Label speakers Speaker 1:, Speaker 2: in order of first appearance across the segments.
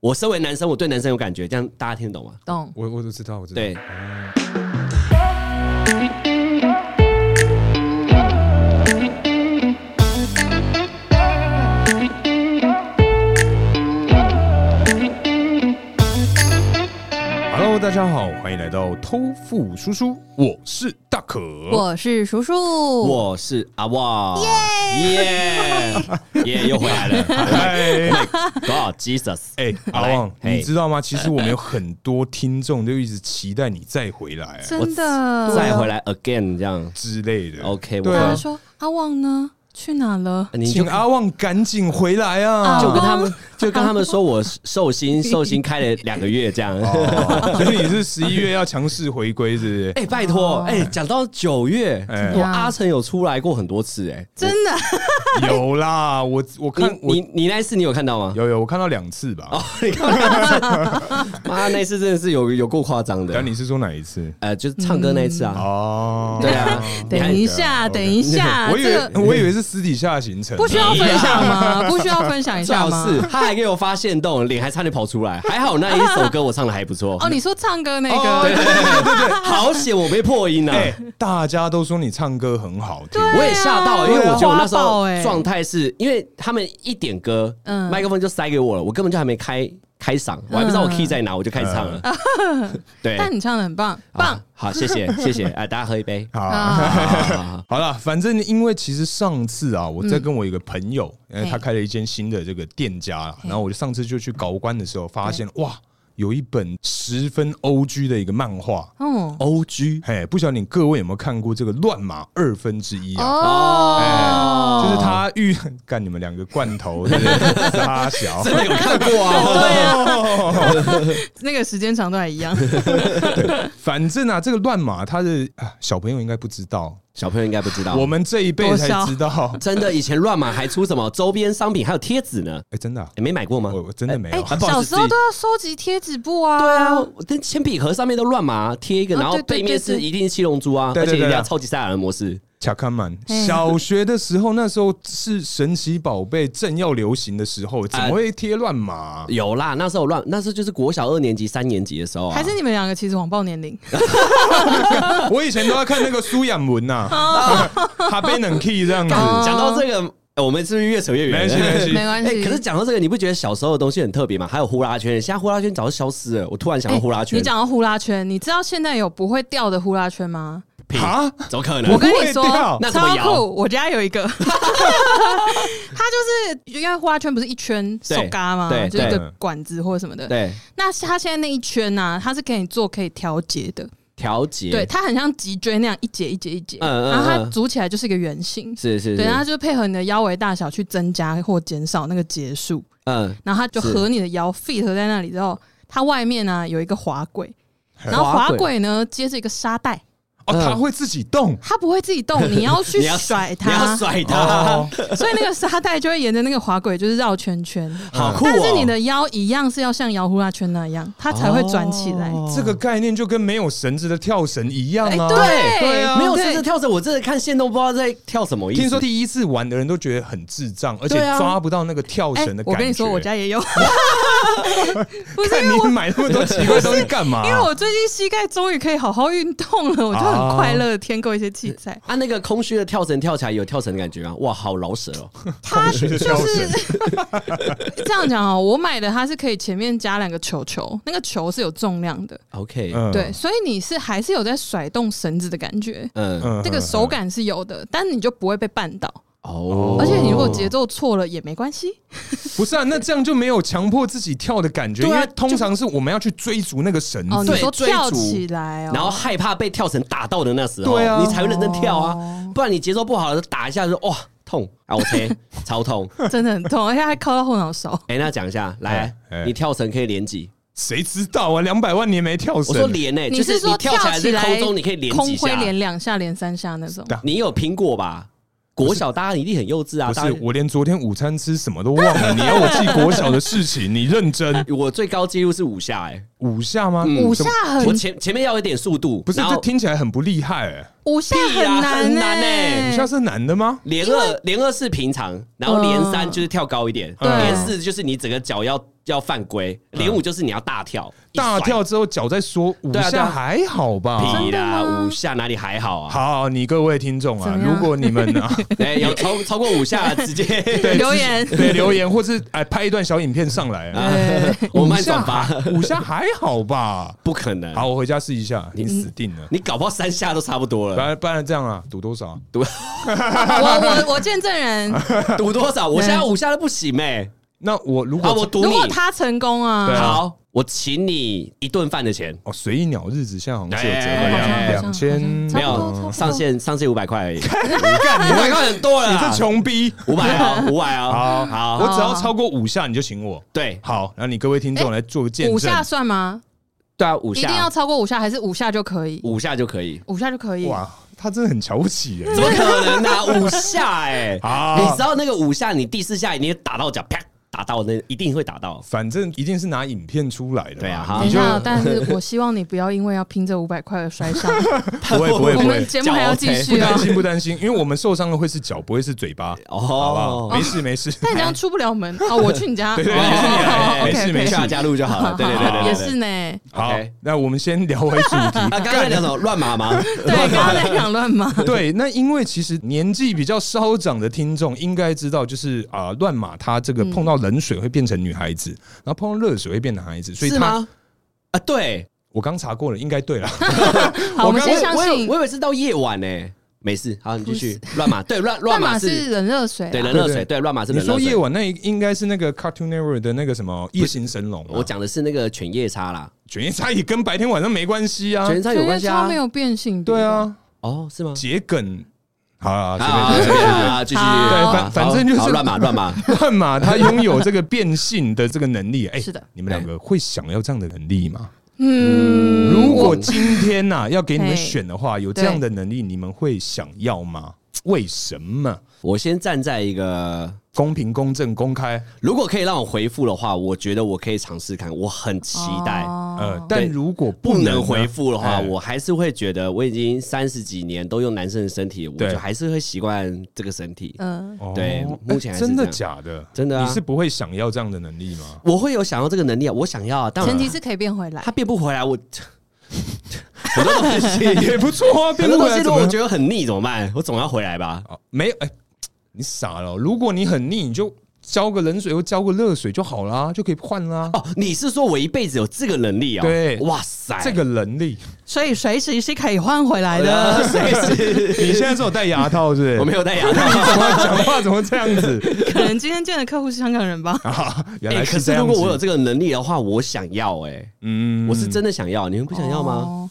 Speaker 1: 我身为男生，我对男生有感觉，这样大家听得懂吗？
Speaker 2: 懂。
Speaker 3: 我我都知道，我知道。
Speaker 1: 对
Speaker 3: 啊，Hello，大家好，欢迎来到偷富叔叔，我是大可。
Speaker 2: 我是叔叔，
Speaker 1: 我是阿旺，耶耶，又回来 了
Speaker 3: 嗨，
Speaker 1: ，God Jesus，
Speaker 3: 哎，阿
Speaker 1: 来
Speaker 3: 旺，
Speaker 1: 嘿
Speaker 3: 你知道吗？其实我们有很多听众就一直期待你再回来啊
Speaker 2: 真的。
Speaker 1: 再回来 again 这样
Speaker 3: 之类的。
Speaker 1: ，OK，
Speaker 3: 对
Speaker 1: 我
Speaker 2: 他
Speaker 3: 啊
Speaker 2: 们说阿旺呢？去哪了？
Speaker 1: 你就
Speaker 3: 请阿旺赶紧回来啊！
Speaker 1: 就跟他们就跟他们说我寿 星，寿星开了两个月这样。
Speaker 3: 哦 所以你是十一月要强势回归，是不是？
Speaker 1: 哎、拜托，
Speaker 2: 哦
Speaker 1: 哎、讲到九月，
Speaker 3: 哎
Speaker 1: 我阿成有出来过很多次、哎，
Speaker 2: 真的，
Speaker 3: 有啦，我我看
Speaker 1: 你
Speaker 3: 我
Speaker 1: 你哦你那一次你有看到吗？
Speaker 3: 有有我看到两次吧。
Speaker 1: 妈，那一次真的是有有够夸张
Speaker 3: 然
Speaker 1: 的
Speaker 3: 后。你是说哪一次？
Speaker 1: 呃，就是唱歌那一次啊，
Speaker 3: 哦，
Speaker 1: 对 啊，你还
Speaker 2: 嗯等一下，等一 下，
Speaker 3: 我以
Speaker 2: 啊这
Speaker 3: 为
Speaker 2: 个
Speaker 3: 我以为是私底下的行程，
Speaker 2: 不需要分享吗？不需要分享一
Speaker 1: 啊最
Speaker 2: 下
Speaker 1: 好
Speaker 2: 吗？
Speaker 1: 是他还给我发现动，脸还差点跑出来，还好那一首歌我唱的还不错。
Speaker 2: 哦，你说唱歌那
Speaker 3: 哦对
Speaker 2: 个，
Speaker 3: 对对对对。
Speaker 1: 好险我没破音啊！
Speaker 3: 哎，大家都说你唱歌很好听，
Speaker 2: 啊
Speaker 1: 我也吓到，因为我觉得我那时
Speaker 2: 花豹
Speaker 1: 候
Speaker 2: 哎
Speaker 1: 状态是因为他们一点歌，
Speaker 2: 嗯
Speaker 1: 麦克风就塞给我了，我根本就还没开开嗓，我还不知道我 key 在哪，我就开始唱了。对，
Speaker 2: 嗯 但你唱的很棒，
Speaker 1: 好
Speaker 2: 棒。
Speaker 1: 好，谢谢谢谢，哎，大家喝一杯。
Speaker 3: 好。
Speaker 2: 啊！
Speaker 3: 好了，反正因为其实上次啊，我在跟我一个朋友，呃
Speaker 2: 嗯嘿
Speaker 3: 他开了一间新的这个店家啦，然后我就上次就去搞关的时候，发现哇，有一本十分 O G 的一个漫画，
Speaker 2: 哦
Speaker 1: O G
Speaker 3: 嘿，不晓得你各位有没有看过这个《乱码二分之一》啊？
Speaker 1: 哎
Speaker 2: 哦，
Speaker 3: 就是他遇 干你们两个罐 头，对不对？ 大小。
Speaker 1: 真的有看过啊？
Speaker 2: 那个时间长度还 一样，
Speaker 3: 反正啊，这个乱码，他的啊小朋友应该不知道，
Speaker 1: 小朋友应该不知道，
Speaker 3: 我们这一辈
Speaker 2: 哦多
Speaker 3: 才
Speaker 2: 小
Speaker 3: 知道。
Speaker 1: 真的以前乱码还出什么周边商品，还有贴纸呢，
Speaker 3: 哎，真的啊，
Speaker 1: 哎没买过吗？
Speaker 3: 我我真的没有。
Speaker 1: 哎不好
Speaker 2: 小
Speaker 1: 意思
Speaker 2: 时候都要收集贴纸布啊。
Speaker 1: 对啊，我跟铅笔盒上面都乱码贴一个，
Speaker 2: 啊
Speaker 1: 然后
Speaker 2: 对对
Speaker 1: 背面
Speaker 2: 对
Speaker 1: 是
Speaker 2: 对
Speaker 1: 一定是七龙珠啊，
Speaker 3: 对
Speaker 1: 而
Speaker 3: 对
Speaker 1: 且一定
Speaker 3: 对
Speaker 1: 要
Speaker 3: 对
Speaker 1: 超级赛亚人模式。
Speaker 3: 卡卡曼，
Speaker 2: 嗯
Speaker 3: 小学的时候，那时候是神奇宝贝正要流行的时候，怎么会贴乱码啊？
Speaker 1: 有啦，那时候乱，那时候就是国小二年级、三年级的时候啊。
Speaker 2: 还是你们两个其实谎报年龄，
Speaker 3: 我以前都要看那个苏养文 呐，
Speaker 2: 哦
Speaker 3: 哈贝冷 key 这样子。
Speaker 1: 干嗯讲到这个，呃我们是不是越扯越
Speaker 3: 没关
Speaker 1: 远？
Speaker 3: 系，没关系
Speaker 2: 没。关
Speaker 1: 哎，
Speaker 2: 系。
Speaker 1: 可是讲到这个，你不觉得小时候的东西很特别吗？还有呼啦圈，现在呼啦圈早就消失了。我突然想到呼啦圈，
Speaker 2: 哎你讲到呼啦圈，你知道现在有不会掉的呼啦圈吗？
Speaker 3: 啊，
Speaker 1: 怎么可
Speaker 2: 我
Speaker 1: 能？
Speaker 2: 跟你
Speaker 3: 不
Speaker 2: 说
Speaker 3: 会掉，
Speaker 1: 那怎
Speaker 2: 超
Speaker 1: 么摇
Speaker 2: 酷！我家有一个， 它就是因为呼啦圈不是一圈手
Speaker 1: 对
Speaker 2: 嘎吗？
Speaker 1: 对
Speaker 2: 就是一
Speaker 3: 对
Speaker 2: 个管子或者什么的。
Speaker 1: 对，
Speaker 2: 那它现在那一圈呢、它是可以做可以调节的，
Speaker 1: 调节，
Speaker 2: 对，，它很像脊椎那样一节一节一节，
Speaker 1: 嗯嗯
Speaker 2: 然后它
Speaker 1: 嗯
Speaker 2: 组起来就是一个圆形。
Speaker 1: 是是是
Speaker 2: 对，然，后它就配合你的腰围大小去增加或减少那个节数，
Speaker 1: 嗯，
Speaker 2: 然后它就是和你的腰 fit 在那里之后，它外面呢、有一个滑轨，然后滑
Speaker 1: 滑轨
Speaker 2: 轨呢接着一个沙袋，
Speaker 3: 哦，它会自己动。
Speaker 2: 它不会自己动， 你要去
Speaker 1: 你要
Speaker 2: 甩
Speaker 1: 你要
Speaker 2: 它，
Speaker 1: 甩它
Speaker 3: 哦，，
Speaker 2: 所以那个沙袋就会沿着那个滑轨就是绕圈圈。
Speaker 1: 好酷哦！
Speaker 2: 但是你的腰一样是要像摇呼啦圈那样，它才会转起来。
Speaker 1: 哦
Speaker 3: 这个概念就跟没有绳子的跳绳一样
Speaker 2: 哎
Speaker 3: 啊。
Speaker 2: 对
Speaker 3: 对啊
Speaker 1: 没有
Speaker 2: 对
Speaker 1: 真的跳绳，我真的看线都不知道在跳什么意思。
Speaker 3: 听说第一次玩的人都觉得很智障，而且
Speaker 1: 对啊
Speaker 3: 抓不到那个跳
Speaker 2: 哎
Speaker 3: 绳的感觉。
Speaker 2: 我跟你说，我家也有，不是
Speaker 3: 看
Speaker 2: 因为
Speaker 3: 你
Speaker 2: 我。
Speaker 3: 买那么多奇怪东西干嘛？
Speaker 2: 因为我最近膝盖终于可以好好运动了，我就很快乐的添购一些器材。
Speaker 1: 啊，那个空虚的跳绳跳起来有跳绳的感觉啊，哇，好老 舍哦！
Speaker 2: 它就
Speaker 3: 跳绳
Speaker 2: 是 这样讲哦，我买的它是可以前面加两个球球，那个球是有重量的，
Speaker 1: OK，
Speaker 3: 嗯
Speaker 2: 对，，所以你是还是有在甩动绳子的感觉，
Speaker 1: 嗯，
Speaker 2: 这个手感是有的，但你就不会被绊倒，
Speaker 1: 哦，
Speaker 2: 而且你如果节奏错了也没关系。
Speaker 3: 不是啊，那这样就没有强迫自己跳的感觉，
Speaker 1: 对
Speaker 3: 因
Speaker 1: 啊
Speaker 3: 为通常是我们要去追逐那个绳
Speaker 2: 哦，你
Speaker 3: 子。
Speaker 1: 对
Speaker 2: 说
Speaker 1: 追
Speaker 2: 跳
Speaker 1: 逐
Speaker 2: 起来哦，
Speaker 1: 然后害怕被跳绳打到的那时候，
Speaker 3: 对啊
Speaker 1: 你才会认真跳啊，不然你节奏不好了，打一下就哇，痛啊，我 猜超痛。
Speaker 2: 真的很痛，而且还靠到后脑勺。
Speaker 1: 哎、那讲一下，来
Speaker 3: 哎哎，
Speaker 1: 你跳绳可以连几？
Speaker 3: 谁知道啊？两百万年没跳
Speaker 1: 我说
Speaker 3: 绳，
Speaker 1: 连呢、欸
Speaker 2: 你
Speaker 1: 哎就是
Speaker 2: 说
Speaker 1: 你
Speaker 2: 跳
Speaker 1: 跳起来
Speaker 2: 起
Speaker 1: 在
Speaker 2: 来
Speaker 1: 空中，你可以连几
Speaker 2: 空挥
Speaker 1: 下？
Speaker 2: 连两下、连三下那种。
Speaker 1: 你有拼过吧？国小大家一定很幼稚啊，
Speaker 3: 不
Speaker 1: 当
Speaker 3: 是
Speaker 1: 然
Speaker 3: 我连昨天午餐吃什么都忘了。你要我记国小的事情，你认 真
Speaker 1: 我最高纪录是五下、欸，
Speaker 3: 五下吗？
Speaker 2: 五
Speaker 3: 怎
Speaker 2: 下
Speaker 3: 么
Speaker 2: 很
Speaker 1: 我前前面要有一点速度，
Speaker 3: 不是，
Speaker 1: 然
Speaker 3: 这
Speaker 1: 后
Speaker 3: 听起来很不厉害哎。
Speaker 2: 五下很
Speaker 1: 屁
Speaker 2: 难
Speaker 1: 啦很难欸
Speaker 3: 五下是男的吗？
Speaker 1: 连二连二是平常，然后连三就是跳高一点，
Speaker 2: 对
Speaker 1: 连四就是你整个脚要要犯规，连五就是你要嗯大跳，一甩
Speaker 3: 大跳之后脚在缩，五
Speaker 1: 对啊对
Speaker 3: 下
Speaker 1: 啊
Speaker 3: 还好吧？
Speaker 1: 屁啦，
Speaker 2: 真的吗
Speaker 1: 五下哪里还好啊？
Speaker 3: 好，你各位听众啊
Speaker 2: 怎，么样
Speaker 3: 如果你们啊，
Speaker 1: 哎，有超超过五 下直接
Speaker 3: 对
Speaker 2: 留言
Speaker 3: 自己对留言，或是哎拍一段小影片上来啊，
Speaker 2: 对
Speaker 1: 我
Speaker 3: 五
Speaker 1: 慢
Speaker 3: 下
Speaker 1: 转发，嗯
Speaker 3: 还五下还好吧？
Speaker 1: 不可能。
Speaker 3: 好，我回家试一
Speaker 1: 嗯
Speaker 3: 下，你死定了。
Speaker 1: 你搞不好三下都差不多
Speaker 3: 不
Speaker 1: 了，
Speaker 3: 然不然这样啊，赌多少啊？
Speaker 2: 我我我见证人，
Speaker 1: 赌多少？我现在五下都不行哎，
Speaker 3: 那我如果
Speaker 1: 啊，我赌
Speaker 2: 如
Speaker 1: 你
Speaker 2: 果他成功
Speaker 3: 对
Speaker 2: 啊，
Speaker 3: 啊
Speaker 1: 好，我请你一顿饭的钱，
Speaker 3: 哦随意鸟日子现在好像是有折
Speaker 1: 哎
Speaker 3: 扣
Speaker 1: 好像
Speaker 3: 两两
Speaker 2: 好像
Speaker 3: 千，
Speaker 2: 好
Speaker 1: 没
Speaker 2: 像差不多
Speaker 1: 有上限上限五百块而已，五百块很多了
Speaker 3: 你
Speaker 1: 啦，
Speaker 3: 是穷逼。
Speaker 1: 五百哦，五百哦，好
Speaker 3: 我
Speaker 1: 好，
Speaker 3: 只要超过五下你就请我。
Speaker 1: 对
Speaker 3: 好，那你各位听众来做个见
Speaker 1: 哎
Speaker 2: 五
Speaker 3: 证。
Speaker 2: 下算吗？
Speaker 1: 对啊，五
Speaker 2: 一定
Speaker 1: 下
Speaker 2: 要超过五下，还是五下就可以？
Speaker 1: 五下就可以。
Speaker 2: 五下就可以。
Speaker 3: 哇，他真的很瞧不起人。
Speaker 1: 怎么可能啊？五下哎、
Speaker 3: 好
Speaker 1: 你知道那个五下，你第四下你打到脚，啪打到那一定会打到。
Speaker 3: 反正一定是拿影片出来的嘛。
Speaker 1: 对啊好
Speaker 2: 等
Speaker 3: 你
Speaker 2: 一
Speaker 3: 就
Speaker 2: 下，但是我希望你不要因为要拼这五百块而 摔伤。
Speaker 3: 不会不会
Speaker 2: 我
Speaker 3: 不
Speaker 2: 们
Speaker 3: 会，
Speaker 2: 节目还要继
Speaker 3: 不
Speaker 2: 续啊
Speaker 3: 担。心不担心，因为我们受伤的会是脚，不会是嘴巴，好不好？
Speaker 1: 哦，
Speaker 3: 没事没事。
Speaker 2: 但你这样出不了门啊！我去你家，
Speaker 3: 对对对就是你
Speaker 2: 哦
Speaker 3: 没事
Speaker 2: OK，OK
Speaker 3: 没事
Speaker 1: 下加入就好了。对对对对，
Speaker 2: 也
Speaker 1: 对
Speaker 2: 是。呢。
Speaker 3: 好
Speaker 1: OK，
Speaker 3: 那我们先聊回主
Speaker 1: 啊，
Speaker 3: 题。
Speaker 1: 刚才讲什么乱码吗？
Speaker 2: 对，刚刚在讲乱码，
Speaker 3: 对，那因为其实年纪比较稍长的听众应该知道，就是啊，乱码它这个碰到冷水会变成女孩子，然后碰到热水会变男孩子，所以
Speaker 1: 是
Speaker 3: 它
Speaker 1: 吗？啊，对，
Speaker 3: 我刚查过了，应该对 了。
Speaker 2: 好，我们
Speaker 1: 刚
Speaker 2: 先相
Speaker 1: 我以
Speaker 2: 信
Speaker 1: 为我以为是到夜晚呢。没事，好，你继续乱码。对，乱乱
Speaker 2: 乱码
Speaker 1: 码
Speaker 2: 是
Speaker 1: 是，
Speaker 2: 冷热水啊，
Speaker 1: 对冷热
Speaker 3: 对对
Speaker 1: 水，对乱码是
Speaker 3: 你
Speaker 1: 冷
Speaker 3: 说
Speaker 1: 热
Speaker 3: 夜
Speaker 1: 水。
Speaker 3: 晚那应该是那个 Cartoon Network 的那个什么夜行神龙啊，
Speaker 1: 我讲的是那个犬夜叉啦，
Speaker 3: 卷烟差也跟白天晚上没关系啊
Speaker 1: 犬。夜叉有
Speaker 2: 因
Speaker 1: 关
Speaker 2: 为
Speaker 1: 系
Speaker 2: 它
Speaker 1: 啊
Speaker 2: 没？有变性。
Speaker 3: 对，啊，
Speaker 1: 哦，是吗？
Speaker 3: 桔梗，好啊，随
Speaker 1: 好，
Speaker 3: 便随
Speaker 1: 随
Speaker 3: 便
Speaker 1: 便啊，继续。
Speaker 2: 好对
Speaker 1: 好
Speaker 3: 反反正就是
Speaker 1: 好乱码，乱码。
Speaker 3: 乱码，他拥有这个变性的这个能 力。哎，
Speaker 2: 是的，
Speaker 3: 你们两个会想要这样的能力吗？
Speaker 2: 嗯，
Speaker 3: 如果今天呐要给你们
Speaker 2: 嘿
Speaker 3: 选的话，有这样的能力，你们会想要吗？为什么？
Speaker 1: 我先站在一个，
Speaker 3: 公平、公正、公开。
Speaker 1: 如果可以让我回复的话，我觉得我可以尝试看，我很期待。
Speaker 2: 哦
Speaker 3: 呃，但如果
Speaker 1: 不
Speaker 3: 能呢
Speaker 1: 能回复的话，
Speaker 3: 哎
Speaker 1: 我还是会觉得我已经三十几年都用男生的身体，我
Speaker 3: 对
Speaker 1: 就还是会习惯这个身体。
Speaker 2: 嗯，
Speaker 3: 哦
Speaker 1: 对目前
Speaker 3: 哎
Speaker 1: 还是
Speaker 3: 真的
Speaker 1: 这样
Speaker 3: 假的？
Speaker 1: 真的啊
Speaker 3: 你是不会想要这样的能力吗？
Speaker 1: 我会有想要这个能力啊，我想要啊，但
Speaker 2: 前提是可以变回来
Speaker 1: 他。变不回来，我很多东西，
Speaker 3: 也不错啊，
Speaker 1: 很
Speaker 3: 变
Speaker 1: 多
Speaker 3: 不回
Speaker 1: 东西
Speaker 3: 来
Speaker 1: 如
Speaker 3: 怎
Speaker 1: 果
Speaker 3: 么
Speaker 1: 我觉得很腻怎么办？我总要回来吧。
Speaker 3: 啊，没有，哎、你傻了哦。如果你很腻，你就浇个冷水或浇个热水就好啦，就可以换啦。
Speaker 1: 哦，你是说我一辈子有这个能力哦？
Speaker 3: 对
Speaker 1: 哇塞，
Speaker 3: 这个能力，
Speaker 2: 所以随时是可以换回来 的。
Speaker 1: 呃，谁是？
Speaker 3: 你现在是有戴牙套是不是？
Speaker 1: 我没
Speaker 3: 有，
Speaker 1: 有戴牙 套。
Speaker 3: 怎么讲话怎么这样 子
Speaker 2: 可能今天见的客户是香港人吧？
Speaker 3: 啊？原
Speaker 1: 哎，
Speaker 3: 来
Speaker 1: 可
Speaker 3: 这
Speaker 1: 是
Speaker 3: 样
Speaker 1: 如
Speaker 3: 子。
Speaker 1: 果我有这个能力的话，我想要哎，
Speaker 3: 嗯
Speaker 1: 我是真的想要，你们不想要吗？
Speaker 2: 哦？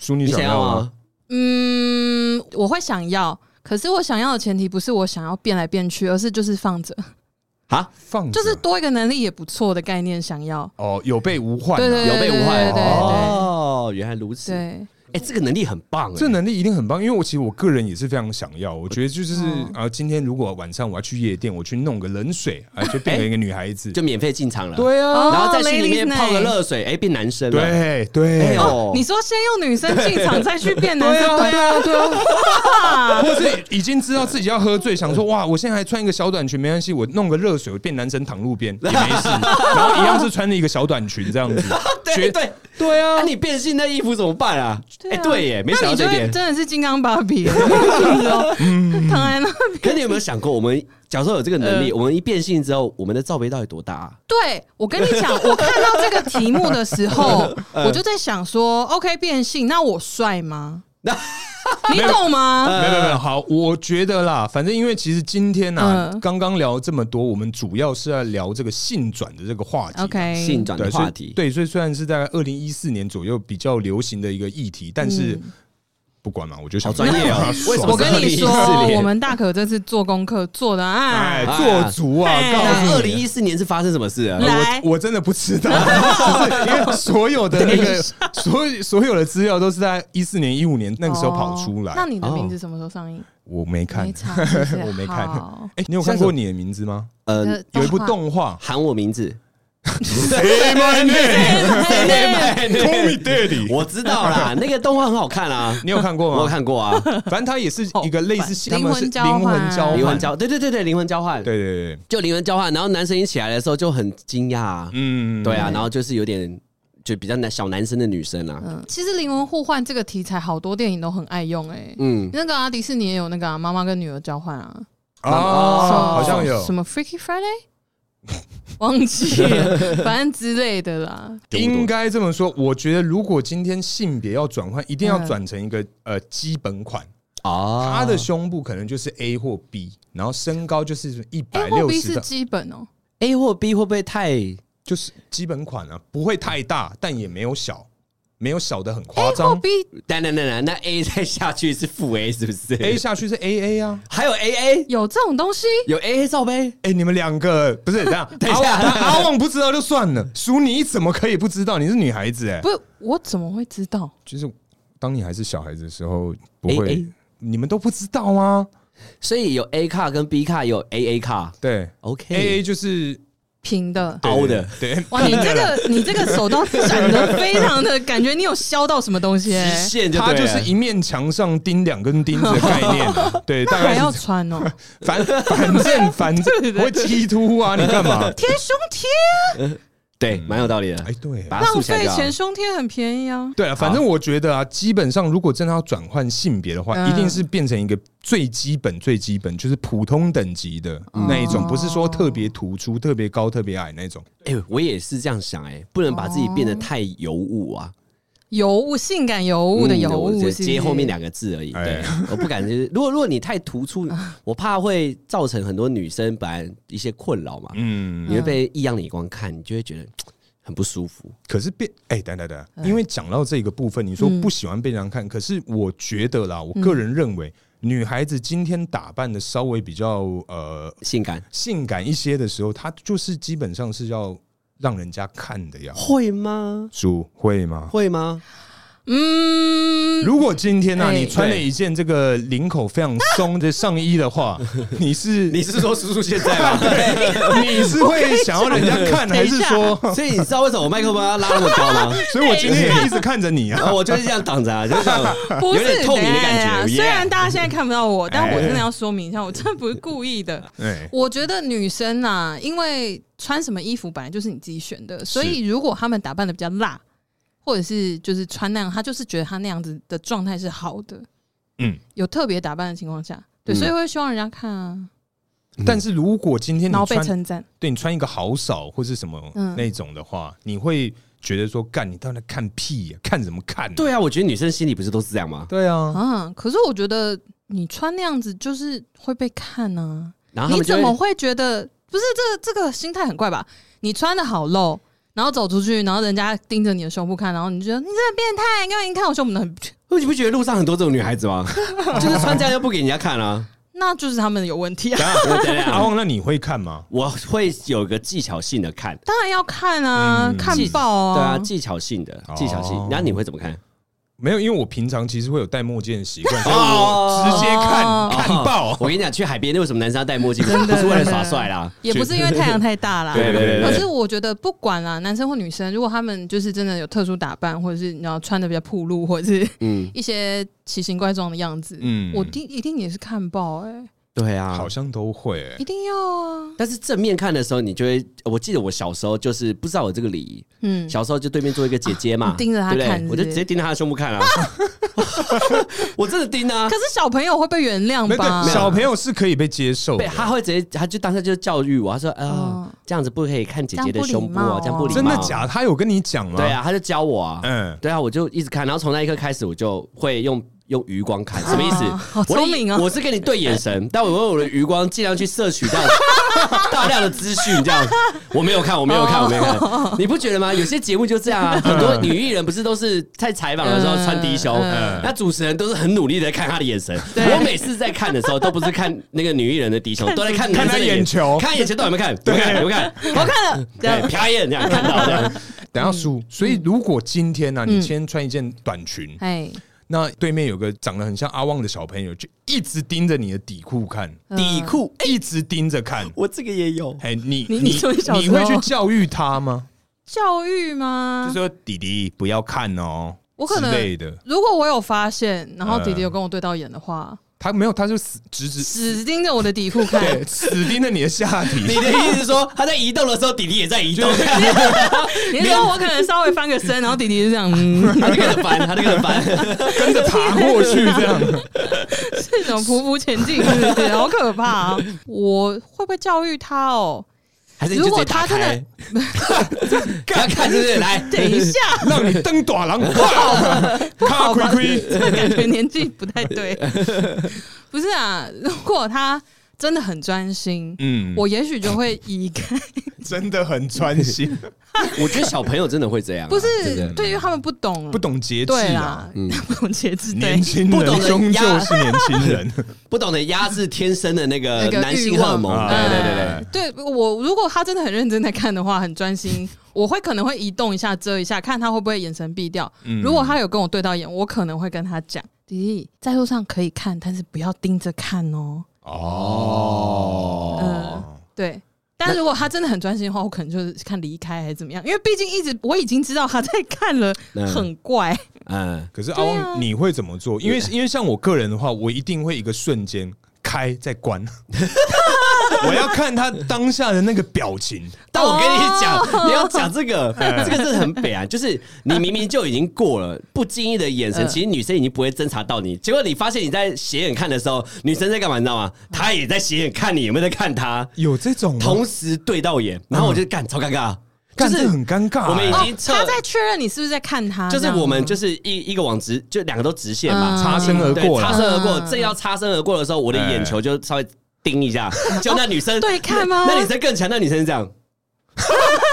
Speaker 3: 叔，你
Speaker 1: 你想
Speaker 3: 想
Speaker 1: 要啊
Speaker 3: 要吗？
Speaker 1: 吗？
Speaker 2: 嗯，我会想要，可是我想要的前提不是我想要变来变去，而是就是放着，
Speaker 1: 啊，
Speaker 3: 放着
Speaker 2: 就是多一个能力也不错的概念，想要。
Speaker 3: 哦，有备无患、啊。
Speaker 2: 对对
Speaker 1: 有备无患
Speaker 2: 对对对
Speaker 1: 哦，原来如此。
Speaker 2: 对，
Speaker 1: 哎、这个能力很棒、哎，
Speaker 3: 这能力一定很棒，因为我其实我个人也是非常想要。我觉得就是
Speaker 1: 嗯
Speaker 2: 哦
Speaker 3: 啊，今天如果晚上我要去夜店，我去弄个冷水，啊，就变成一个女孩子。
Speaker 1: 哎就免费进场了。、
Speaker 3: 对啊，
Speaker 2: 哦
Speaker 1: 然后再去里面
Speaker 2: ladies night
Speaker 1: 泡个热水，哎、变男生了。
Speaker 3: 对对，
Speaker 1: 哎呦
Speaker 2: 哦，你说先用女生进场，再去变男生， 对啊，对 啊，
Speaker 3: 或是已经知道自己要喝醉，想说哇，我现在还穿一个小短裙没关系，我弄个热水，我变男生躺路边也没事，然后一样是穿着一个小短裙这样子，
Speaker 1: 对
Speaker 3: 绝
Speaker 1: 对，
Speaker 3: 对啊
Speaker 1: 那、，哎你变性那衣服怎么办啊？哎、对耶，没想
Speaker 2: 那
Speaker 1: 到
Speaker 2: 你
Speaker 1: 这
Speaker 2: 就会
Speaker 1: 点。
Speaker 2: 真的是金刚芭比， 嗯，躺在那边。
Speaker 1: 可你有没有想过，我们假如说有这个能力，
Speaker 2: 呃
Speaker 1: 我们一变性之后，我们的罩杯到底多大、啊？
Speaker 2: 对，我跟你 讲，我看到这个题目的时候，
Speaker 3: 嗯
Speaker 2: 我就在想说，OK，变性，那我帅 吗？
Speaker 1: 那
Speaker 2: 你懂吗？
Speaker 3: 没有没有没有，好，我觉得啦，反正因为其实今天呢、啊
Speaker 2: 嗯，
Speaker 3: 刚刚、聊这么多，我们主要是要聊这个性转的这个话题。
Speaker 2: OK，
Speaker 1: 性转
Speaker 3: 对，
Speaker 1: 的
Speaker 3: 所
Speaker 1: 话
Speaker 3: 以
Speaker 1: 题，
Speaker 3: 对，所以虽然是在二零一四年左右比较流行的一个议题，但是不管嘛，我就
Speaker 1: 好
Speaker 3: 想！
Speaker 1: 专业哦为什么
Speaker 2: 我跟你说，
Speaker 1: 2014
Speaker 2: 我
Speaker 1: 年
Speaker 2: 们大可这次做功课做的
Speaker 3: 哎，
Speaker 2: 啊，
Speaker 3: 做足啊！
Speaker 2: 哎
Speaker 3: 告诉
Speaker 1: 二
Speaker 3: 你
Speaker 1: 零一四年是发生什么事啊？
Speaker 2: 来
Speaker 3: 我真的不知 道，就是因为所有的那个所有所有的资料都是在一四年、一五年那个时候跑出来
Speaker 2: 哦。那你的名字什么时候上映？
Speaker 3: 我没哦看
Speaker 2: 没，查是不是
Speaker 3: 我没看
Speaker 2: 好
Speaker 3: 哎，你有看过你的名字吗？
Speaker 1: 呃，
Speaker 2: 呃
Speaker 3: 有一部动 画
Speaker 1: 喊我名字，
Speaker 3: ，Say My Name，Call
Speaker 2: 哎哎
Speaker 3: Me Daddy，
Speaker 1: 我知道 啦，那个动画很好看啊，
Speaker 3: 你有看过吗？
Speaker 1: 我有看过啊，
Speaker 3: 反正它也是一个类似他
Speaker 2: 哦
Speaker 3: 们是
Speaker 2: 灵魂交换
Speaker 3: 灵魂交
Speaker 1: 灵魂
Speaker 3: 换，
Speaker 1: 交，对对对对，灵魂交换，
Speaker 3: 哦对对对，
Speaker 1: 就灵魂交换，然后男生一起来的时候就很惊讶啊，
Speaker 3: 嗯，
Speaker 1: 对啊，然后就是有点就比较男小男生的女生啊，
Speaker 2: 嗯，其实灵魂互换这个题材，好多电影都很爱用哎、
Speaker 1: 嗯，
Speaker 2: 那个啊，迪士尼也有那个啊，妈妈跟女儿交换啊，
Speaker 3: 啊，
Speaker 2: 什么
Speaker 3: 好像有
Speaker 2: 什么 Freaky Friday，忘 记了，反正之类的啦。
Speaker 1: 嗯
Speaker 3: 应该这么说，我觉得如果今天性别要转换，一定要
Speaker 2: 嗯
Speaker 3: 转成一个呃基本款，
Speaker 1: 哦，
Speaker 3: 他的胸部可能就是 A 或 B，然后身高就是一百
Speaker 2: A 或
Speaker 3: 六
Speaker 2: B
Speaker 3: 十
Speaker 2: 哎是
Speaker 3: 的，
Speaker 2: 基本哦、
Speaker 1: A 或 B 会不会太
Speaker 3: 就是基本款啊，不会太大，但也没有小，没有小的很夸
Speaker 2: a 或
Speaker 3: 张。
Speaker 2: B
Speaker 1: 等等等等，那 A 再下去是负 A 是不是
Speaker 3: A 下去是 A A 啊，
Speaker 1: 还有 AA
Speaker 2: 有这种东西？
Speaker 1: 有 AA 罩杯，
Speaker 3: 哎、你们两个不是这样？
Speaker 1: 等一下
Speaker 3: 阿旺阿旺不知道就算了，淑你怎么可以不知道？你是女孩子哎、
Speaker 2: 不是，我怎么会知道？
Speaker 3: 就是当你还是小孩子的时候，不会
Speaker 1: AA
Speaker 3: 你们都不知道啊吗？
Speaker 1: 所以有 A 卡跟 B 卡，有 AA 卡
Speaker 3: 对，A A
Speaker 1: ，OK，
Speaker 3: 就是
Speaker 2: 平的。
Speaker 1: 凹的，
Speaker 3: 对，
Speaker 2: 哇，你这个你这个手刀斩的非常的感觉，你有削到什么东西、
Speaker 1: 极
Speaker 2: 欸？
Speaker 1: 限就
Speaker 3: 它
Speaker 1: 对
Speaker 3: 就是
Speaker 1: 了
Speaker 3: 一面墙上钉两根钉子的概念 啊、对，
Speaker 2: 那
Speaker 3: 大概
Speaker 2: 还
Speaker 3: 是
Speaker 2: 要穿 哦、
Speaker 3: 反反正 反正会踢突啊，你干 嘛？
Speaker 2: 贴胸贴，
Speaker 1: 对，蛮有道理的
Speaker 3: 哎，，对。
Speaker 1: 把它
Speaker 2: 浪
Speaker 1: 竖起来
Speaker 2: 费
Speaker 1: 就好
Speaker 2: 钱，胸贴很便宜啊。
Speaker 3: 对啊，反正我觉得啊，基本上如果真的要转换性别的话，
Speaker 2: 嗯
Speaker 3: 一定是变成一个最基本、最基本，就是普通等级的那一种，
Speaker 2: 哦
Speaker 3: 不是说特别突出、特别高、特别矮那种。
Speaker 1: 哎、我也是这样想、哎，不能把自己变得太尤物啊，
Speaker 2: 尤物，性感尤物的
Speaker 1: 嗯
Speaker 2: 尤
Speaker 1: 我
Speaker 2: 物
Speaker 1: 只
Speaker 2: 是不是，
Speaker 1: 接后面两个字而已。对
Speaker 3: 哎，
Speaker 1: 我不敢就是，如 果如果你太突出，我怕会造成很多女生本来一些困扰嘛，
Speaker 3: 嗯，
Speaker 1: 你会被异样眼光看，你就会觉得嘖很不舒服。
Speaker 3: 可是变哎、嗯等等等，因为讲到这个部分，你说不喜欢被人家看，可是我觉得啦，我个人认为，女孩子今天打扮的稍微比较呃
Speaker 1: 性感
Speaker 3: 性感一些的时候，她就是基本上是要让人家看的呀。
Speaker 1: 会吗？
Speaker 3: 叔会吗？
Speaker 1: 会吗？
Speaker 2: 嗯，
Speaker 3: 如果今天呢、啊，
Speaker 2: 哎
Speaker 3: 你穿了一件这个领口非常松的上衣的 话，你是你
Speaker 1: 是说叔叔现在吗？
Speaker 3: 你是会想要人家看，
Speaker 2: 我
Speaker 3: 还
Speaker 2: 跟你
Speaker 3: 是
Speaker 2: 讲
Speaker 3: 说？
Speaker 1: 所以你知道为什么我麦克风要拉那么高吗？
Speaker 3: 所以我今天也一直看着你
Speaker 1: 然
Speaker 3: 啊。
Speaker 1: 后我就是这样挡着啊，就是 这样
Speaker 2: 不
Speaker 1: 有
Speaker 2: 是
Speaker 1: 点透明的
Speaker 2: 等一下
Speaker 1: 感觉。
Speaker 2: 虽然
Speaker 1: yeah 哎
Speaker 2: 大家现在看不到我，但我真的要说明一下，我真的不是故意的。
Speaker 3: 哎，
Speaker 2: 我觉得女生呐、因为穿什么衣服本来就是你自己选的，所以如果她们打扮的比较辣，或者是就是穿那样，她就是觉得她那样子的状态是好的。
Speaker 3: 嗯，
Speaker 2: 有特别打扮的情况下，对，
Speaker 1: 嗯
Speaker 2: 所以会希望人家看啊，
Speaker 3: 哎但是如果今天
Speaker 1: 嗯
Speaker 3: 你
Speaker 2: 然后被
Speaker 3: 穿
Speaker 2: 称赞。
Speaker 3: 对你穿一个好少或是什么
Speaker 2: 嗯
Speaker 3: 那种的话，你会觉得说，干你到底在看屁呀、看什么看、
Speaker 1: 对啊，我觉得女生心里不是都是这样吗？
Speaker 3: 对啊，
Speaker 2: 啊，可是我觉得你穿那样子就是会被看啊，
Speaker 1: 然后他
Speaker 2: 你
Speaker 1: 们就
Speaker 2: 怎
Speaker 1: 会
Speaker 2: 么会觉得不是这个这个心态很怪吧？你穿的好露，然后走出去，然后人家盯着你的胸部看，然后你觉得你这个变态，因为你看我胸部很，
Speaker 1: 你不觉得路上很多这种女孩子 吗？就是穿这样又不给人家 看啊。
Speaker 2: 那就是他们有问题啊。
Speaker 1: 我等等
Speaker 3: 哎阿
Speaker 1: 啊
Speaker 3: 旺，那你会看吗？
Speaker 1: 我会有个技巧性的看，
Speaker 2: 当然要看啊，
Speaker 3: 嗯
Speaker 2: 看爆
Speaker 1: 对啊，
Speaker 2: 啊，
Speaker 1: 技巧性的
Speaker 3: 哦
Speaker 1: 技巧性。那你会怎么看？
Speaker 3: 没有，因为我平常其实会有戴墨镜的习 惯，所以
Speaker 1: 哦
Speaker 3: 我直接看、
Speaker 2: 哦
Speaker 3: 看啊爆。
Speaker 1: 我跟你讲，去海边为什么男生要戴墨镜？
Speaker 2: 真的
Speaker 1: 不是为了耍帅啦。
Speaker 2: 也不是因为太阳太大啦。
Speaker 1: 对对对对
Speaker 2: 可是我觉得不管啦，男生或女生，如果他们就是真的有特殊打扮，或者是你要穿的比较暴露，或者是
Speaker 1: 嗯，
Speaker 2: 一些奇形怪状的样子，
Speaker 3: 嗯
Speaker 2: 我一定一定也是看爆哎、
Speaker 1: 对啊
Speaker 3: 好。像都会、欸
Speaker 2: 一定要啊，
Speaker 1: 但是正面看的时候，你就会，我记得我小时候就是不知道有这个礼仪，
Speaker 2: 嗯，
Speaker 1: 小时候就对面坐一个姐姐
Speaker 2: 啊
Speaker 1: 嘛，
Speaker 2: 你 盯着她
Speaker 1: 对不对
Speaker 2: 看是不是
Speaker 1: 我就直接盯着她的胸部看啊， 我真的盯啊
Speaker 2: 可。是小朋友会被原谅
Speaker 3: 没有
Speaker 2: 吧？
Speaker 3: 对小朋友是可以被接受的
Speaker 1: 对，，她会直接，她就当下就教育我，她说：“啊
Speaker 2: 哦，
Speaker 1: 这样子不可以看姐姐的
Speaker 2: 这样不礼
Speaker 1: 胸部啊，
Speaker 2: 貌
Speaker 1: 这样不礼貌。”
Speaker 3: 真的假的？他有跟你讲吗？
Speaker 1: 对，啊，他就教我啊，
Speaker 3: 嗯
Speaker 1: 嗯，对啊，我就一直看，然后从那一刻开始，我就会用用余光看，什么意思？
Speaker 2: 好
Speaker 1: 我的
Speaker 2: 聪明哦
Speaker 1: 我是跟你对眼神，但我用我的余光尽量去摄取到大量的资讯这样。我没有看，我没有看，我没有
Speaker 2: 哦
Speaker 1: 看。你不觉得吗？有些节目就这样啊，很多女艺人不是都是在采访的时候穿低胸，
Speaker 2: 嗯
Speaker 1: 那主持人都是很努力的看她的眼神。我每次在看的时候，都不是看那个女艺人的低 胸，都在看男生
Speaker 3: 看
Speaker 1: 的
Speaker 3: 她眼球
Speaker 1: 看眼球到底有没有看？有没有看？有没有看？
Speaker 2: 好看了，这
Speaker 1: 对，
Speaker 2: 样
Speaker 1: 瞟一眼这样看到这样。
Speaker 3: 等下
Speaker 2: 嗯
Speaker 3: 输。所以如果今天呢、啊，你今天穿一件短裙，
Speaker 2: 哎，
Speaker 3: 那对面有个长得很像阿旺的小朋友，就一直盯着你的底哎裤看，
Speaker 2: 嗯
Speaker 1: 底裤，
Speaker 3: 一直盯着看。
Speaker 1: 我这个也有。
Speaker 3: 哎，你
Speaker 2: 你你说你小时候
Speaker 3: 你会去教育他吗？
Speaker 2: 教育
Speaker 3: 就
Speaker 2: 吗
Speaker 3: 是？说弟弟不要看哦，
Speaker 2: 我可能
Speaker 3: 之类的。
Speaker 2: 如果我有发现，然后弟弟
Speaker 3: 嗯
Speaker 2: 有跟我对到眼的话，
Speaker 3: 他没有，他就死直直
Speaker 2: 只盯着我的底裤看，
Speaker 3: 对死盯着你的下
Speaker 1: 你
Speaker 3: 体。
Speaker 1: 的意思是说，他在移动的时候，弟弟也在移动，
Speaker 2: 你是说我可能稍微翻个身，然后弟弟就这样，嗯，
Speaker 1: 他就跟着翻，他就跟着翻。
Speaker 3: 跟着爬过去这样，
Speaker 2: 这种匍匐前进，是不是好可怕啊！ 我会不会教育他哦？
Speaker 1: 还是你就直接打开？ 他看是不是？ 来，
Speaker 2: 等一下，
Speaker 3: 让你蹬短廊，咔亏亏，
Speaker 2: 这个感觉年纪不太对。 不是啊，如果他真的很专心，
Speaker 3: 嗯，
Speaker 2: 我也许就会移开。
Speaker 3: 真的很专心，
Speaker 1: 我觉得小朋友真的会这样啊，
Speaker 2: 不
Speaker 1: 真的
Speaker 2: 是，对于他们不懂，
Speaker 3: 不懂节制
Speaker 2: 对
Speaker 3: 啊
Speaker 2: 啦。， 不懂节制，对
Speaker 3: 年，轻
Speaker 1: 不懂
Speaker 3: 人
Speaker 1: 得
Speaker 3: 终
Speaker 1: 压
Speaker 3: 究是年轻人，
Speaker 1: 不懂得压制天生的那个
Speaker 2: 那个
Speaker 1: 男性
Speaker 2: 欲
Speaker 1: 荷
Speaker 2: 望
Speaker 1: 尔 蒙。
Speaker 3: 啊
Speaker 1: 哦对对对对
Speaker 3: 哎，
Speaker 2: 对我如果他真的很认真在看的话，很专心，我会可能会移动一下、遮一下，看他会不会眼神避掉。
Speaker 1: 嗯
Speaker 2: 如果他有跟我对到眼，我可能会跟他讲：“弟弟，在路上可以看，但是不要盯着看哦。
Speaker 3: 啊哦，
Speaker 2: 呃”对。但如果他真的很专心的话，我可能就是看离开还是怎么样，因为毕竟一直我已经知道他在看了，
Speaker 1: 嗯
Speaker 2: 很怪。
Speaker 1: 嗯，
Speaker 3: 可是阿
Speaker 2: 对啊
Speaker 3: 旺，你会怎么做？因为因为像我个人的话，我一定会一个瞬间开再关，我要看他当下的那个表情。
Speaker 1: 但我跟你
Speaker 2: 哦
Speaker 1: 讲，你要讲这 个，
Speaker 2: 嗯
Speaker 1: 这个真的很北啊！就是你明明就已经过了，不经意的眼神，
Speaker 2: 嗯
Speaker 1: 其实女生已经不会侦查到你。结果你发现你在斜眼看的时候，女生在干嘛？你知道吗？
Speaker 2: 嗯
Speaker 1: 她也在斜眼看你，有没有在看她？
Speaker 3: 有这种吗
Speaker 1: 同时对到眼，然后我就
Speaker 2: 嗯
Speaker 1: 干，超尴尬，啊就
Speaker 3: 干这
Speaker 1: 是
Speaker 3: 很尴尬欸，
Speaker 1: 我们已
Speaker 2: 哦
Speaker 1: 经，测
Speaker 2: 他在确认你是不是在看他，
Speaker 1: 就是
Speaker 2: 啊这样吗
Speaker 1: 我们就是一一个往直，就两个都直线嘛，
Speaker 2: 嗯
Speaker 3: 擦身而
Speaker 1: 对，
Speaker 3: 过哎
Speaker 1: 擦
Speaker 3: 了。
Speaker 1: 身而过，
Speaker 2: 嗯
Speaker 1: 正要擦身而过的时候，我的眼球就稍微盯一下，就那女生
Speaker 2: 对啊看吗
Speaker 1: 那女生更强，那女生是这样。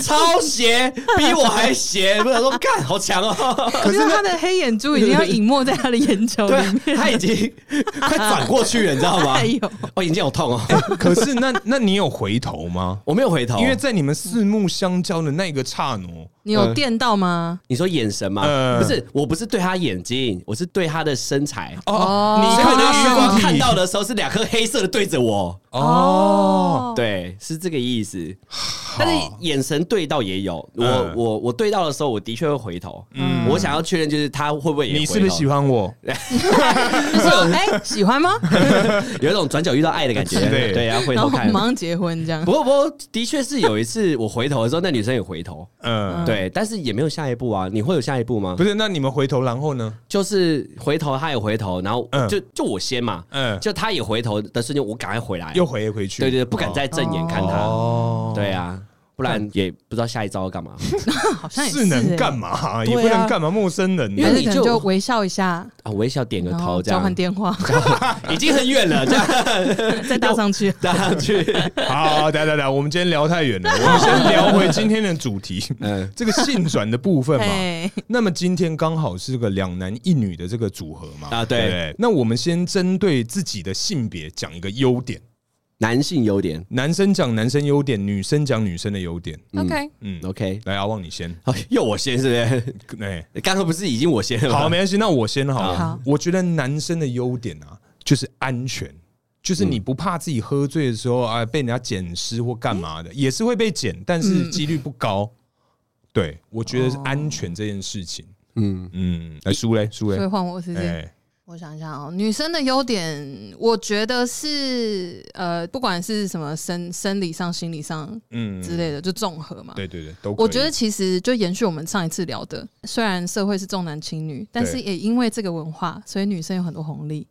Speaker 1: 超邪，比我还邪！我想说，干好强哦！
Speaker 2: 可是他的黑眼珠已经要隐没在他的眼球 里
Speaker 1: 对啊
Speaker 2: 面。，
Speaker 1: 他已 经快转过去了，你知道吗
Speaker 2: 哎？呦，
Speaker 1: 哦，眼睛好痛哦！
Speaker 3: 可是那那你有回头吗？
Speaker 1: 我没有回头，
Speaker 3: 因为在你们四目相交的那个刹那，
Speaker 2: 你有
Speaker 1: 嗯
Speaker 3: 呃
Speaker 2: 电到吗？
Speaker 1: 你说眼神嘛，
Speaker 3: 嗯
Speaker 1: 不是，我不是对他眼睛，我是对他的身材。
Speaker 3: 哦，
Speaker 2: 哦
Speaker 3: 你
Speaker 1: 所以
Speaker 3: 看
Speaker 1: 我的余
Speaker 3: 他
Speaker 1: 光
Speaker 3: 身体
Speaker 1: 看到的时候是两颗黑色的对着我，
Speaker 3: 哦，
Speaker 1: 对，是这个意思。但是眼神对到也有，我
Speaker 3: 嗯
Speaker 1: 我我对到的时候，我的确会回头。
Speaker 3: 嗯
Speaker 1: 我想要确认就是他会不会也
Speaker 3: 你是不是喜欢我？
Speaker 2: 就说哎、 喜欢吗？
Speaker 1: 欢？有一种转角遇到爱的感觉，
Speaker 3: 对
Speaker 1: 对，要回
Speaker 2: 然
Speaker 1: 头
Speaker 2: 后
Speaker 1: 看。
Speaker 2: 马上结婚这样
Speaker 1: 不。过不过，的确是有一次我回头的时候，那女生也回头，
Speaker 3: 嗯，
Speaker 1: 对，但是也没有下一步啊。你会有下一步吗
Speaker 3: 不？是，那你们回头然后呢？
Speaker 1: 就是回头，她也回头，然后
Speaker 3: 嗯
Speaker 1: 就就我先嘛，
Speaker 3: 嗯，
Speaker 1: 就她也回头的瞬间，我赶快回来，
Speaker 3: 又回回去，
Speaker 1: 对对，对不敢再正眼看她，
Speaker 3: 哦，
Speaker 1: 对啊，不然也不知道下一招要干嘛。
Speaker 2: 好像也欸
Speaker 3: 是能干嘛、也不能干嘛，陌生人啊
Speaker 2: 因
Speaker 1: 啊因
Speaker 2: 为
Speaker 1: 为
Speaker 2: 你
Speaker 1: 你就
Speaker 2: 就微笑一下，
Speaker 1: 啊，微笑点个
Speaker 2: 然
Speaker 1: 头
Speaker 2: 后
Speaker 1: 这
Speaker 2: 哦交换
Speaker 1: 样，
Speaker 2: 电话，
Speaker 1: 已经很远了，这样
Speaker 2: 再搭上去。
Speaker 1: 大家去，
Speaker 3: 好，等等等，我们今天聊太远了，我们先聊回今天的主题，
Speaker 1: 嗯
Speaker 3: 这个性转的部分嘛。
Speaker 2: 哎，
Speaker 3: 那么今天刚好是个两男一女的这个组合嘛。
Speaker 1: 啊，
Speaker 3: 对不
Speaker 1: 对，
Speaker 3: 对，那我们先针对自己的性别讲一个优点，
Speaker 1: 男性优点
Speaker 3: 男生讲男生优点，女生讲女生的优点。
Speaker 1: 嗯
Speaker 2: OK，
Speaker 3: 嗯，
Speaker 1: ，OK，
Speaker 3: 来阿旺你先，
Speaker 1: 好，又我先是 不
Speaker 3: 哎，
Speaker 1: 是？刚刚不是已经我先了吗？
Speaker 3: 好，没关系，那我先好了。
Speaker 2: 好
Speaker 3: 我觉得男生的优点啊，就是安全，就是你不怕自己喝醉的时
Speaker 1: 嗯
Speaker 3: 候啊被人家捡尸或干嘛的，也是会被捡，但是几率不高。对，我觉得
Speaker 2: 哦
Speaker 3: 是安全这件事情，
Speaker 1: 嗯，
Speaker 3: 嗯，来输嘞，输
Speaker 2: 所以
Speaker 3: 嘞，
Speaker 2: 换我是不是？
Speaker 3: 哎，
Speaker 2: 我想一下哦，女生的优点，我觉得是呃，不管是什么生生理上、心理上
Speaker 3: 嗯
Speaker 2: 之类的，就综合嘛。
Speaker 3: 对对对，都可以
Speaker 2: 我觉得其实就延续我们上一次聊的，虽然社会是重男轻女，但是
Speaker 3: 对
Speaker 2: 也因为这个文化，所以女生有很多红利，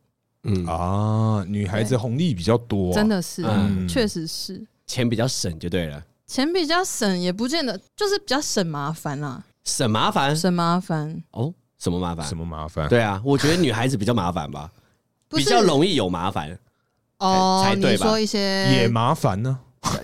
Speaker 3: 啊，女孩子红利比较多啊，
Speaker 2: 真的是
Speaker 1: 嗯，
Speaker 2: 确、实是
Speaker 1: 钱比较省就对了，
Speaker 2: 钱比较省，也不见得就是比较省麻烦啦，
Speaker 1: 省麻烦
Speaker 2: 省麻烦
Speaker 1: 哦，什么麻烦
Speaker 3: 什？么麻烦？
Speaker 1: 对啊，我觉得女孩子比较麻烦吧，
Speaker 2: 不
Speaker 1: 比
Speaker 2: 是
Speaker 1: 较容易有麻烦。
Speaker 2: 哦
Speaker 1: 才，对
Speaker 2: 你
Speaker 1: 吧
Speaker 2: 说一些
Speaker 3: 也麻烦呢、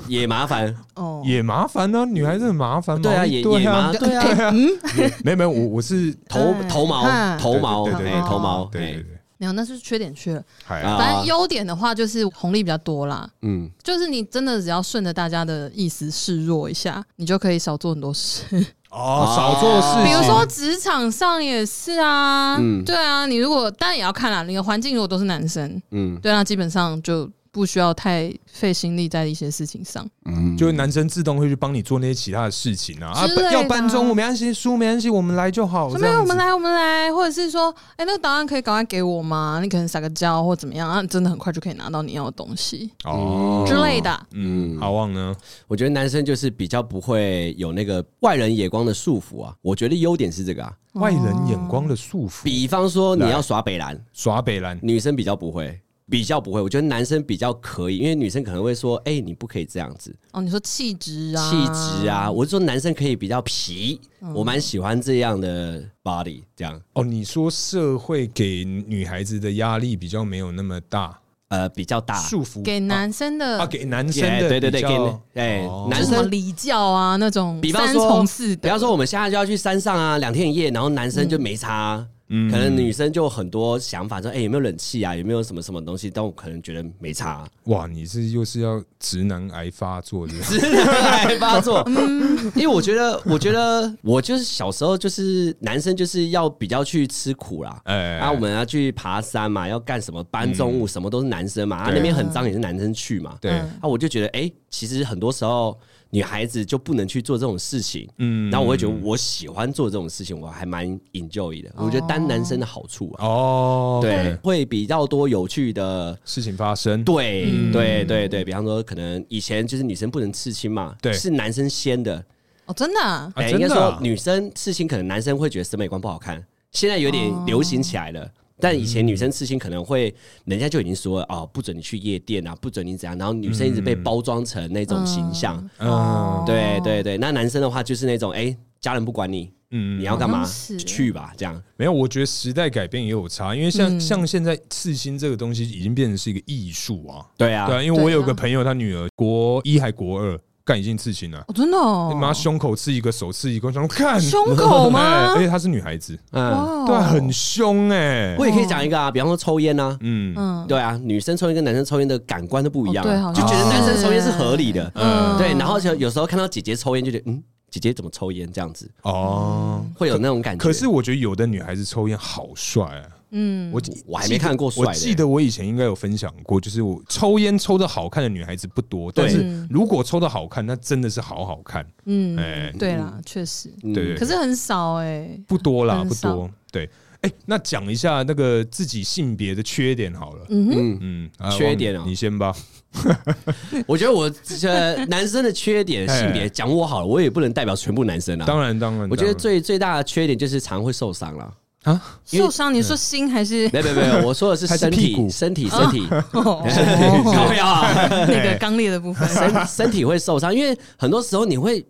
Speaker 1: 也麻烦，
Speaker 3: 哎
Speaker 2: 哦，
Speaker 3: 也麻烦呢、女孩子很麻烦嘛，
Speaker 1: 对啊，也也 麻，对啊，
Speaker 3: 对啊， 没有没有，我我是
Speaker 1: 头
Speaker 2: 对
Speaker 1: 头毛
Speaker 2: 嗯
Speaker 1: 头毛，
Speaker 3: 对对对哦
Speaker 1: 哎，头毛，
Speaker 3: 对对
Speaker 1: 哎，
Speaker 3: 对，
Speaker 2: 没有，那是缺点去了。
Speaker 3: 还
Speaker 1: 啊
Speaker 2: 反正优点的话，就是红利比较多啦。
Speaker 1: 嗯，
Speaker 2: 就是你真的只要顺着大家的意思示弱一下，你就可以少做很 多事。
Speaker 3: 哦，少做事情，
Speaker 2: 比如说职场上也是啊，
Speaker 1: 哦嗯
Speaker 2: 对啊，你如果当然也要看啦，你的环境如果都是男生，
Speaker 1: 嗯
Speaker 2: 对啊，基本上就不需要太费心力在一些事情上。
Speaker 1: 嗯，
Speaker 3: 就是男生自动会去帮你做那些其他的事情啊，啊
Speaker 2: 之类的啊
Speaker 3: 要搬钟我没关系，书没关系，我们来就好。哦
Speaker 2: 说
Speaker 3: 这
Speaker 2: 没
Speaker 3: 样
Speaker 2: 有，
Speaker 3: 子
Speaker 2: 我们来，我们来，或者是说，哎、那个档案可以赶快给我吗？你可能撒个娇或怎么样，啊，你真的很快就可以拿到你要的东西、
Speaker 3: 哦，
Speaker 2: 之类的。
Speaker 1: 嗯，
Speaker 3: 好望呢？
Speaker 1: 我觉得男生就是比较不会有那个外人眼光的束缚啊。我觉得优点是这个啊，
Speaker 3: 外人眼光的束缚，
Speaker 1: 比方说你要耍北兰，
Speaker 3: 耍北兰
Speaker 1: 女生比较不会，比较不会。我觉得男生比较可以，因为女生可能会说，哎、你不可以这样子，
Speaker 2: 哦，你说气质啊，嗯
Speaker 1: 气质啊。我是说男生可以比较皮，我蛮喜欢这样的 body，这样
Speaker 3: 哦，你说社会给女孩子的压力比较没有那么大，
Speaker 1: 呃比较大。
Speaker 3: 束缚
Speaker 2: 给男生的、
Speaker 3: 啊给男生
Speaker 1: 哎
Speaker 3: 的
Speaker 1: 对对对，
Speaker 3: 比
Speaker 1: 给
Speaker 3: 较
Speaker 1: 哎、
Speaker 3: 哦
Speaker 2: 就
Speaker 1: 男
Speaker 2: 是什么
Speaker 1: 生。
Speaker 2: 礼教啊那种，
Speaker 1: 比方
Speaker 2: 三
Speaker 1: 说
Speaker 2: 从四，
Speaker 1: 比
Speaker 2: 德，嗯
Speaker 1: 方说，我们现在就要去山上啊，两天一夜，然后男生就没差啊、可能女生就很多想法，说，哎、有没有冷气啊？有没有什么什么东西？但我可能觉得没差、啊
Speaker 3: 哇，你是又是要直男癌发作 的，
Speaker 1: 来发作。
Speaker 2: 嗯
Speaker 1: 因为我觉得，我觉得我就是小时候就是男生就是要比较去吃苦啦。
Speaker 3: 哎
Speaker 1: 啊，我们要去爬山嘛，要干什么搬重物，什么都是男生嘛。啊，
Speaker 3: 嗯对
Speaker 1: 那边很脏也是男生去嘛。
Speaker 3: 对，
Speaker 1: 啊，我就觉得，哎，其实很多时候女孩子就不能去做这种事情。
Speaker 3: 嗯
Speaker 1: 然后我会觉得我喜欢做这种事情，我还蛮 enjoy 的。我觉得当男生的好处啊，
Speaker 3: 哦，
Speaker 1: 对，
Speaker 3: OK，
Speaker 1: 会比较多有趣的
Speaker 3: 事情发生，
Speaker 1: 对、
Speaker 3: 嗯
Speaker 1: 对对对，比方说，可能以前就是女生不能刺青嘛，
Speaker 3: 对
Speaker 1: 是男生先的。
Speaker 2: 哦，真的、啊，
Speaker 3: 啊
Speaker 1: 哎、应
Speaker 3: 真
Speaker 1: 该
Speaker 3: 的
Speaker 1: 说
Speaker 3: 啊
Speaker 1: 女生刺青，可能男生会觉得审美观不好看，现在有点
Speaker 2: 哦
Speaker 1: 流行起来了。但以前女生刺青可能会，人家就已经说哦，不准你去夜店啊，不准你怎样，然后女生一直被包装成那种形象。
Speaker 3: 嗯
Speaker 1: 哦对对对，那男生的话就是那种哎、家人不管你，
Speaker 3: 嗯
Speaker 1: 你要干嘛
Speaker 2: 好像哦是
Speaker 1: 去吧，这样。
Speaker 3: 没有，我觉得时代改变也有差，因为像、
Speaker 2: 嗯
Speaker 3: 像现在刺青这个东西已经变成是一个艺术啊。
Speaker 1: 对啊，
Speaker 3: 对啊，因为我有
Speaker 2: 对
Speaker 3: 个
Speaker 2: 啊
Speaker 3: 朋友，他女儿国一还国二，干已经刺青了，
Speaker 2: 哦，真的、哦
Speaker 3: 你，妈胸口刺一个，手刺一个，我想说看
Speaker 2: 胸口吗
Speaker 3: 哎而且她是女孩子，
Speaker 1: 嗯，
Speaker 2: 哦
Speaker 3: 对啊，很凶哎、
Speaker 1: 我也可以讲一个啊，比方说抽烟啊，
Speaker 3: 嗯，
Speaker 2: 嗯，
Speaker 1: 对啊，女生抽烟跟男生抽烟的感官都不一样
Speaker 2: 哦对
Speaker 1: 啊、
Speaker 2: 好
Speaker 1: 就
Speaker 2: 像
Speaker 1: 觉得男生
Speaker 2: 是
Speaker 1: 抽烟是合理的，
Speaker 2: 嗯
Speaker 1: 对。然后就有时候看到姐姐抽烟，就觉得嗯，姐姐怎么抽烟这样子，
Speaker 3: 哦。
Speaker 1: 会有那种感觉。
Speaker 3: 可是我觉得有的女孩子抽烟好帅、啊，
Speaker 2: 嗯，
Speaker 3: 我
Speaker 1: 我还没看过帅的
Speaker 3: 我记得我以前应该有分享过，就是我抽烟抽的好看的女孩子不多，但是如果抽的好看，那真的是好好看，
Speaker 2: 嗯，
Speaker 3: 哎
Speaker 2: 对啦，确实，
Speaker 1: 嗯
Speaker 3: 对
Speaker 2: 可是很少哎、
Speaker 3: 不多啦，
Speaker 2: 很
Speaker 3: 不
Speaker 2: 少
Speaker 3: 多。对，哎、那讲一下那个自己性别的缺点好了。
Speaker 1: 嗯，
Speaker 3: 嗯，啊
Speaker 1: 缺点哦
Speaker 3: 王你先吧。嗯
Speaker 1: 我觉得我这男生的 缺点性别讲我好了，我也不能代表全部男生啊。
Speaker 3: 当然，当然，
Speaker 1: 我觉得
Speaker 3: 当然
Speaker 1: 最最大的缺点就是常会受伤了。
Speaker 3: 啊，
Speaker 1: 因为
Speaker 2: 受伤，你说心还是
Speaker 1: 没有没有没有，我说的是
Speaker 3: 还是
Speaker 1: 身
Speaker 3: 屁
Speaker 1: 体，
Speaker 3: 股
Speaker 1: 身体，身 体，
Speaker 2: 哦
Speaker 1: 高腰啊，
Speaker 2: 那个刚烈的部分？
Speaker 1: 身身体会受伤，因为很多时候你会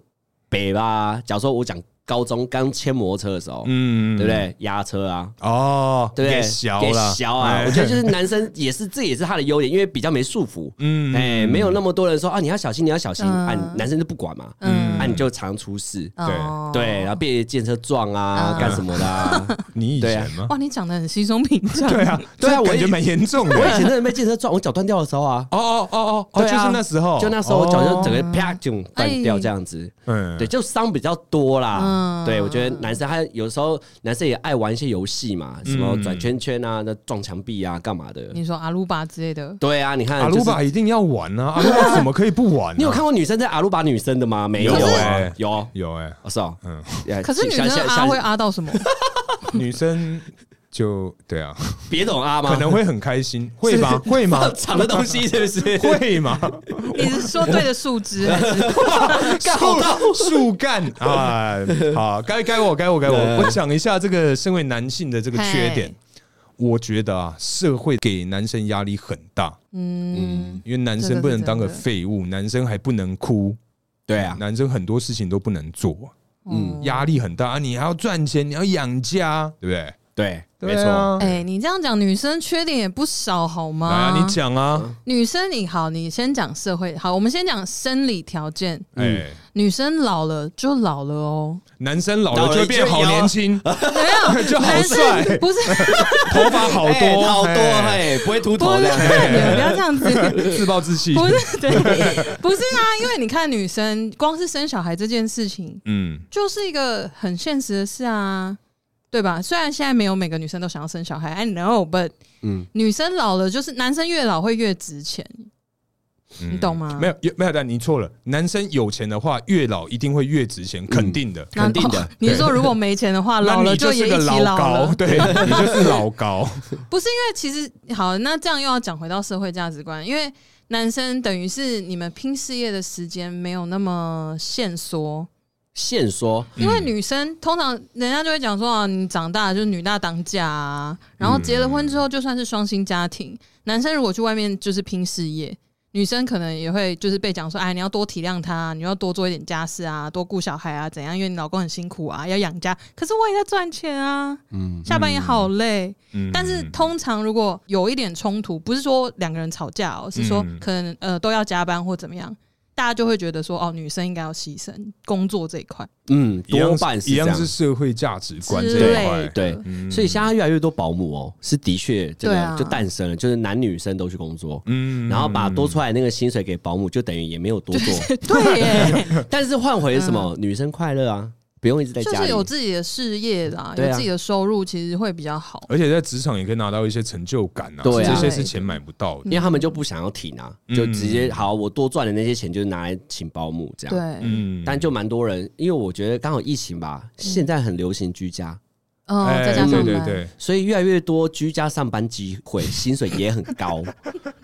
Speaker 1: 北吧。假如说我讲高中刚牵摩托车的时候，
Speaker 3: 嗯
Speaker 1: 对不？对？压车啊，
Speaker 3: 哦，
Speaker 1: 对不对？
Speaker 3: 给小
Speaker 1: 给
Speaker 3: 了，
Speaker 1: 小啊！
Speaker 3: 哎
Speaker 1: 我觉得就是男生也是，这也是他的优点，因为比较没束缚，
Speaker 3: 嗯
Speaker 1: 哎，没有那么多人说啊，你要小心，你要小心，
Speaker 2: 嗯
Speaker 1: 啊，你男生就不管嘛，
Speaker 2: 嗯
Speaker 1: 啊，你就常出事，
Speaker 3: 对
Speaker 2: 哦
Speaker 1: 对，然后被电车撞啊，
Speaker 2: 嗯
Speaker 1: 干什么的 啊？
Speaker 3: 嗯你以
Speaker 1: 对啊
Speaker 3: 前吗？
Speaker 2: 哇，你讲的很稀松平常，
Speaker 3: 对啊，
Speaker 1: 对啊
Speaker 3: 这
Speaker 1: 我
Speaker 3: 感觉
Speaker 1: 以
Speaker 3: 蛮严重的
Speaker 1: 我。以前真的被电车撞，我脚断掉的时候啊，
Speaker 3: 哦哦哦哦哦，
Speaker 1: 对
Speaker 3: 就
Speaker 1: 啊
Speaker 3: 是那时候，
Speaker 1: 就那时候我脚就整
Speaker 3: 哦
Speaker 1: 个啪就断掉这样子，
Speaker 3: 嗯
Speaker 1: 对，，就伤比较多啦。
Speaker 2: 哎嗯
Speaker 1: 对，我觉得男生他有时候男生也爱玩一些游戏嘛，什么
Speaker 3: 嗯
Speaker 1: 转圈圈啊，那撞墙壁啊，干嘛的？
Speaker 2: 你说阿鲁巴之类的，
Speaker 1: 对啊，你看
Speaker 3: 阿
Speaker 1: 就
Speaker 3: 鲁
Speaker 1: 是
Speaker 3: 巴一定要玩 啊，阿鲁巴怎么可以不玩啊？
Speaker 1: 你有看过女生在阿鲁巴女生的吗？没有
Speaker 3: 有
Speaker 1: 啊
Speaker 3: 欸，
Speaker 1: 有哦，
Speaker 3: 有哎，
Speaker 1: 是哦，
Speaker 3: 嗯，
Speaker 1: 哎
Speaker 2: 可是女
Speaker 1: 下
Speaker 2: 生
Speaker 1: 下
Speaker 2: 阿会
Speaker 1: 下
Speaker 2: 阿到什么？
Speaker 3: 女生就对啊，
Speaker 1: 别懂阿 吗？
Speaker 3: 可能会很开心，会 吗？会吗
Speaker 1: 放？长的东西是不是？
Speaker 3: 会吗？
Speaker 2: 你是说对的 数值还是？
Speaker 3: 树树干啊， 好，该该我该我该我，我讲一下这个身为男性的这个缺点
Speaker 2: 嘿。
Speaker 3: 我觉得啊，社会给男生压力很大，
Speaker 2: 嗯，
Speaker 3: 因为男生不能当个废物，男生还不能哭，
Speaker 1: 对啊，
Speaker 3: 男生很多事情都不能做，
Speaker 2: 嗯，
Speaker 3: 啊压力很大。你还要赚钱，你要养家，对不对？
Speaker 1: 对，
Speaker 3: 对
Speaker 1: 没错，
Speaker 3: 啊，
Speaker 2: 哎、你这样讲，女生缺点也不少，好吗？
Speaker 3: 来啊，你讲啊，
Speaker 2: 女生你好，你先讲社会好，我们先讲生理条件。
Speaker 3: 哎，
Speaker 2: 女生老了就老了哦，
Speaker 3: 男生老
Speaker 1: 老
Speaker 3: 了
Speaker 1: 了
Speaker 3: 就会变好年 轻，
Speaker 2: 没有，
Speaker 3: 就好
Speaker 2: 男
Speaker 3: 帅，
Speaker 2: 生不是，
Speaker 3: 头发好
Speaker 1: 哎
Speaker 3: 多
Speaker 1: 好多，
Speaker 3: 哎
Speaker 1: 嘿，不会秃
Speaker 2: 不
Speaker 1: 头
Speaker 2: 是，
Speaker 1: 的，
Speaker 2: 你们不要 这样子，
Speaker 3: 自暴自弃，
Speaker 2: 不是，对，不是啊，因为你看女生光是生小孩这件事情，
Speaker 3: 嗯，
Speaker 2: 就是一个很现实的事啊，对吧？虽然现在没有每个女生都想要生小孩，I know，but
Speaker 1: 嗯，
Speaker 2: 女生老了就是男生越老会越值钱，
Speaker 3: 嗯
Speaker 2: 你懂吗？
Speaker 3: 没有，有没有，但你错了。男生有钱的话，越老一定会越值钱，肯定的。
Speaker 1: 嗯
Speaker 2: 那，
Speaker 1: 肯定的
Speaker 2: 哦你是说如果没钱的话，
Speaker 3: 那
Speaker 2: 老了
Speaker 3: 你就是
Speaker 2: 也一
Speaker 3: 个
Speaker 2: 起
Speaker 3: 老
Speaker 2: 老
Speaker 3: 高，
Speaker 2: 了？
Speaker 3: 对你就是老 高。
Speaker 2: 不是因为其实好，那这样又要讲回到社会价值观，因为男生等于是你们拼事业的时间没有那么限缩，
Speaker 1: 现说，
Speaker 2: 因为女生通常人家就会讲说啊，你长大就是女大当嫁啊，然后结了婚之后就算是双薪家庭，男生如果去外面就是拼事业。女生可能也会就是被讲说，哎，你要多体谅他，你要多做一点家事啊，多顾小孩啊，怎样？因为你老公很辛苦啊，要养家。可是我也在赚钱啊，
Speaker 1: 嗯，
Speaker 2: 下班也好累。
Speaker 3: 嗯
Speaker 2: 但是通常如果有一点冲突，不是说两个人吵架哦，是说
Speaker 3: 嗯
Speaker 2: 可能呃都要加班或怎么样，大家就会觉得说哦，女生应该要牺牲工作这一块
Speaker 1: 嗯，
Speaker 3: 一样
Speaker 1: 多半是
Speaker 3: 一
Speaker 1: 这
Speaker 3: 样
Speaker 1: 样，
Speaker 3: 是社会价值观
Speaker 2: 之
Speaker 3: 这一
Speaker 2: 类
Speaker 3: 块
Speaker 2: 的。。
Speaker 1: 对，
Speaker 3: 嗯
Speaker 1: 所以现在越来越多保姆哦，是的确这
Speaker 2: 对
Speaker 1: 个
Speaker 2: 啊
Speaker 1: 就诞生了，就是男女生都去工作，
Speaker 3: 嗯
Speaker 1: 然后把多出来那个薪水给保姆，就等于也没有多做，
Speaker 2: 对耶，
Speaker 1: 但是换回什么女生快乐啊，不用一直在
Speaker 2: 就
Speaker 1: 家
Speaker 2: 是
Speaker 1: 里
Speaker 2: 有，自己的事业啦，
Speaker 1: 对啊哦
Speaker 2: 有自己的收入，其实会比较好。
Speaker 3: 而且在职场也可以拿到一些成就感啊，
Speaker 1: 对啊
Speaker 3: 这些是钱买不到
Speaker 1: 因
Speaker 3: 的。
Speaker 1: 为他们就不想要停啊，
Speaker 3: 嗯
Speaker 1: 就直接好，我多赚的那些钱就拿来请保姆这样。
Speaker 2: 对，
Speaker 3: 嗯
Speaker 1: 但就蛮多人，因为我觉得刚好疫情吧，现在很流行居家，
Speaker 2: 嗯，
Speaker 3: 哎
Speaker 2: 在家上
Speaker 3: 对对
Speaker 2: 班，
Speaker 3: 对，
Speaker 1: 所以越来越多居家上班机会，薪水也很 高。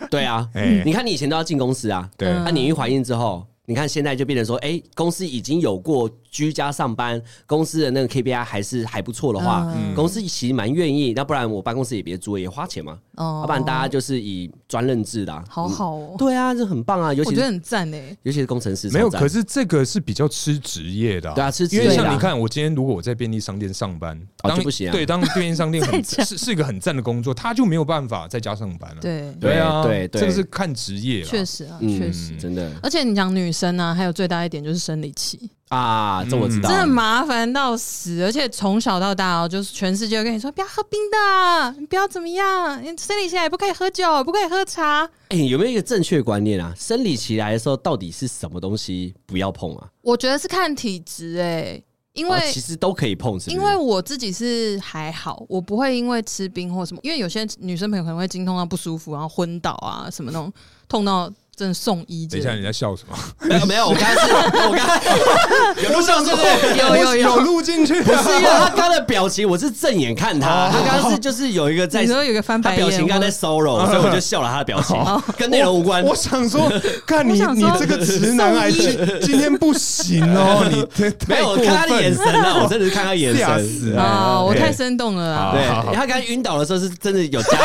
Speaker 1: 对啊，
Speaker 3: 哎
Speaker 1: 你看你以前都要进公司啊，
Speaker 3: 对
Speaker 2: 嗯
Speaker 1: 那、你一怀孕之后，你看现在就变成说，哎、公司已经有过居家上班，公司的那个 KPI 还是还不错的话，
Speaker 2: 嗯
Speaker 1: 公司其实蛮愿意。那不然我办公室也别租，也花钱嘛，啊
Speaker 2: 哦
Speaker 1: 要不然大家就是以专任制的、啊。
Speaker 2: 好好哦，
Speaker 1: 对啊，这很棒啊，尤
Speaker 2: 我
Speaker 1: 其
Speaker 2: 觉得
Speaker 1: 是
Speaker 2: 很赞诶。
Speaker 1: 尤其是工程师
Speaker 3: 没有，
Speaker 1: 超赞
Speaker 3: 可是这个是比较吃职业的、
Speaker 1: 对啊吃职
Speaker 3: 因
Speaker 1: 业
Speaker 3: 为
Speaker 1: 的啊
Speaker 3: 像你看，我今天如果我在便利商店上班，
Speaker 1: 哦
Speaker 3: 当
Speaker 1: 就不行啊
Speaker 3: 对，当便利商 店很
Speaker 2: 讲
Speaker 3: 是是一个很赞的工作，他就没有办法在家上班了、
Speaker 2: 对，
Speaker 3: 对啊，
Speaker 1: 嗯对对
Speaker 3: 这个是看职业啦
Speaker 2: 确，实啊，
Speaker 1: 嗯
Speaker 2: 确实。
Speaker 1: 真的
Speaker 2: 而且你讲女生啊，还有最大一点就是生理期，
Speaker 1: 啊，这我知道。
Speaker 2: 嗯真的麻烦到死，而且从小到大哦，就是全世界都跟你说不要喝冰的，啊你不要怎么样，你生理期来不可以喝酒，不可以喝茶。
Speaker 1: 哎、有没有一个正确观念啊？生理期来的时候，到底是什么东西不要碰啊？
Speaker 2: 我觉得是看体质哎、因为、
Speaker 1: 哦其实都可以碰，是不是？
Speaker 2: 因为我自己是还好，我不会因为吃冰或什么，因为有些女生朋友可能会经痛到不舒服，然后昏倒啊什么那种，痛到真的送医之
Speaker 3: 等
Speaker 2: 类
Speaker 3: 一下，
Speaker 2: 的。
Speaker 3: 你在笑 什么？
Speaker 1: 没有没有，我刚刚是，我 刚刚有录上是不 是？
Speaker 2: 有有有，
Speaker 3: 录进去、
Speaker 1: 不是因为他刚刚的表情，我是正眼看
Speaker 3: 哦
Speaker 1: 他，他刚刚是就是有一个在
Speaker 2: 你，说有一个翻
Speaker 1: 他
Speaker 2: 白眼，哦
Speaker 1: 表情刚刚在 sorrow，所以我就笑了他的表情，跟内容无 关。
Speaker 3: 我想说， 看你
Speaker 2: 我想
Speaker 3: 你
Speaker 2: 说
Speaker 3: 这个直男癌
Speaker 2: 送
Speaker 3: 今今天不行 哦，你这
Speaker 1: 没
Speaker 3: 太
Speaker 1: 有
Speaker 3: 过
Speaker 1: 我看他的眼
Speaker 3: 分
Speaker 1: 神啊，我真的是看他眼
Speaker 3: 吓
Speaker 1: 神。
Speaker 3: 死了。
Speaker 2: 啊、我
Speaker 3: 对
Speaker 2: 太生动了啊！
Speaker 1: 对
Speaker 3: 好好好，
Speaker 1: 他刚刚晕倒的时候是真的有 加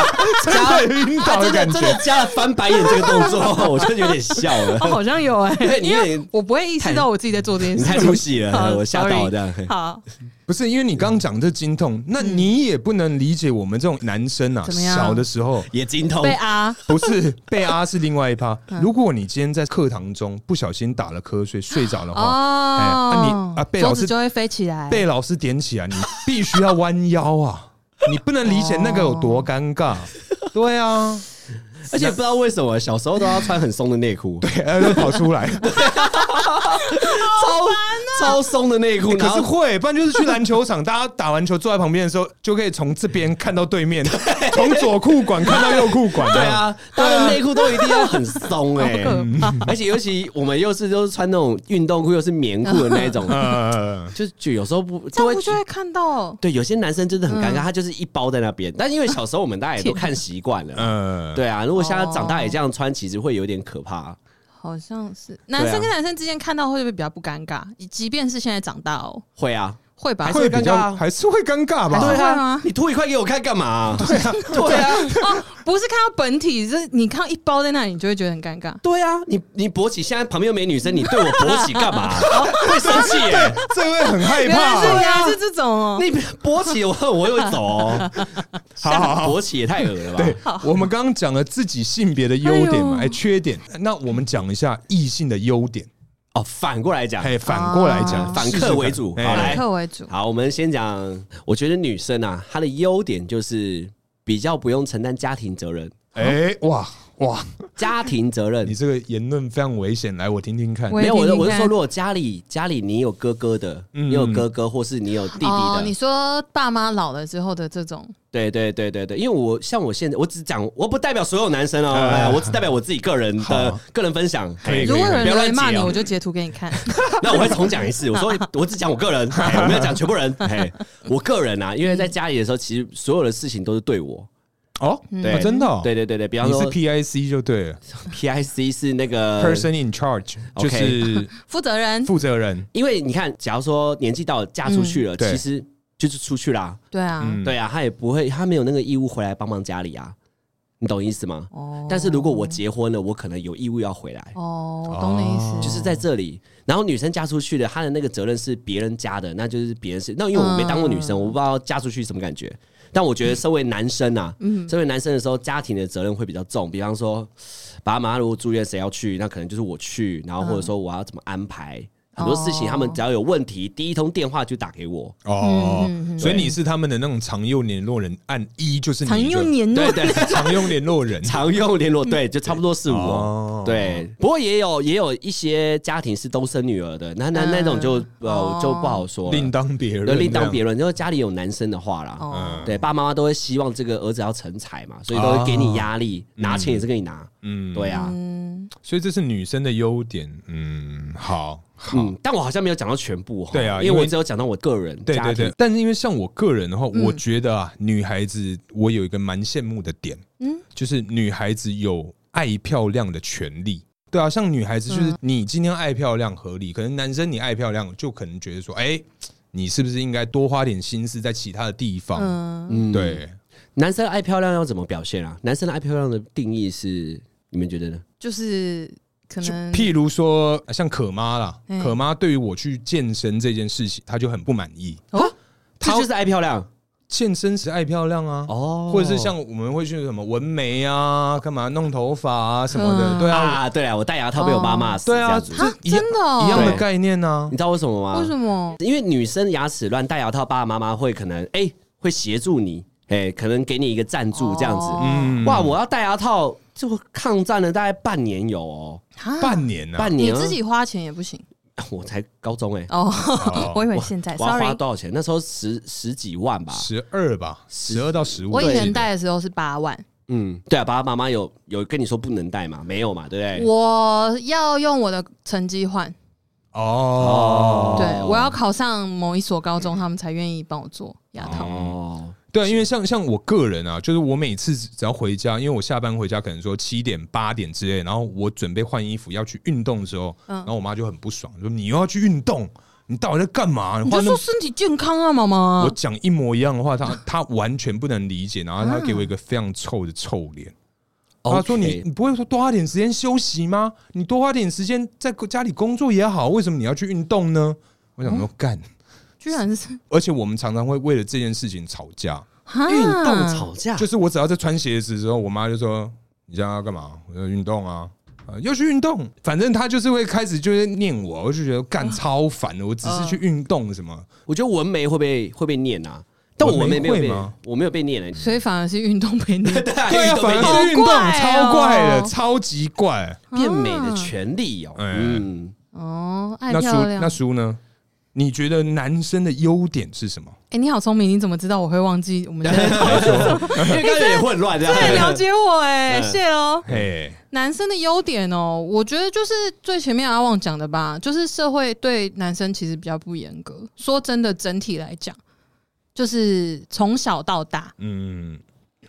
Speaker 1: 加
Speaker 3: 真的晕
Speaker 1: 他
Speaker 3: 倒的
Speaker 1: 真的
Speaker 3: 感
Speaker 1: 真
Speaker 3: 觉
Speaker 1: 的，加了翻白眼这个动作， 我真的有点笑了
Speaker 2: 哦，。好像有哎、
Speaker 1: 对，你有点
Speaker 2: 我不会意识到我自己在做这件
Speaker 1: 你
Speaker 2: 事情。
Speaker 1: 太出戏了，
Speaker 2: 好
Speaker 1: 我吓到
Speaker 2: sorry
Speaker 1: 了这样。
Speaker 2: 好，
Speaker 3: 不是因为你刚刚讲这经痛，那
Speaker 1: 嗯
Speaker 3: 你也不能理解我们这种男生啊，
Speaker 2: 怎么样
Speaker 3: 小的时候
Speaker 1: 也精通
Speaker 2: 被啊，
Speaker 3: 不是被阿是另外一趴。如果你今天在课堂中不小心打了瞌睡睡着的话，哎啊
Speaker 2: 哦，
Speaker 3: 你啊被
Speaker 2: 桌
Speaker 3: 老
Speaker 2: 子
Speaker 3: 师
Speaker 2: 就会飞起来，
Speaker 3: 被老师点起来，你必须要弯腰啊！你不能理解那个有多尴尬。对啊，
Speaker 1: 而且不知道为什么小时候都要穿很松的内裤，
Speaker 3: 哎都跑出来，
Speaker 2: 啊
Speaker 1: 超超松的内裤，
Speaker 3: 可
Speaker 1: 然
Speaker 3: 是
Speaker 1: 后
Speaker 3: 会，不然就是去篮球场，大家打完球坐在旁边的时候，就可以从这边看到对面，从左裤管看到右裤管。
Speaker 1: 对，啊，他的内裤都一定要很松 哎、而且尤其我们又是都是穿那种运动裤，又是棉裤的那一种，
Speaker 3: 呃，
Speaker 1: 就就有时候不
Speaker 2: 这
Speaker 1: 都会
Speaker 2: 样不就会嗯看到
Speaker 1: 对有些男生真的很尴尬，他就是一包在那边。但因为小时候我们大家也都看习惯了，
Speaker 3: 呃，
Speaker 1: 对啊，如果现在长
Speaker 2: 哦
Speaker 1: 大也这样穿，其实会有点可怕。
Speaker 2: 好啊像是男生跟男生之间看到会不会比较不尴尬？即便是现在长大哦，
Speaker 1: 会啊，
Speaker 2: 会吧？
Speaker 1: 还是
Speaker 3: 会比
Speaker 1: 尴尬啊
Speaker 3: 较还是会尴尬吧？
Speaker 2: 还是会吗
Speaker 1: 你吐一块给我看干嘛、对啊，对啊，
Speaker 2: 哦，不是看到本体，是你看到一包在那里，你就会觉得很尴尬。
Speaker 1: 对啊，你你勃起，现在旁边又没女生，你对我勃起 干嘛？会生气耶！
Speaker 3: 这会很害
Speaker 2: 原来
Speaker 3: 怕
Speaker 2: 是
Speaker 3: 哦。
Speaker 2: 原来是这种哦，
Speaker 1: 你勃起我我会走哦，
Speaker 3: 好好好
Speaker 1: 勃起也太恶了吧？
Speaker 3: 对，我们刚刚讲了自己性别的优点嘛，
Speaker 2: 哎呦
Speaker 3: 哎，缺点。那我们讲一下异性的优点，
Speaker 1: 哦，反过来讲，
Speaker 3: 哎，反过来讲
Speaker 2: 啊，
Speaker 1: 反客为主
Speaker 3: 试试看
Speaker 1: 好
Speaker 3: 哎
Speaker 1: 来
Speaker 2: 以客为主。
Speaker 1: 好，我们先讲，我觉得女生啊，她的优点就是比较不用承担家庭责任，
Speaker 3: 哎，哇哇，
Speaker 1: 家庭责任
Speaker 3: 你。这个言论非常危险，来，我听听看。
Speaker 2: 我
Speaker 1: 没有，我
Speaker 2: 听
Speaker 1: 的
Speaker 2: 听
Speaker 1: 我是说，
Speaker 2: 看
Speaker 1: 如果家里家里你有哥哥的，
Speaker 3: 嗯
Speaker 1: 你有哥哥，或是你有弟弟
Speaker 2: 哦，你
Speaker 1: 的，
Speaker 2: 说爸妈老了之后的这种，
Speaker 1: 对对对对对，因为我像我现在，我只讲，我不代表所有男生哦，
Speaker 3: 哎
Speaker 1: 哎我只代表我自己个人的
Speaker 3: 好
Speaker 1: 个人分享。
Speaker 3: 可以
Speaker 1: 哎
Speaker 2: 如果有人
Speaker 1: 不要
Speaker 2: 来
Speaker 1: 乱
Speaker 2: 骂
Speaker 1: 解哦
Speaker 2: 你，我就截图给你看。
Speaker 1: 那我会重讲一次，我说我只讲我个人，哎我没有讲全部人。哎，我个人啊，因为在家里的时候，其实所有的事情都是对我，
Speaker 3: 哦，
Speaker 2: 嗯
Speaker 1: 对
Speaker 3: 啊真的哦，
Speaker 1: 对对对对，比方
Speaker 3: 你是
Speaker 1: 说
Speaker 3: PIC 就对了
Speaker 1: PIC 是那个
Speaker 3: ，Person in Charge，
Speaker 1: OK
Speaker 3: 就是
Speaker 2: 负责人，
Speaker 3: 负责人。
Speaker 1: 因为你看，假如说年纪到了嫁出去了，
Speaker 3: 嗯对
Speaker 1: 其实就是出去啦，
Speaker 2: 对啊，
Speaker 3: 嗯
Speaker 1: 对啊，他也不会，他没有那个义务回来帮忙家里啊，你懂意思吗？
Speaker 2: 哦
Speaker 1: 但是如果我结婚了，我可能有义务要回来，
Speaker 2: 哦，我懂你意思，
Speaker 1: 就是在这里。然后女生嫁出去了，她的那个责任是别人家的，那就是别人是那因为我没当过女生，我不知道嫁出去什么感觉。但我觉得身为男生啊，身为男生的时候，家庭的责任会比较重。比方说，爸妈如果住院谁要去，那可能就是我去，然后或者说我要怎么安排。很多事情，他们只要有问题，第一通电话就打给我。
Speaker 2: 嗯
Speaker 3: 哦，所以
Speaker 1: 对
Speaker 3: 你是他们的那种常用联络人，按一就是你
Speaker 2: 常
Speaker 3: 就
Speaker 2: 用年
Speaker 1: 对
Speaker 2: 度，
Speaker 1: 对，
Speaker 3: 常用联络人
Speaker 1: 常用联络对，就差不多是我
Speaker 3: 哦。
Speaker 1: 对，不过也有也有一些家庭是都生女儿的，那那那种就
Speaker 2: 哦
Speaker 1: 呃就不好说了，
Speaker 3: 另当别
Speaker 1: 对
Speaker 3: 论，嗯
Speaker 1: 另当别论。嗯因为家里有男生的话啦，
Speaker 2: 哦，
Speaker 1: 对，爸爸妈妈都会希望这个儿子要成才嘛，所以都会给你压力，拿钱也是给你拿。
Speaker 3: 嗯
Speaker 1: 对啊，
Speaker 2: 嗯，
Speaker 3: 所以这是女生的优点。嗯，好，好，
Speaker 1: 嗯，但我好像没有讲到全部哈，
Speaker 3: 对啊
Speaker 1: 因
Speaker 3: 因
Speaker 1: 为
Speaker 3: 为
Speaker 1: 我只有讲到我个人
Speaker 3: 对
Speaker 1: 家
Speaker 3: 对
Speaker 1: 庭
Speaker 3: 对。。但是因为像我个人的话，我觉得啊，女孩子我有一个蛮羡慕的点，嗯，就是女孩子有爱漂亮的权利。对啊，像女孩子就是你今天爱漂亮合理，可能男生你爱漂亮就可能觉得说，哎，你是不是应该多花点心思在其他的地方？
Speaker 2: 嗯，
Speaker 1: 嗯，
Speaker 3: 对，
Speaker 1: 男生爱漂亮要怎么表现啊？男生的爱漂亮的定义是，你们觉得呢？
Speaker 2: 就是可
Speaker 3: 就
Speaker 2: 能
Speaker 3: 譬如说，像可妈啦，
Speaker 2: 嗯
Speaker 3: 可妈对于我去健身这件事情，她就很不满意。
Speaker 2: 哦，
Speaker 1: 他就是爱漂亮
Speaker 3: 健身时爱漂亮啊，
Speaker 1: 哦
Speaker 3: 或者是像我们会去什么纹眉啊，干嘛弄头发啊什么的，
Speaker 2: 嗯
Speaker 3: 对啊，
Speaker 1: 啊，对哦啊，我戴牙套被我妈骂死，
Speaker 3: 对
Speaker 1: 这
Speaker 3: 啊，
Speaker 1: 样子
Speaker 3: 这一样
Speaker 2: 真的哦
Speaker 3: 一样的概念啊呢
Speaker 1: 你。知道为什么吗？
Speaker 2: 为什么？
Speaker 1: 因为女生牙齿乱戴牙套，爸爸妈妈会可能哎、会协助你，哎、可能给你一个赞助这样子。
Speaker 2: 哦
Speaker 3: 嗯，
Speaker 1: 哇，我要戴牙套就抗战了大概半年有哦，
Speaker 2: 啊
Speaker 3: 半年啊，
Speaker 1: 半
Speaker 2: 你
Speaker 1: 年啊
Speaker 2: 自己花钱也不行
Speaker 1: 我才高中哎、
Speaker 2: 哦，
Speaker 3: 哦
Speaker 2: 我以为现在
Speaker 1: 我要花
Speaker 2: 哎，sorry，
Speaker 1: 多少钱？那时候十十几万吧。
Speaker 3: 十二吧，十二到十五。
Speaker 2: 我以前
Speaker 3: 带
Speaker 2: 戴的时候是八万，
Speaker 1: 嗯，对啊，爸爸妈妈有有跟你说不能戴嘛？没有嘛，对不对？
Speaker 2: 我要用我的成绩换，
Speaker 3: 哦，
Speaker 2: 对我要考上某一所高中，他们才愿意帮我做牙套。
Speaker 1: 哦，
Speaker 3: 对啊，因为像像我个人啊，就是我每次只要回家，因为我下班回家可能说七点八点之类，然后我准备换衣服要去运动的时候，
Speaker 2: 嗯
Speaker 3: 然后我妈就很不爽，说你又要去运动，你到底在干嘛？你
Speaker 2: 你
Speaker 3: 换
Speaker 2: 就
Speaker 3: 那
Speaker 2: 说
Speaker 3: 么
Speaker 2: 身体健康啊，妈妈
Speaker 3: 我。讲一模一样的话，她她完全不能理解，然后
Speaker 2: 啊
Speaker 3: 她给我一个非常臭的臭脸。她说你
Speaker 1: OK
Speaker 3: 你不会说多花点时间休息吗？你多花点时间在家里工作也好，为什么你要去运动呢？我想说干，
Speaker 2: 居 然是
Speaker 3: 而且我们常常会为了这件事情吵架。
Speaker 1: 运
Speaker 2: 运
Speaker 1: 动吵架
Speaker 3: 就是我只要在穿鞋子的时候，我妈就说：“你现在要干嘛？”我说：“运动啊。”啊，要去运动，反正她就是会开始就是念我，我就觉得干超烦的。我只是去运动什么，
Speaker 1: 我觉得纹眉会被会被念啊，但我纹眉没有
Speaker 3: 纹眉
Speaker 1: 被
Speaker 3: 会吗，
Speaker 1: 我没有被念哎、
Speaker 2: 所以反而是运动 陪你。
Speaker 1: 对啊
Speaker 3: 对啊，
Speaker 1: 运动被
Speaker 3: 反
Speaker 1: 念
Speaker 3: 而是运动，
Speaker 2: 好怪哦
Speaker 3: 超怪的，超级怪。
Speaker 1: 变美的权利哦。嗯
Speaker 3: 嗯，
Speaker 2: 哦，爱
Speaker 3: 那
Speaker 2: 漂
Speaker 3: 叔
Speaker 2: 亮。
Speaker 3: 那叔呢？你觉得男生的优点是什么？
Speaker 2: 哎、你好聪明，你怎么知道我会忘记 我们现在讨论什么？
Speaker 3: 哎
Speaker 1: 嗯因为刚才有点混乱，这样
Speaker 2: 对，了解我哎、
Speaker 1: 嗯
Speaker 2: 谢喽。
Speaker 3: 嘿，
Speaker 2: 男生的优点哦，我觉得就是最前面阿旺讲的吧，就是社会对男生其实比较不严格。说真的，整体来讲，就是从小到大，
Speaker 3: 嗯，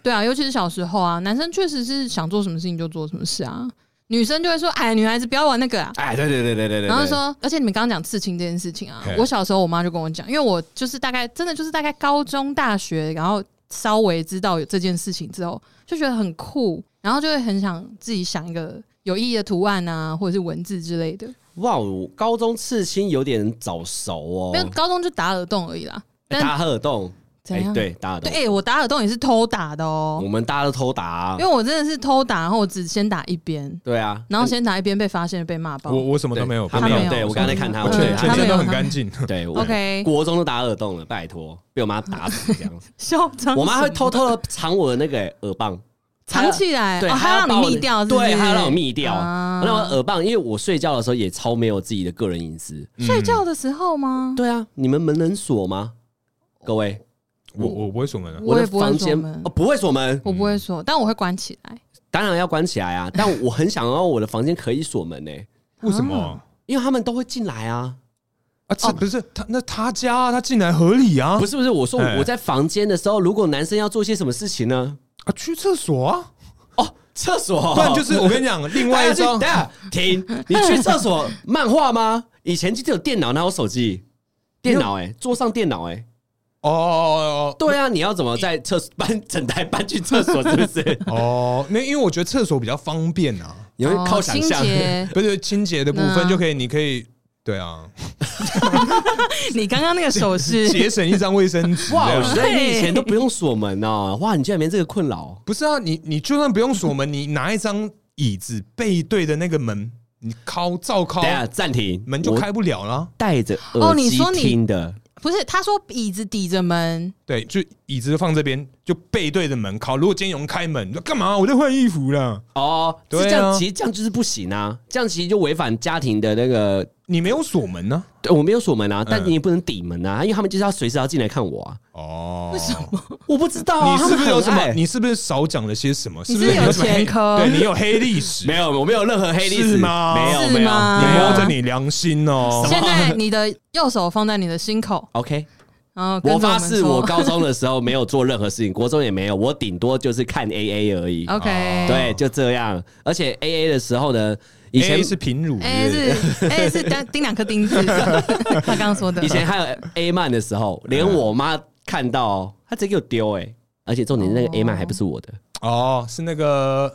Speaker 2: 对啊，尤其是小时候啊，男生确实是想做什么事情就做什么事啊。女生就会说：“哎，女孩子不要玩那个啊。”
Speaker 1: 哎，对对对对对对。
Speaker 2: 然后说，而且你们刚刚讲刺青这件事情啊
Speaker 3: 嘿，
Speaker 2: 我小时候我妈就跟我讲，因为我就是大概真的就是大概高中、大学，然后稍微知道有这件事情之后，就觉得很酷，然后就会很想自己想一个有意义的图案啊，或者是文字之类的。
Speaker 1: 哇，我高中刺青有点早熟
Speaker 2: 没有
Speaker 1: 哦，
Speaker 2: 高中就打耳洞而已啦。但
Speaker 1: 打耳洞，
Speaker 2: 怎
Speaker 1: 哎
Speaker 2: 样？，
Speaker 1: 对，打耳
Speaker 2: 对，
Speaker 1: 洞
Speaker 2: 哎、，我打耳洞也是偷打的哦
Speaker 1: 我，们大家都偷打啊
Speaker 2: 因，为我真的是偷打，然后我只先打一边，
Speaker 1: 对啊，
Speaker 2: 然后先打一边被发现被骂爆
Speaker 3: 我。我什么
Speaker 1: 对
Speaker 3: 都没有，
Speaker 1: 他
Speaker 2: 没有
Speaker 1: 对我刚才看他
Speaker 3: 我
Speaker 1: 我
Speaker 2: 觉得
Speaker 3: 全全
Speaker 2: 他
Speaker 3: 身
Speaker 2: 没
Speaker 3: 都
Speaker 2: 有
Speaker 3: 很
Speaker 2: 他
Speaker 3: 干净。
Speaker 1: 对我
Speaker 2: OK
Speaker 1: 国中都打耳洞了，拜托，被我妈打死 这样子。
Speaker 2: 嚣张！
Speaker 1: 我妈会偷偷的藏我的那个欸耳棒，
Speaker 2: 藏起来，
Speaker 1: 对，
Speaker 2: 哦、还要
Speaker 1: 把
Speaker 2: 让你
Speaker 1: 我的
Speaker 2: 密掉是不是，
Speaker 1: 对，还要让我密掉。
Speaker 2: 啊
Speaker 1: 那我耳棒，因为我睡觉的时候也超没有自己的个人隐私。
Speaker 2: 睡觉的时候吗？
Speaker 1: 对啊，你们门能锁吗？各位，
Speaker 3: 我 我不会锁门啊，
Speaker 2: 我也
Speaker 1: 的
Speaker 2: 不会
Speaker 1: 房
Speaker 2: 锁
Speaker 1: 间
Speaker 2: 门
Speaker 1: 哦，不会锁门，
Speaker 2: 我不会说，但我会关起来。
Speaker 1: 当然要关起来啊。但我很想要我的房间可以锁门呢，欸
Speaker 3: 为什么？
Speaker 1: 因为他们都会进来啊。
Speaker 3: 啊，这不是他，那他家啊他进来合理啊，
Speaker 1: 不是不是，我说
Speaker 3: 哎
Speaker 1: 我在房间的时候，如果男生要做些什么事情呢？
Speaker 3: 啊，去厕所啊，
Speaker 1: 哦，厕所，
Speaker 3: 不然就是我跟你讲， 另外一张
Speaker 1: 张，等一下停，你去厕所漫画吗？以前就只有电脑，哪有手机？电脑哎、桌上电脑哎、
Speaker 3: 哦哦
Speaker 1: 对啊，你要怎么在厕所搬整台搬去厕所？是不是？
Speaker 3: 哦哦，没，因为我觉得厕所比较方便啊，
Speaker 1: 你会
Speaker 2: 哦
Speaker 1: 靠想
Speaker 2: 清
Speaker 1: 象。
Speaker 2: 洁，
Speaker 3: 不是清洁的部
Speaker 2: 嗯
Speaker 3: 分
Speaker 2: 啊
Speaker 3: 就可以，你可以对啊，
Speaker 2: 你刚刚那个手 势，
Speaker 3: 节省一张卫生纸。
Speaker 1: 哇，
Speaker 3: 这
Speaker 1: 我
Speaker 3: 样
Speaker 1: 觉得你以前都不用锁门哦，哇，你居然没这个困扰。
Speaker 3: 不是啊，你你就算不用锁门，你拿一张椅子背对的那个门，你敲照敲
Speaker 1: 等一，下暂停，
Speaker 3: 门就
Speaker 1: 我
Speaker 3: 开不了了。
Speaker 1: 戴着
Speaker 2: 哦
Speaker 1: 耳
Speaker 2: 你
Speaker 1: 机
Speaker 2: 说你
Speaker 1: 听的，
Speaker 2: 不是他说椅子抵着门，
Speaker 3: 对，就椅子放这边，就背对着门敲。如果今天有人开门，你说干嘛？我在换衣服啦。
Speaker 1: 哦，是
Speaker 3: 对啊
Speaker 1: 这样其实这样就是不行啊，这样其实就违反家庭的那个。
Speaker 3: 你没有锁门呢、
Speaker 1: 对我没有锁门
Speaker 3: 嗯
Speaker 1: 啊，但你也不能抵门啊，因为他们就是要随时要进来看我啊。
Speaker 3: 哦，为什么？
Speaker 1: 我不知道啊，
Speaker 3: 你是不是有什
Speaker 1: 他们很
Speaker 3: 么？
Speaker 1: 爱
Speaker 3: 你是不是少讲了些什么？
Speaker 2: 你
Speaker 3: 不是
Speaker 2: 是有
Speaker 3: 什么黑
Speaker 2: 前科
Speaker 3: 对你有黑历史，
Speaker 1: 没有，我没有任何黑历史
Speaker 3: 是吗
Speaker 1: 没有，
Speaker 2: 是
Speaker 1: 没有。
Speaker 2: 吗
Speaker 3: 你
Speaker 1: 没有
Speaker 3: 摸着你良心哦。
Speaker 2: 现在你的右手放在你的心口，
Speaker 1: OK，
Speaker 2: 然后跟
Speaker 1: 我
Speaker 2: 着
Speaker 1: 发
Speaker 2: 们
Speaker 1: 誓，
Speaker 2: 说
Speaker 1: 我高中的时候没有做任何事情，国中也没有，我顶多就是看 AA 而已。
Speaker 2: OK，
Speaker 1: 哦对，就这样。而且 AA 的时候呢，以
Speaker 3: 以
Speaker 1: 前
Speaker 3: 前是平乳，
Speaker 2: 哎
Speaker 3: 是不是
Speaker 2: 是哎是钉钉两颗 钉子，他刚刚说的
Speaker 1: 以。前还有 A 漫的时候，连
Speaker 3: 嗯
Speaker 1: 我妈看到哦，她直接给我丢哎，而且重点是那个 A 漫还不是我的。
Speaker 3: 哦，是那个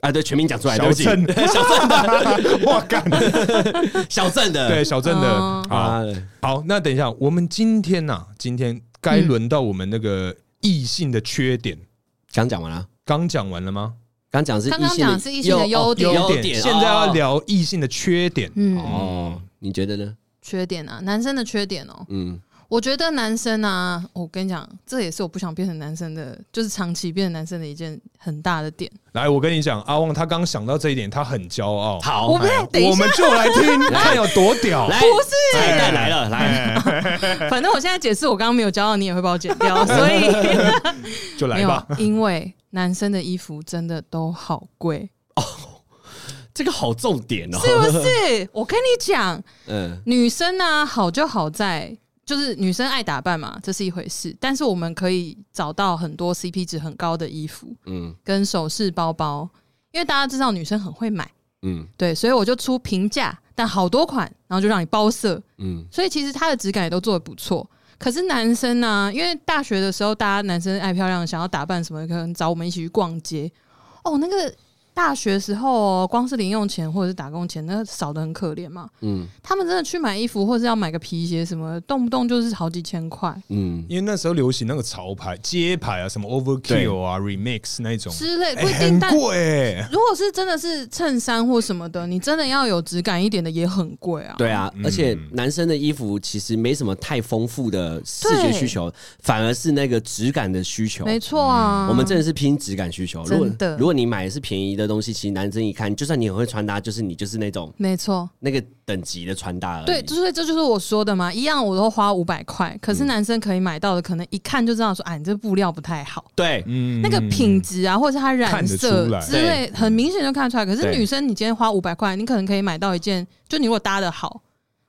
Speaker 1: 啊，对，全名讲出来，对
Speaker 3: 小
Speaker 1: 不起，
Speaker 3: 郑， 小郑 的，我干，
Speaker 1: 小郑的，
Speaker 3: 对，小郑的
Speaker 2: 哦，
Speaker 3: 好
Speaker 1: 啊，
Speaker 3: 好，那等一下，我们今天呐、今天该轮到我们那个异性的缺点，
Speaker 1: 刚讲完了，啊
Speaker 3: 刚讲完了吗？
Speaker 1: 刚讲是
Speaker 2: 刚刚
Speaker 1: 异性的
Speaker 2: 讲是异性的
Speaker 1: 优
Speaker 2: 优点
Speaker 1: 优点，
Speaker 3: 现在要
Speaker 1: 哦
Speaker 3: 聊异性的缺点。
Speaker 2: 嗯，
Speaker 1: 哦，你觉得呢？
Speaker 2: 缺点啊，男生的缺点哦、
Speaker 1: 嗯，
Speaker 2: 我觉得男生啊，我跟你讲，这也是我不想变成男生的，就是长期变成男生的一件很大的点。
Speaker 3: 来，我跟你讲，阿旺他刚想到这一点，他很骄傲。
Speaker 1: 好，
Speaker 2: 我不是，等一
Speaker 3: 我
Speaker 2: 下
Speaker 3: 们，就来听看有多屌。
Speaker 1: 来，
Speaker 2: 不是
Speaker 1: 彩蛋来了，
Speaker 3: 哎
Speaker 1: 来，
Speaker 2: 反正我现在解释，我刚刚没有教到，你也会把我剪掉，所以
Speaker 3: 就
Speaker 2: 没
Speaker 3: 来吧
Speaker 2: 有。，啊因为男生的衣服真的都好贵，
Speaker 1: 这个好重点哦，
Speaker 2: 是不 是？我跟你讲，
Speaker 1: 嗯，
Speaker 2: 女生呢、好就好在就是女生爱打扮嘛，这是一回事，但是我们可以找到很多 CP 值很高的衣服，
Speaker 1: 嗯
Speaker 2: 嗯，跟首饰、包包，因为大家知道女生很会买，
Speaker 1: 嗯
Speaker 2: 对，所以我就出平价，但好多款，然后就让你包色，
Speaker 1: 嗯，
Speaker 2: 所以其实它的质感也都做的不错。可是男生呢、因为大学的时候，大家男生爱漂亮，想要打扮什么，可能找我们一起去逛街。哦，那个大学时候、哦，光是零用钱或者是打工钱，那少的很可怜嘛。
Speaker 1: 嗯
Speaker 2: 嗯，他们真的去买衣服，或是要买个皮鞋什么，动不动就是好几千块
Speaker 1: 嗯，
Speaker 3: 因为那时候流行那个潮牌、街牌啊，什么 Overkill 啊、Remix 那一种，
Speaker 2: 之类，不
Speaker 3: 哎
Speaker 2: 一定。
Speaker 3: 很
Speaker 2: 但
Speaker 3: 贵欸。
Speaker 2: 如果是真的是衬衫或什么的，你真的要有质感一点的，也很贵啊。
Speaker 1: 对啊，
Speaker 3: 嗯
Speaker 1: 而且男生的衣服其实没什么太丰富的视觉需求，反而是那个质感的需求。
Speaker 2: 没错啊。
Speaker 1: 嗯我们真的是拼质感需求。如果
Speaker 2: 真的
Speaker 1: 如果你买的是便宜的东西，其实男生一看，就算你很会穿搭，就是你就是那种
Speaker 2: 没错，
Speaker 1: 那个等级的穿搭而已。
Speaker 2: 对，就是这就是我说的嘛，一样我都花五百块，可
Speaker 3: 嗯
Speaker 2: 是男生可以买到的，可能一看就知道说，哎，你这布料不太好，
Speaker 1: 对，
Speaker 3: 嗯
Speaker 2: 那个品质啊，或者是它染
Speaker 3: 看得
Speaker 2: 色
Speaker 3: 出来
Speaker 2: 之类，很明显就看得出来。可是
Speaker 1: 对
Speaker 2: 女生，你今天花五百块，你可能可以买到一件，就你如果搭的好，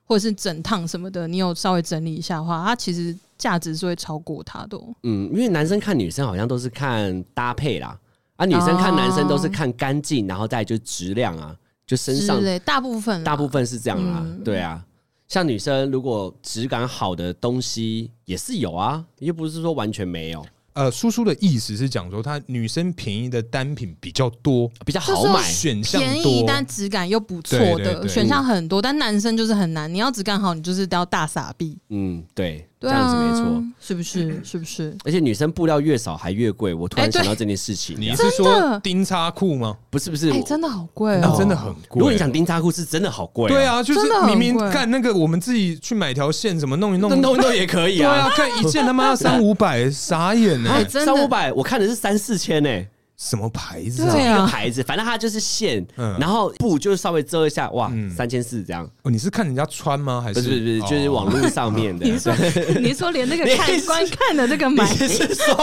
Speaker 2: 或者是整烫什么的，你有稍微整理一下的话，它其实价值是会超过它的哦。
Speaker 1: 嗯，因为男生看女生好像都是看搭配啦，啊，女生看男生都是看干净，然后再来就是质量啊，就身上
Speaker 2: 之类，大部分啦
Speaker 1: 大部分是这样啦，
Speaker 2: 嗯
Speaker 1: 对啊。像女生如果质感好的东西也是有啊，又不是说完全没有，
Speaker 3: 呃，叔叔的意思是讲说，他女生便宜的单品比较多，
Speaker 1: 比较
Speaker 2: 就是
Speaker 1: 好买。
Speaker 3: 选项
Speaker 2: 便宜
Speaker 3: 多，
Speaker 2: 但质感又不错
Speaker 3: 对对
Speaker 2: 的
Speaker 3: 对
Speaker 2: 选项很多，但男生就是很难。你要质感好，你就是都要大傻逼，
Speaker 1: 嗯，对，这
Speaker 2: 对
Speaker 1: 样子
Speaker 2: 啊，
Speaker 1: 没错。，嗯
Speaker 2: 是不是？是不是？
Speaker 1: 而且女生布料越少还越贵，我突
Speaker 2: 哎
Speaker 1: 然
Speaker 2: 对
Speaker 1: 想到这件事情。
Speaker 3: 你
Speaker 1: 你
Speaker 3: 是
Speaker 2: 真
Speaker 3: 说
Speaker 2: 的
Speaker 3: 丁叉裤吗？
Speaker 1: 不是不是，
Speaker 2: 哎，
Speaker 1: 我
Speaker 2: 真的好贵
Speaker 3: 那
Speaker 2: 哦，
Speaker 3: 真的很贵。
Speaker 1: 如果你讲丁扎裤是真的好贵、
Speaker 3: 对，啊，就是
Speaker 2: 真的很
Speaker 3: 明明
Speaker 2: 贵
Speaker 3: 干那个，我们自己去买条线，怎么弄一弄
Speaker 1: 那，弄一弄也可以
Speaker 3: 对啊
Speaker 1: 啊。，
Speaker 3: 看一件他妈三五百，傻眼欸呢、
Speaker 2: 哎真的
Speaker 1: 三五百，我看的是三四千呢、
Speaker 3: 什么牌子
Speaker 2: 对
Speaker 3: 啊？
Speaker 1: 一个
Speaker 2: 啊
Speaker 1: 牌子，反正它就是线，
Speaker 3: 嗯
Speaker 1: 然后布就是稍微遮一下，哇，三千四这样。
Speaker 3: 哦你是看人家穿吗？还
Speaker 1: 嗯不
Speaker 3: 是哦
Speaker 1: 是不是不是，哦就是网络上面的。
Speaker 2: 你是说你是说连那 个
Speaker 1: 你
Speaker 2: 看
Speaker 1: 是
Speaker 2: 观看的这个买
Speaker 1: 你，是 说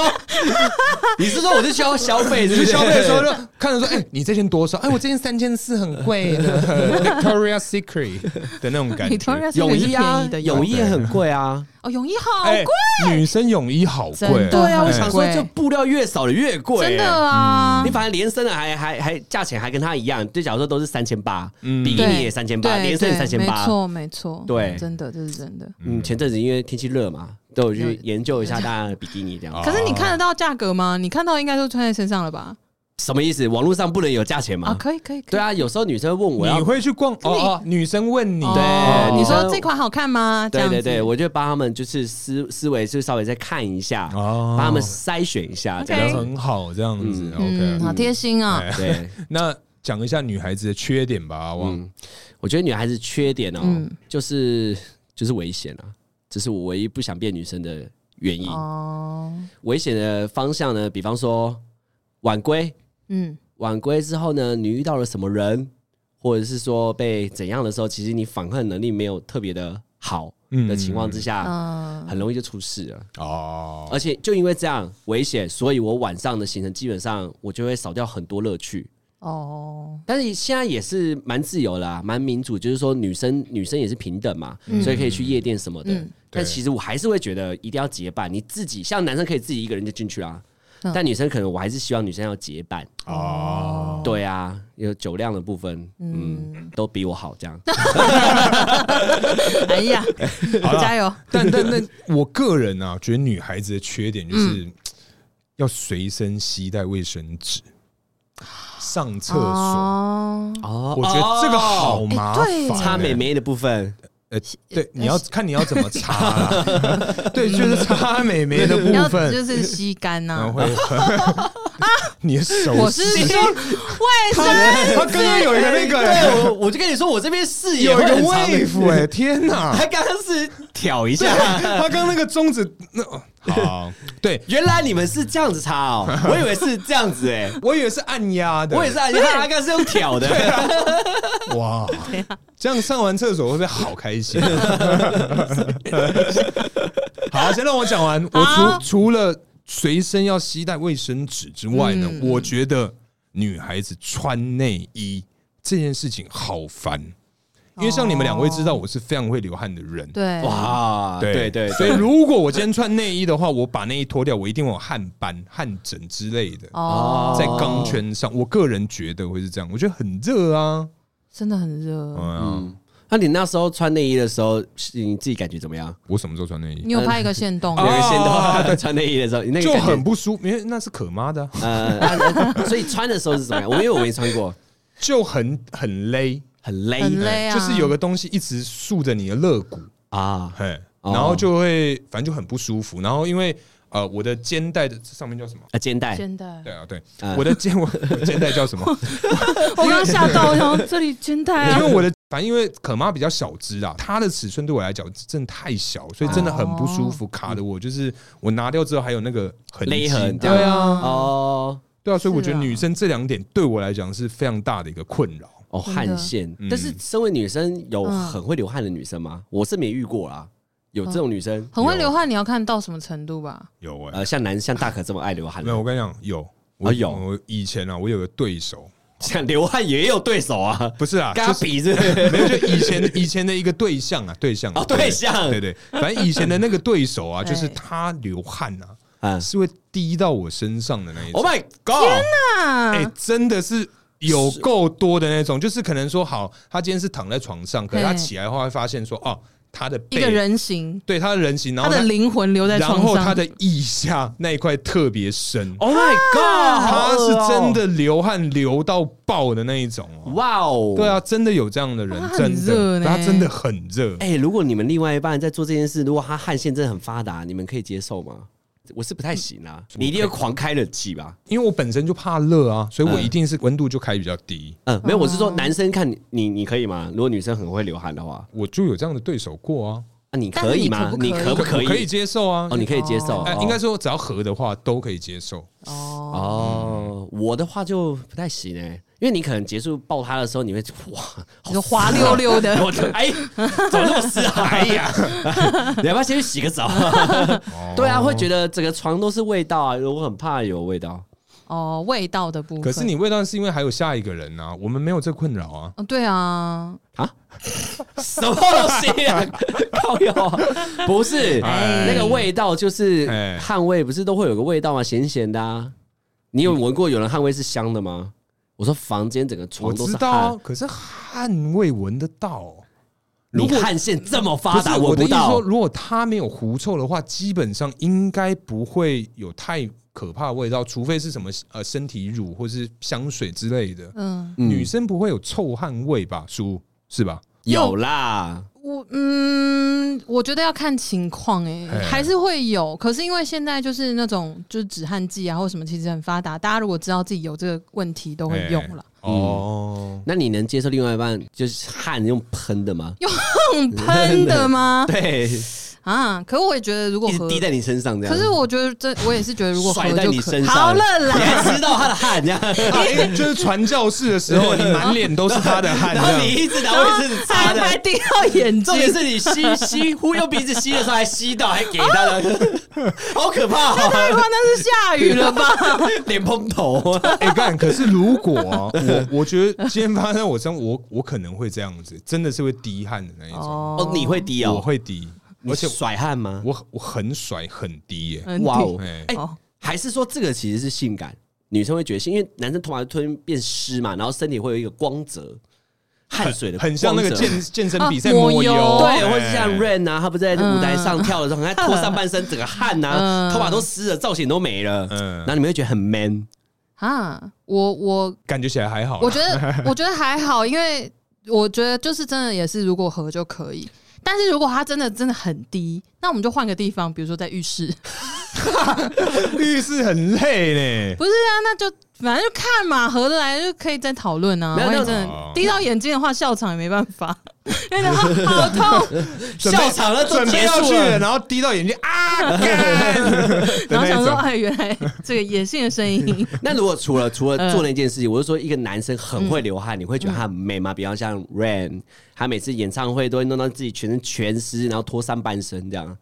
Speaker 1: 你是说我是需要消费，
Speaker 3: 就
Speaker 1: 是不
Speaker 3: 是
Speaker 1: 是
Speaker 3: 消费的 时候就看着说，哎、你这件多 少？哎、我这件三千四很贵的，Victoria Secret 的那种感
Speaker 2: 你
Speaker 3: 觉
Speaker 2: 突。然
Speaker 1: 泳衣啊
Speaker 2: 便宜，的
Speaker 1: 泳衣也很贵啊。
Speaker 2: 哦，泳衣好
Speaker 3: 哎
Speaker 2: 贵，
Speaker 3: 女生泳衣好贵
Speaker 2: 真的，
Speaker 3: 对
Speaker 1: 对啊，
Speaker 2: 很
Speaker 1: 我想说
Speaker 2: 贵
Speaker 1: 就布料越少的越贵、哎
Speaker 2: 真的啊
Speaker 1: 你，反正连身的还还还价钱还跟它一样，就假如说都是三千八，比基
Speaker 2: 对
Speaker 1: 尼也三千八，
Speaker 2: 对
Speaker 1: 连身也
Speaker 2: 对
Speaker 1: 三千八
Speaker 2: 没。错没错，
Speaker 1: 对
Speaker 2: 真的这是真的。
Speaker 1: 嗯，前阵子因为天气热嘛，都有去研究一下大家的比基尼这样。
Speaker 3: 啊
Speaker 2: 可是你看得到价格吗？你看到应该都穿在身上了吧？
Speaker 1: 什么意思？网络上不能有价钱
Speaker 2: 啊，
Speaker 1: 吗？
Speaker 2: 可以可以，可以
Speaker 1: 对。啊，有时候女生问我要
Speaker 3: 你，会去逛哦哦，女生问你，
Speaker 1: 对
Speaker 2: 哦
Speaker 1: 女
Speaker 2: 你
Speaker 1: 生
Speaker 2: 说这款好看吗？这
Speaker 1: 对
Speaker 2: 样
Speaker 1: 对
Speaker 2: 子
Speaker 1: 对，我就帮他们就是思思维就稍微再看一下，
Speaker 3: 哦
Speaker 1: 帮他们筛选一下这
Speaker 3: 人
Speaker 1: 样。
Speaker 3: 很好这样子。
Speaker 2: 哎嗯，
Speaker 3: OK，
Speaker 2: 好贴心啊。
Speaker 1: 对，
Speaker 3: 那讲一下女孩子的缺点吧，阿旺。
Speaker 1: 嗯，我觉得女孩子缺点哦
Speaker 2: 嗯，
Speaker 1: 就是就是危险啊，这是我唯一不想变女生的原因。
Speaker 2: 哦，
Speaker 1: 危险的方向呢，比方说晚归，
Speaker 2: 嗯，
Speaker 1: 晚归之后呢，你遇到了什么人，或者是说被怎样的时候，其实你反抗能力没有特别的好的情况之下，
Speaker 2: 嗯
Speaker 1: 很容易就出事了。
Speaker 3: 哦，
Speaker 1: 而且就因为这样危险，所以我晚上的行程基本上我就会少掉很多乐趣。
Speaker 2: 哦，
Speaker 1: 但是现在也是蛮自由啦、蛮民主，就是说女生女生也是平等嘛，所以可以去夜店什么的。
Speaker 2: 嗯
Speaker 1: 但
Speaker 3: 对
Speaker 1: 其实我还是会觉得一定要结伴，你自己像男生可以自己一个人就进去啦，但女生可能我还是希望女生要结伴。
Speaker 3: 哦，
Speaker 1: 对啊，有酒量的部分，嗯，都比我好这样。
Speaker 2: 哎 呀，
Speaker 3: 好啦
Speaker 2: 加油！
Speaker 3: 但但但我个人啊，觉得女孩子的缺点就是
Speaker 2: 嗯
Speaker 3: 要随身携带卫生纸，上厕所，
Speaker 2: 哦，
Speaker 1: 哦
Speaker 3: 我觉得这个好
Speaker 1: 哦
Speaker 3: 麻
Speaker 2: 哎对哎
Speaker 3: 烦。欸
Speaker 1: 擦美眉的部分，
Speaker 3: 呃，对，你要看你要怎么擦 啦。对，就是擦美眉的
Speaker 2: 要
Speaker 3: 部分，嗯
Speaker 2: 就是吸干
Speaker 3: 然后
Speaker 2: 呐。
Speaker 3: 会 你的手
Speaker 2: 我是
Speaker 3: 势
Speaker 2: 说，为什
Speaker 3: 他
Speaker 2: 么？
Speaker 3: 他刚刚有一个那个
Speaker 1: 对我我就跟你说，我这边视野
Speaker 3: 有一个
Speaker 1: 会很长的
Speaker 3: wave 哎、天哪！
Speaker 1: 他刚刚是挑一下。
Speaker 3: 他刚那个中指那哦好，对
Speaker 1: 啊原来你们是这样子擦哦，我以为是这样子哎、
Speaker 3: 我以为是按压的，
Speaker 1: 我也是，按他刚刚是用挑的。
Speaker 3: 哇，
Speaker 2: 啊
Speaker 3: 这样上完厕所会不会好开心？啊 好，先让我讲完。我
Speaker 2: 好
Speaker 3: 除除了随身要携带卫生纸之外
Speaker 2: 嗯
Speaker 3: 呢，我觉得女孩子穿内衣这件事情好烦，因为像你们两位知道，我是非常会流汗的人。
Speaker 2: 哦对，
Speaker 1: 哇，啊对对
Speaker 3: 所以如果我今天穿内衣的话，我把内衣脱掉，我一定会有汗斑、汗疹之类的，
Speaker 2: 哦，
Speaker 3: 在钢圈上。我个人觉得会是这样，我觉得很热啊。
Speaker 2: 真的很热。
Speaker 3: 嗯，
Speaker 1: 那你那时候穿内衣的时候，是你自己感觉怎么样？
Speaker 3: 我什么时候穿内衣
Speaker 2: 你？有拍一个线洞
Speaker 1: 有
Speaker 2: 啊？
Speaker 1: 个线
Speaker 3: 哦
Speaker 1: 都穿内衣的时候，你那个
Speaker 3: 就
Speaker 1: 感
Speaker 3: 很
Speaker 1: 觉
Speaker 3: 不舒服，因为那是可妈的啊，
Speaker 1: 呃，那所以穿的时候是怎么样？我因为我没穿过，
Speaker 3: 就很很勒，
Speaker 1: 很勒
Speaker 2: 很勒啊
Speaker 3: 就是有个东西一直束着你的肋骨，
Speaker 1: 啊，
Speaker 3: 嘿，
Speaker 1: 哦
Speaker 3: 然后就会反正就很不舒服。然后因为呃，我的肩带的这上面叫什么？
Speaker 1: 呃肩带
Speaker 2: 真的，
Speaker 3: 对啊，对
Speaker 1: 嗯，
Speaker 3: 我的肩 我肩带叫什么？
Speaker 2: 我刚吓到，我想说这里真的
Speaker 3: 因
Speaker 2: 啊，
Speaker 3: 为我的反正因为可妈比较小只啊，她的尺寸对我来讲真的太小，所以真的很不舒服，卡的我就是我拿掉之后还有那个痕迹
Speaker 1: 勒痕这
Speaker 3: 对
Speaker 1: 样
Speaker 2: 啊
Speaker 1: 哦
Speaker 3: 对啊，所以我觉得
Speaker 2: 是啊
Speaker 3: 女生这两点对我来讲是非常大的一个困扰。
Speaker 1: 哦
Speaker 2: 真的
Speaker 1: 汗腺
Speaker 3: 嗯。
Speaker 1: 但是身为女生，有很会流汗的女生吗？我是没遇过啦，有这种女生
Speaker 2: 很会流汗，你要看到什么程度吧？
Speaker 3: 有哎、
Speaker 1: 呃，像男像大可这么爱流汗
Speaker 3: 没，有，我跟你讲，有我
Speaker 1: 啊有
Speaker 3: 我以前啊，我有个对手，
Speaker 1: 像流汗也有对手啊，
Speaker 3: 不是啊，
Speaker 1: 跟他
Speaker 3: 就是
Speaker 1: 比是不是
Speaker 3: 没有，就以前以前的一个对象啊，对象啊
Speaker 1: 哦对象
Speaker 3: 对对，反正以前的那个对手啊，
Speaker 2: 对
Speaker 3: 就是他流汗啊，
Speaker 1: 嗯
Speaker 3: 是会滴到我身上的那一种。
Speaker 1: ，Oh my God！
Speaker 2: 啊
Speaker 3: 哎、真的是有够多的那种，就是可能说好，他今天是躺在床上，可是他
Speaker 2: 嘿
Speaker 3: 起来的话会发现说，哦，他的
Speaker 2: 一
Speaker 3: 背
Speaker 2: 个人形，
Speaker 3: 对他的人形，然
Speaker 2: 他
Speaker 3: 后
Speaker 2: 的灵魂留在
Speaker 3: 然
Speaker 2: 床
Speaker 3: 后
Speaker 2: 上，哦
Speaker 3: 他的腋下那一块特别深，
Speaker 1: Oh my
Speaker 3: 他
Speaker 1: god！好
Speaker 3: 是
Speaker 1: 恶哦
Speaker 3: 真，的流汗流到爆的那一种哦。
Speaker 1: 哇哦！
Speaker 3: 对啊，，真的有这样的人
Speaker 2: 哇，他很
Speaker 3: 真
Speaker 2: 热
Speaker 3: 的，
Speaker 2: 呢
Speaker 3: 他真的很热。
Speaker 1: 哎，如果你们另外一半在做这件事，如果他汗腺真的很发达，你们可以接受吗？我是不太行啊，
Speaker 3: 嗯
Speaker 1: 你一定要狂开冷气吧？
Speaker 3: 因为我本身就怕热啊，所以我
Speaker 1: 嗯
Speaker 3: 一定是温度就开比较低。
Speaker 1: 嗯，没有，我是说男生看你，你你可以吗？如果女生很会流汗的话，
Speaker 3: 我就有这样的对手过啊，
Speaker 1: 那你
Speaker 2: 但是
Speaker 1: 可以
Speaker 2: 你
Speaker 1: 吗
Speaker 2: 可？不
Speaker 1: 你
Speaker 2: 可以
Speaker 1: 可不可
Speaker 3: 我可以
Speaker 1: 以？
Speaker 3: 接受啊
Speaker 1: 哦，。你可以接受
Speaker 3: 哎，，应该说只要合的话都可以接受。
Speaker 2: 哦，
Speaker 1: 哦。我的话就不太行哎，因为你可能结束抱他的时候，你会哇，好啊
Speaker 2: 你说滑溜溜 的，
Speaker 1: 我的哎，怎么那么湿啊？哎呀， 你要不要先去洗个澡？ 对啊，会觉得整个床都是味道啊，我很怕有味道。
Speaker 2: 哦，味道的部分。
Speaker 3: 可是，你味道是因为还有下一个人啊，我们没有这困扰啊。
Speaker 2: 哦，对啊，
Speaker 1: 什么东西 啊？靠药不是
Speaker 3: 哎
Speaker 1: 那个味道，就是
Speaker 3: 哎
Speaker 1: 汗味，不是都会有个味道吗？咸咸的啊。你有闻过有人汗味是香的吗？我说房间整个
Speaker 3: 我
Speaker 1: 床都
Speaker 3: 知
Speaker 1: 是
Speaker 3: 道啊
Speaker 1: 汗，，
Speaker 3: 可是汗味闻得到。
Speaker 1: 你
Speaker 3: 如果
Speaker 1: 汗腺这么
Speaker 3: 不
Speaker 1: 发
Speaker 3: 是
Speaker 1: 达，
Speaker 3: 我
Speaker 1: 闻
Speaker 3: 的意思说，
Speaker 1: 到。
Speaker 3: 如果他没有狐臭的话，基本上应该不会有太可怕的味道，除非是什么呃身体乳或是香水之类的。
Speaker 2: 嗯，
Speaker 1: 嗯
Speaker 3: 女生不会有臭汗味吧？叔是吧？
Speaker 1: 有啦，
Speaker 2: 我嗯，我觉得要看情况哎、
Speaker 3: 哎
Speaker 2: 还是会有。可是因为现在就是那种就是止汗剂啊，或什么，其实很发达。大家如果知道自己有这个问题，都会用了。
Speaker 3: 哎哦，
Speaker 1: 那你能接受另外一半就是汗用喷的吗？
Speaker 2: 用嗯喷的吗？
Speaker 1: 对，
Speaker 2: 啊，可我也觉得如果
Speaker 1: 一直
Speaker 2: 合，
Speaker 1: 滴在你身上这样。
Speaker 2: 可是我觉得这我也是觉得如果合
Speaker 1: 甩在
Speaker 2: 就
Speaker 1: 你
Speaker 2: 可
Speaker 1: 身上
Speaker 2: 好了
Speaker 1: 你
Speaker 2: 啦，
Speaker 1: 还知道他的汗这样，
Speaker 3: 就是传教士的时候，你满脸都是他的 汗，
Speaker 1: 然
Speaker 3: 这
Speaker 1: 后
Speaker 3: 样
Speaker 1: 你一直拿卫生纸擦
Speaker 2: 还
Speaker 1: 的，
Speaker 2: 还滴到眼睛
Speaker 1: 重，点是你吸吸呼用鼻子吸的时候还吸到，还给他的，好可怕、
Speaker 2: 太
Speaker 1: 哦！
Speaker 2: 夸张，啊那是下雨了 吧？
Speaker 1: 脸蓬头，
Speaker 3: 哎干。可是如果啊我我觉得今天发生在我身上，我我可能会这样子，真的是会滴汗的那一种，
Speaker 2: 哦
Speaker 1: 哦，你会滴
Speaker 3: 我
Speaker 1: 哦，
Speaker 3: 会滴，
Speaker 1: 你
Speaker 3: 而且
Speaker 1: 甩汗吗？
Speaker 3: 我我很甩很低耶。
Speaker 2: 嗯
Speaker 1: 哇哦
Speaker 2: 对
Speaker 3: 哎，
Speaker 1: 哎
Speaker 2: 哦，
Speaker 1: 还是说这个其实是性感，女生会觉得性，因为男生头发突然变湿嘛，然后身体会有一个光泽，汗水的
Speaker 3: 很像那个
Speaker 1: 光泽
Speaker 3: 健健身比赛
Speaker 2: 啊
Speaker 3: 抹
Speaker 2: 抹
Speaker 3: 油，
Speaker 2: 油
Speaker 1: 对，或是
Speaker 3: 哎嗯
Speaker 1: 像 Rain 啊，他不在舞台上跳的时候，很爱脱上半身，整个汗 呐、
Speaker 2: 嗯
Speaker 1: 头发都湿了，造型都没了，
Speaker 3: 嗯
Speaker 1: 然后你们会觉得很 man，
Speaker 2: 啊，我我
Speaker 3: 感觉起来还好啦。
Speaker 2: 我觉得我觉得还好，因为我觉得就是真的也是如果合就可以。但是如果它真的真的很低，那我们就换个地方，比如说在浴室，
Speaker 3: 浴室很累呢。
Speaker 2: 不是啊，那就反正就看嘛，合得来就可以再讨论啊。
Speaker 1: 没有
Speaker 2: 万一
Speaker 1: 那
Speaker 2: 真
Speaker 3: 哦
Speaker 2: 的滴到眼睛的话，笑场也没办法，因为好好痛，
Speaker 3: 准备
Speaker 1: 笑场了都
Speaker 3: 准备
Speaker 1: 结
Speaker 3: 要
Speaker 1: 束
Speaker 3: 去
Speaker 1: 了
Speaker 3: 了，。然后滴到眼睛啊，干
Speaker 2: 然后想
Speaker 3: 的那
Speaker 2: 说，
Speaker 3: 种
Speaker 2: 哎，原来这个野性的声音，
Speaker 1: 那如果除了除了
Speaker 2: 嗯
Speaker 1: 做那件事情，我就说一个男生很会流
Speaker 3: 嗯
Speaker 1: 汗，你会觉得他很美吗？比方像 Rain，他每次演唱会都会弄到自己全身全湿，然后脱上半身这样。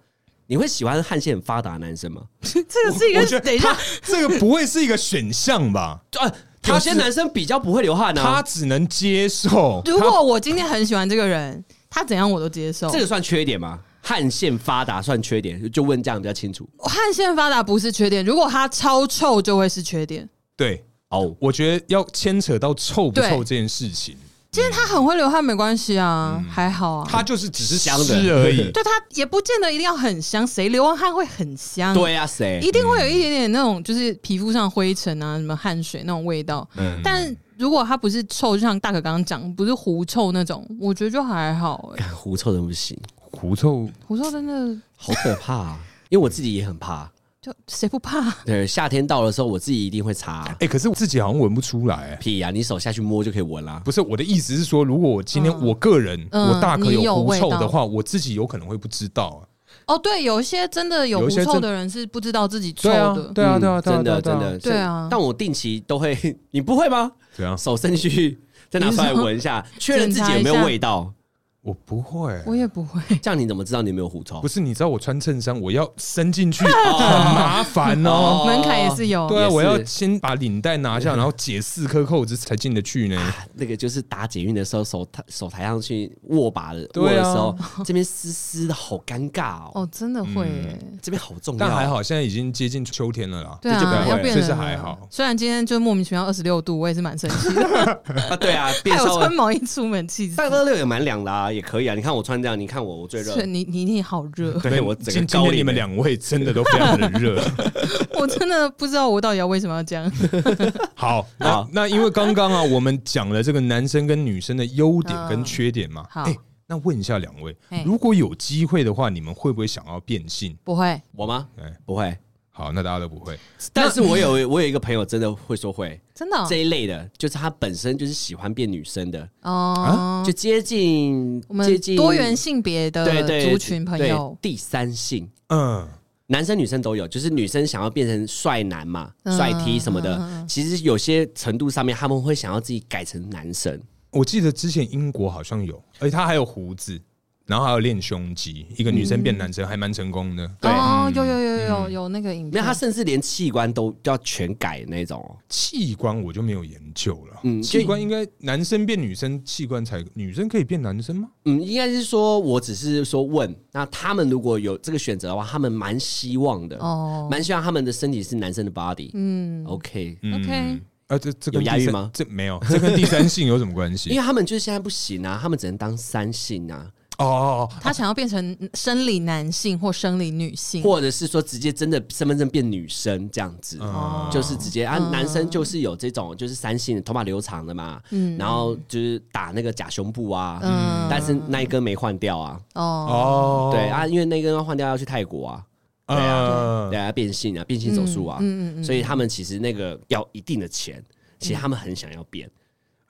Speaker 1: 你会喜欢汗腺很发达的男生吗？
Speaker 2: 这个 是 一
Speaker 3: 我觉
Speaker 2: 个，
Speaker 3: 得
Speaker 2: 等一下，
Speaker 3: 这个不会是一个选项 吧？
Speaker 1: 就呃，有些男生比较不会流汗
Speaker 3: 他
Speaker 1: 啊，
Speaker 3: 只能接受。
Speaker 2: 如果我今天很喜欢这个人，他怎样我都接受。
Speaker 1: 这个算缺点吗？汗腺发达算缺点，就问这样比较清楚
Speaker 2: 汗腺发达不是缺点，如果它超臭就会是缺点。
Speaker 3: 对，
Speaker 1: 哦。
Speaker 3: 我觉得要牵扯到臭不
Speaker 2: 对
Speaker 3: 臭这件事情，
Speaker 2: 今天他很会流汗没关系啊，还好啊。
Speaker 3: 嗯他就是只是
Speaker 1: 香的
Speaker 3: 湿而已。
Speaker 2: 对他也不见得一定要很香，谁流完汗会很香？，
Speaker 1: 对啊，谁
Speaker 2: 一定会有一点点那种就是皮肤上灰尘啊，什么汗水那种味道。
Speaker 1: 嗯
Speaker 2: 但如果它不是臭，就像大可刚刚讲，不是狐臭那种，我觉得就还好、 欸。
Speaker 1: 哎狐臭真不行，
Speaker 3: 狐臭
Speaker 2: 狐臭真的
Speaker 1: 好可怕啊！ 因为我自己也很怕。
Speaker 2: 就谁不怕？
Speaker 1: 对，夏天到的时候，我自己一定会擦、
Speaker 3: 哎，可是我自己好像闻不出来。
Speaker 2: 嗯
Speaker 3: 哎
Speaker 1: 屁呀、你手下去摸就可以闻啦、啊
Speaker 3: 不是我的意思是说，如果我今天
Speaker 2: 嗯
Speaker 3: 我个人
Speaker 2: 嗯
Speaker 3: 我大可
Speaker 2: 你有
Speaker 3: 狐
Speaker 2: 味
Speaker 3: 臭
Speaker 2: 道
Speaker 3: 的话，我自己有可能会不知道啊。
Speaker 2: 哦，对，有一些真的有
Speaker 3: 有
Speaker 2: 狐
Speaker 3: 一些
Speaker 2: 臭
Speaker 3: 真
Speaker 2: 的人是不知道自己臭
Speaker 3: 对啊
Speaker 2: 的，，
Speaker 3: 对啊，对啊，对
Speaker 1: 嗯
Speaker 3: 啊
Speaker 1: 真的
Speaker 3: 对啊
Speaker 1: 真的，
Speaker 2: 对啊
Speaker 1: 但我定期都会，你不会吗？
Speaker 3: 对啊。
Speaker 1: 手伸进去再拿出来闻一下，确认自己有没有味道。
Speaker 3: 我不会，
Speaker 2: 我也不会。
Speaker 1: 这样你怎么知道你有没有狐臭
Speaker 3: 不？是，你知道我穿衬衫，我要伸进 去
Speaker 2: 哦
Speaker 3: 很麻烦哦。
Speaker 1: 哦
Speaker 2: 门槛也是有，
Speaker 3: 对啊，
Speaker 1: 也是嗯
Speaker 3: 我要先把领带拿下，然后解四颗扣子才进得去呢。
Speaker 1: 那个就是打捷运的时候，手抬手抬上去握把的握
Speaker 3: 对
Speaker 1: 的
Speaker 3: 啊
Speaker 1: 时候，这边湿湿的，好尴尬哦。
Speaker 2: 哦，真的会耶。
Speaker 1: 这边好重要，
Speaker 3: 但还，好，现在已经接近秋天了啦。
Speaker 2: 对
Speaker 3: 嗯这就不
Speaker 2: 啊，
Speaker 3: 会
Speaker 2: 要变
Speaker 3: 这
Speaker 2: 冷
Speaker 3: 是
Speaker 2: 了
Speaker 3: 还好
Speaker 2: 虽然今天就莫名其妙二十六度，我也是蛮生气的，
Speaker 1: 啊对 啊，变
Speaker 2: 害
Speaker 1: 稍
Speaker 2: 我穿
Speaker 1: 微。
Speaker 2: 毛衣出门，气死
Speaker 1: 但。二六也蛮凉的啊，也可以啊。你看我穿这样，你看我我最热，
Speaker 2: 是你你你好热，
Speaker 1: 对我整
Speaker 3: 今
Speaker 1: 个
Speaker 3: 今
Speaker 1: 高
Speaker 3: 天
Speaker 1: 领
Speaker 3: 你们
Speaker 1: 欸
Speaker 3: 两位真的都非常的 热。
Speaker 2: 我真的不知道我到底要为什么要这样。
Speaker 3: 好，那
Speaker 1: 好
Speaker 3: 那因为刚刚啊，我们讲了这个男生跟女生的优点跟缺点嘛。
Speaker 2: 嗯好
Speaker 3: 哎，那问一下两位
Speaker 2: 嘿，
Speaker 3: 如果有机会的话，你们会不会想要变性？
Speaker 2: 不会，
Speaker 1: 我吗
Speaker 3: 对？
Speaker 1: 不会，
Speaker 3: 好，那大家都不会。
Speaker 1: 但是我有我有一个朋友真的会说会
Speaker 2: 真的哦
Speaker 1: 这一类的，就是他本身就是喜欢变女生的，
Speaker 2: 哦
Speaker 1: 就。接近
Speaker 2: 我们
Speaker 1: 接啊近
Speaker 2: 多元性别的
Speaker 1: 对对
Speaker 2: 族群朋友，
Speaker 1: 对第三性。
Speaker 3: 嗯，
Speaker 1: 男生女生都有，就是女生想要变成帅男嘛、
Speaker 2: 嗯
Speaker 1: 帅 T 什么的，
Speaker 2: 嗯嗯
Speaker 1: 其实有些程度上面他们会想要自己改成男生。
Speaker 2: 嗯
Speaker 3: 我记得之前英国好像有，而且他还有胡子，然后还有练胸肌，一个女生
Speaker 2: 嗯
Speaker 3: 变男生还蛮成功的。
Speaker 1: 对嗯
Speaker 2: 哦，有有有有有有那个影
Speaker 1: 没
Speaker 2: 片，
Speaker 1: 有，他甚至连器官都要全改那种哦。
Speaker 3: 器官我就没有研究了，
Speaker 1: 嗯
Speaker 3: 器官应该男生变女生，器官才女生可以变男生吗？
Speaker 1: 嗯，应该是说，我只是说问，那他们如果有这个选择的话，他们蛮希望的，
Speaker 2: 哦
Speaker 1: 蛮、希望他们的身体是男生的 body。
Speaker 2: 嗯
Speaker 1: OK，
Speaker 2: OK
Speaker 3: 啊，这这
Speaker 1: 有
Speaker 3: 跟
Speaker 1: 押
Speaker 3: 第
Speaker 1: 韵
Speaker 3: 三
Speaker 1: 吗
Speaker 3: 这没有，这跟第三性有什么关系？
Speaker 1: 因为 他们就是现在不行啊，他们只能当三性啊，
Speaker 3: 哦
Speaker 2: 嗯
Speaker 3: 哦，哦
Speaker 2: 他想要变成生理男性或生理女性，
Speaker 1: 或者是说直接真的身份证变女生这样子，就是直接啊，
Speaker 2: 嗯
Speaker 1: 男生就是有这种就是三性，头发留长的嘛，然后就是打那个假胸部啊，
Speaker 2: 嗯
Speaker 1: 但是那一根没换掉啊，
Speaker 2: 哦，
Speaker 3: 哦，
Speaker 1: 对，啊，因为那根要换掉要去泰国啊，
Speaker 3: 呃
Speaker 1: 对，啊，变性啊，变性手术啊，
Speaker 2: 嗯嗯嗯嗯
Speaker 1: 所以他们其实那个要一定的钱，其实他们很想要变，
Speaker 3: 嗯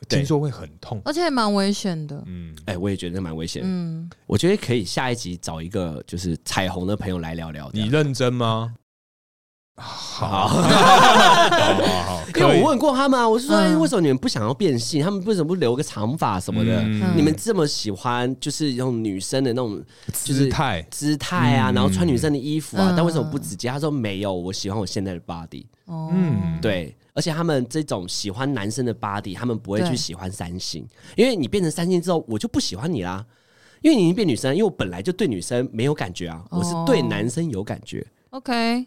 Speaker 1: 对
Speaker 3: 听说会很痛，
Speaker 2: 而且也蛮危险的，
Speaker 3: 嗯，
Speaker 1: 哎、我也觉得蛮危险的。
Speaker 2: 嗯，
Speaker 1: 我觉得可以下一集找一个就是彩虹的朋友来聊聊。
Speaker 3: 你认真吗？好，好
Speaker 1: 好，
Speaker 3: 好好，
Speaker 1: 因为我
Speaker 3: 问
Speaker 1: 问过他们啊，我是说，哎，
Speaker 2: 嗯
Speaker 1: 为什么你们不想要变性？他们为什么不留个长发什么的？
Speaker 3: 嗯
Speaker 1: 你们这么喜欢就是用女生的那种就是
Speaker 3: 姿态，
Speaker 1: 姿态啊，
Speaker 3: 嗯
Speaker 1: 然后穿女生的衣服啊，
Speaker 2: 嗯
Speaker 1: 但为什么不直接？他说没有，我喜欢我现在的 body。
Speaker 2: 哦，
Speaker 3: 嗯，
Speaker 1: 对，而且他们这种喜欢男生的 body，他们不会
Speaker 2: 对
Speaker 1: 去喜欢三星，因为你变成三星之后，我就不喜欢你啦。因为你已经变女生，因为我本来就对女生没有感觉啊，我是对
Speaker 2: 哦
Speaker 1: 男生有感觉。
Speaker 2: ，OK，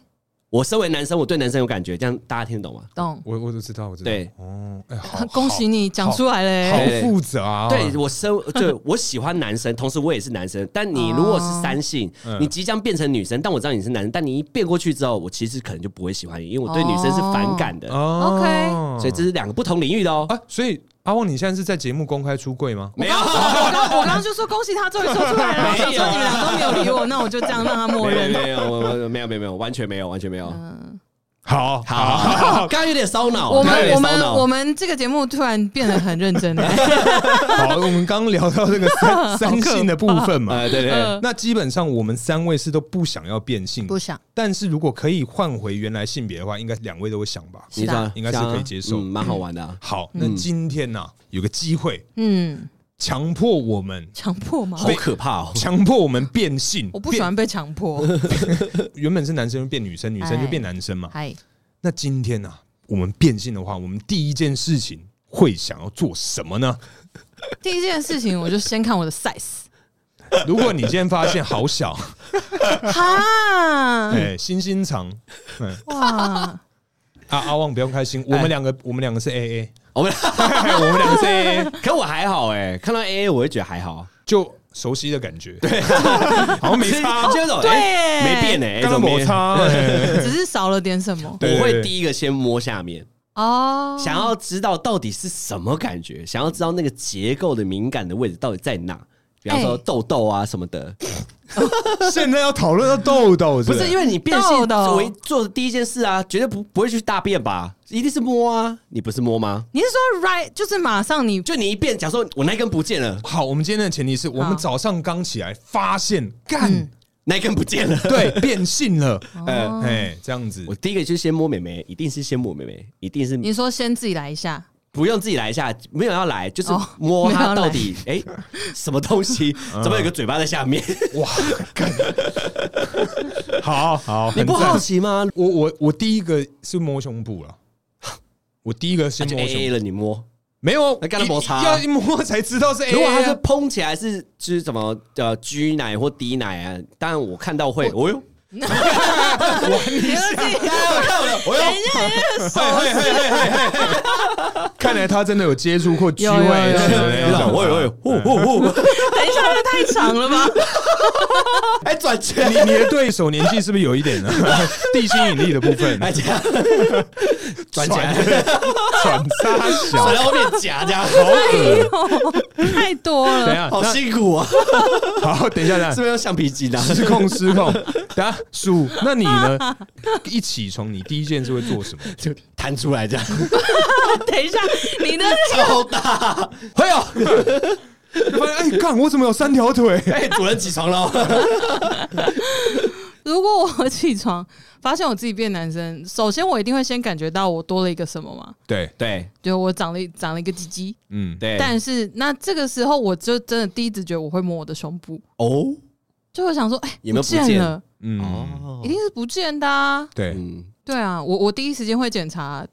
Speaker 1: 我身为男生，我对男生有感觉，这样大家听得懂吗？
Speaker 2: 懂，
Speaker 3: 我我都知道，我知道，
Speaker 1: 对，
Speaker 3: 哦，哎，好，
Speaker 2: 恭喜哎你讲出来
Speaker 3: 好
Speaker 1: 对
Speaker 2: 嘞，
Speaker 3: 复杂啊，
Speaker 1: 对我身 对我喜欢男生，同时我也是男生。但你如果是三性，
Speaker 3: 哦嗯
Speaker 1: 你即将变成女生，但我知道你是男生，但你一变过去之后，我其实可能就不会喜欢你，因为我对女生是反感的。
Speaker 3: 哦
Speaker 2: OK
Speaker 1: 所以这是两个不同领域的哦。
Speaker 3: 啊，所以阿旺，你现在是在节目公开出柜吗？
Speaker 1: 没有，
Speaker 2: 我刚
Speaker 1: 哦
Speaker 2: 我刚刚就说恭喜他终于说出来了， 我想说你们俩都没有理我，那我就这样让他默
Speaker 1: 啊没有，
Speaker 2: 认。
Speaker 1: 没有，我我没有，没有，没有，完全没有，完全没有。
Speaker 3: 好，
Speaker 1: 好，
Speaker 3: 啊
Speaker 1: 刚刚有点烧脑，
Speaker 2: 嗯
Speaker 1: 啊
Speaker 2: 我
Speaker 1: 刚刚有点
Speaker 2: 们我
Speaker 1: 烧
Speaker 2: 们
Speaker 1: 脑
Speaker 2: 我们这个节目突然变得很认真了，
Speaker 3: 好， 我们刚聊到这个三三性的部分嘛，
Speaker 1: 呃，对
Speaker 2: 嗯
Speaker 1: 对，
Speaker 3: 那基本上我们三位是都不想要变性，
Speaker 2: 不想
Speaker 3: 但是如果可以换回原来性别的话，应该两位都会想吧。
Speaker 1: 你知道
Speaker 3: 应该是可以接受
Speaker 1: 嗯蛮好玩的啊。
Speaker 3: 好，那今天呢、有个机会
Speaker 2: 嗯，
Speaker 3: 强迫我们，
Speaker 2: 强迫
Speaker 3: 嗯
Speaker 2: 吗？
Speaker 1: 好可怕哦！
Speaker 3: 强迫我们变性。
Speaker 2: 我不喜欢被强迫。
Speaker 3: 变，原本是男生就变女生，女生
Speaker 2: 哎
Speaker 3: 就变男生嘛。
Speaker 2: 嗨，
Speaker 3: 那今天呢、我们变性的话，我们第一件事情会想要做什么呢？
Speaker 2: 第一件事情我就先看我 的 size，
Speaker 3: 如果你今天发现好小，
Speaker 1: 嗯
Speaker 2: 哈，
Speaker 3: 哎、心心 肠，嗯、
Speaker 2: 哇，
Speaker 3: 啊，阿旺不用开
Speaker 1: 哎
Speaker 3: 心，我们两个，我们两个是 A A，
Speaker 1: 我们
Speaker 3: 我们两个是 A A，
Speaker 1: 可我还好哎，看到 A A 我会觉得还好，
Speaker 3: 就熟悉的感觉，对， 好哦像没差，
Speaker 1: 就是那种
Speaker 2: 对
Speaker 1: 哎没变哎，
Speaker 3: 刚刚
Speaker 1: 怎么
Speaker 3: 摩
Speaker 1: 没
Speaker 3: 擦， 哎
Speaker 2: 只是少了点什么
Speaker 3: 对
Speaker 1: 我会第一个先摸下面，
Speaker 2: 哦。
Speaker 1: 想要知道到底是什么感觉，想要知道那个结构的敏感的位置到底在哪。比方说
Speaker 2: 哎
Speaker 1: 痘痘啊什么的，
Speaker 3: 现在要讨论到痘痘，
Speaker 1: 不是因为你变性
Speaker 2: 痘痘
Speaker 1: 为做的第一件事啊，绝对不不会去大便吧？一定是摸啊，你不是摸吗？
Speaker 2: 你是说 right 就是马上你
Speaker 1: 就你一变，假如说我那根不见了，
Speaker 3: 好，我们今天的前提是我们早上刚起来发现
Speaker 1: 嗯
Speaker 3: 干、
Speaker 1: 那根不见了。
Speaker 3: 对变性了，
Speaker 1: 呃
Speaker 3: 哎、这样子
Speaker 1: 我第一个就是先摸妹妹，一定是先摸妹妹，一定是
Speaker 2: 你说先自己来一下，
Speaker 1: 不用自己来一下，没有要来，就是
Speaker 2: 哦
Speaker 1: 摸
Speaker 2: 没有
Speaker 1: 它
Speaker 2: 要
Speaker 1: 到底哎、 什么东西，怎么有个嘴巴在下面？
Speaker 3: 哇，干好好，
Speaker 1: 你
Speaker 3: 很
Speaker 1: 不
Speaker 3: 赞
Speaker 1: 好奇吗？
Speaker 3: 我我我第一个是摸胸部了，我第一个
Speaker 1: 他
Speaker 3: 先
Speaker 1: 就
Speaker 3: 摸
Speaker 1: A
Speaker 3: 胸
Speaker 1: A
Speaker 3: 部，
Speaker 1: 了，你摸。
Speaker 3: 没有，
Speaker 1: 哎那干嘛摩擦啊
Speaker 3: 要一摸才知道是 A 啊。
Speaker 1: 如果它是蓬起来是就是什么呃 G 奶或 D 奶啊，当然我看到会，哦 哟，
Speaker 2: 别自己
Speaker 1: 我看我的，我哟，
Speaker 3: 嘿，嘿嘿嘿嘿嘿看来他真的有接触过 G
Speaker 2: 有有有
Speaker 3: Y
Speaker 2: 有有
Speaker 3: 的那种，
Speaker 1: 我哦哟，呼呼 呼，
Speaker 2: 等一下，这太长了吧？
Speaker 1: 哎转圈，
Speaker 3: 你你的对手年纪是不是有一点呢？呃地心引力的部分，
Speaker 1: 哎这样转起来，
Speaker 3: 转沙小
Speaker 1: 甩，到后面夹这样，
Speaker 2: 太多
Speaker 3: 等一
Speaker 2: 了，
Speaker 3: 下，
Speaker 1: 好辛苦啊！
Speaker 3: 那好，等一下，等一下
Speaker 1: 是不。是用橡皮筋啊？
Speaker 3: 失控失控，等一下叔，那你呢？一起床，你第一件事会做什么？
Speaker 1: 就 弹出来这样，
Speaker 2: 等一下，你的
Speaker 1: 超大！哎呦，
Speaker 3: 就发现哎，干我怎么有三条腿？
Speaker 1: 哎，主人起床了，
Speaker 2: 如果我起床发现我自己变男生，首先我一定会先感觉到我多了一个什么嘛，
Speaker 3: 对，
Speaker 1: 对
Speaker 2: 就我长了一长了一个鸡鸡。
Speaker 3: 嗯，
Speaker 1: 对，
Speaker 2: 但是那这个时候，我就真的第一直觉我会摸我的胸部，
Speaker 1: 哦
Speaker 2: 就会想说，哎、
Speaker 1: 有没有
Speaker 2: 不见
Speaker 1: 不见
Speaker 2: 了？
Speaker 3: 嗯，
Speaker 1: 哦
Speaker 2: 一，定是不见的啊！
Speaker 3: 对。
Speaker 1: 嗯，
Speaker 2: 对啊，我我第一时间会检查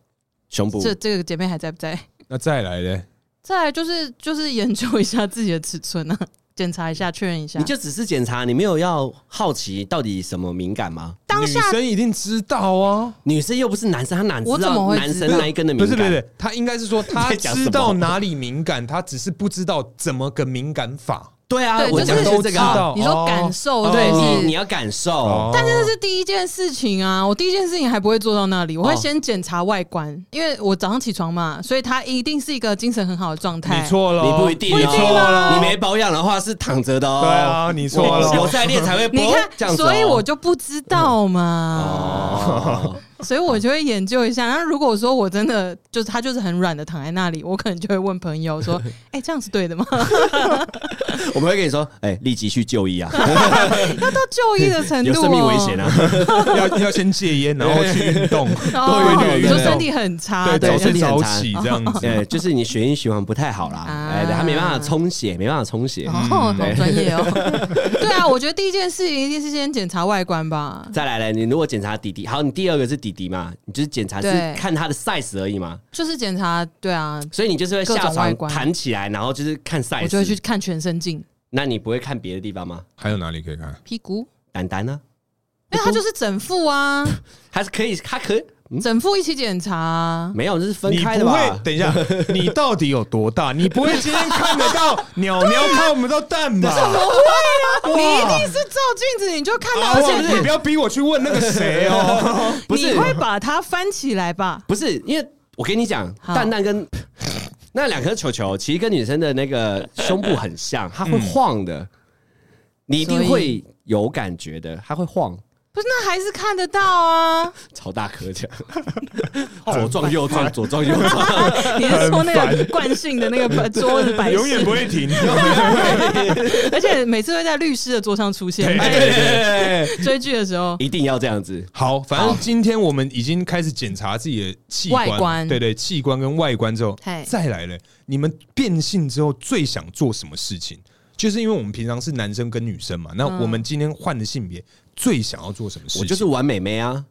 Speaker 1: 胸部
Speaker 2: 这这个姐妹还在不在。
Speaker 3: 那再来嘞，
Speaker 2: 再来就是就是研究一下自己的尺寸啊，检查一下，确认一下
Speaker 1: 你。就只是检查，你没有要好奇到底什么敏感吗？
Speaker 2: 当
Speaker 3: 女
Speaker 2: 下
Speaker 3: 生一定知道啊。
Speaker 1: 女生又不是男生，她哪知
Speaker 2: 我怎么
Speaker 1: 道
Speaker 2: 会
Speaker 1: 男
Speaker 2: 知
Speaker 1: 生
Speaker 2: 道
Speaker 1: 那一根的敏
Speaker 3: 不
Speaker 1: 感？
Speaker 3: 是不是，不是她应该是说她
Speaker 1: 在讲什么
Speaker 3: 知道哪里敏感，她只是不知道怎么个敏感法。
Speaker 1: 对啊，
Speaker 2: 对
Speaker 1: 我讲
Speaker 2: 就是
Speaker 1: 的是这个啊，
Speaker 3: 道
Speaker 2: 你说感受
Speaker 3: 哦
Speaker 2: 对
Speaker 1: 对你你
Speaker 2: 是，
Speaker 1: 要感受
Speaker 3: 哦，
Speaker 2: 但是这是第一件事情啊，我第一件事情还不会做到那里，我会
Speaker 1: 哦
Speaker 2: 先检查外观，因为我早上起床嘛，所以她一定是一个精神很好的状态。
Speaker 3: 你错了，
Speaker 1: 你不一定哦，
Speaker 3: 你错
Speaker 2: 啊
Speaker 3: 了，
Speaker 1: 你没保养的话是躺着的哦。
Speaker 3: 对啊，你错了，
Speaker 1: 有在练才会
Speaker 2: 你
Speaker 1: 啵这
Speaker 2: 看，
Speaker 1: 样子哦。
Speaker 2: 所以我就不知道嘛，
Speaker 1: 哦，
Speaker 2: 所以我就会研究一下。那如果说我真的就是他就是很软的躺在那里，我可能就会问朋 友说：“哎、这样是对的吗？”
Speaker 1: 我们会跟你说，哎，立即去就医啊，
Speaker 2: 要到就医的程度、
Speaker 1: 有
Speaker 2: 哦，
Speaker 1: 生命危险啊！
Speaker 3: 要要先戒烟，然后去运 动，
Speaker 2: 哦，
Speaker 3: 多一点
Speaker 2: 你
Speaker 3: 运
Speaker 2: 说
Speaker 3: 动
Speaker 2: 身体很差，
Speaker 3: 对，
Speaker 2: 对
Speaker 3: 早
Speaker 1: 啊对
Speaker 3: 睡
Speaker 1: 身体很
Speaker 3: 早
Speaker 1: 差
Speaker 3: 起这样子。
Speaker 1: 对，哎就是你血液循环不太好啦，
Speaker 2: 啊
Speaker 1: 哎，对他没办法充血，没办法充血
Speaker 2: 哦，。
Speaker 1: 嗯
Speaker 2: 好专业哦。 对啊，我觉得第一件事情一定是先检查外观吧。
Speaker 1: 再来来，你如果检查底底，好，你第二个是底底嘛，你就是检查是
Speaker 2: 对
Speaker 1: 看它的 size 而已嘛，
Speaker 2: 就是检查，对啊，
Speaker 1: 所以你就是会
Speaker 2: 各
Speaker 1: 下
Speaker 2: 种外
Speaker 1: 床
Speaker 2: 观
Speaker 1: 弹起来，然后就是看 size。
Speaker 2: 我就会去看全身镜、
Speaker 1: 那你不会看别的地方吗？
Speaker 3: 还有哪里可以看？
Speaker 2: 屁股，
Speaker 1: 丹丹呢？
Speaker 2: 因为它就是整副啊，
Speaker 1: 还是可以，它可以嗯
Speaker 2: 整副一起检查啊。
Speaker 1: 没有，这是分
Speaker 3: 你
Speaker 1: 开的
Speaker 3: 不会
Speaker 1: 吧？
Speaker 3: 等一 下，你到底有多大？你不会今天看得到鸟鸟看不到蛋 吧？
Speaker 2: 你一定是照镜子你就看到，
Speaker 3: 啊
Speaker 2: 而
Speaker 3: 哇你
Speaker 2: 且
Speaker 3: 不要逼我去问那个谁 哦。
Speaker 1: 不是
Speaker 2: 你会把它翻起来吧？
Speaker 1: 不是，因为我跟你讲，
Speaker 2: 好
Speaker 1: 蛋蛋跟 那两颗球球其实跟女生的那个胸部很
Speaker 3: 嗯
Speaker 1: 像，它会晃的，你一定
Speaker 2: 所
Speaker 1: 会
Speaker 2: 以
Speaker 1: 有感觉的，它会晃，
Speaker 2: 不是，那还是看得到啊。
Speaker 1: 超大颗这样，左撞右撞，左撞右撞，
Speaker 2: 你是说那个惯性的那个桌子摆
Speaker 3: 永远
Speaker 2: 设
Speaker 3: 不，会 停，
Speaker 2: 而且每次会在律师的桌上出现。
Speaker 1: 哎对对对对
Speaker 2: 追剧的时候，
Speaker 1: 一定要这样子。
Speaker 3: 好，反正今天我们已经开始检查自己的器官，
Speaker 2: 外观
Speaker 3: 对对，器官跟外观之后
Speaker 2: 嗨，
Speaker 3: 再来了，你们变性之后最想做什么事情？就是因为我们平常是男生跟女生嘛，那
Speaker 2: 嗯
Speaker 3: 我们今天换了性别，最想要做什么事情？
Speaker 1: 我就是玩美眉啊！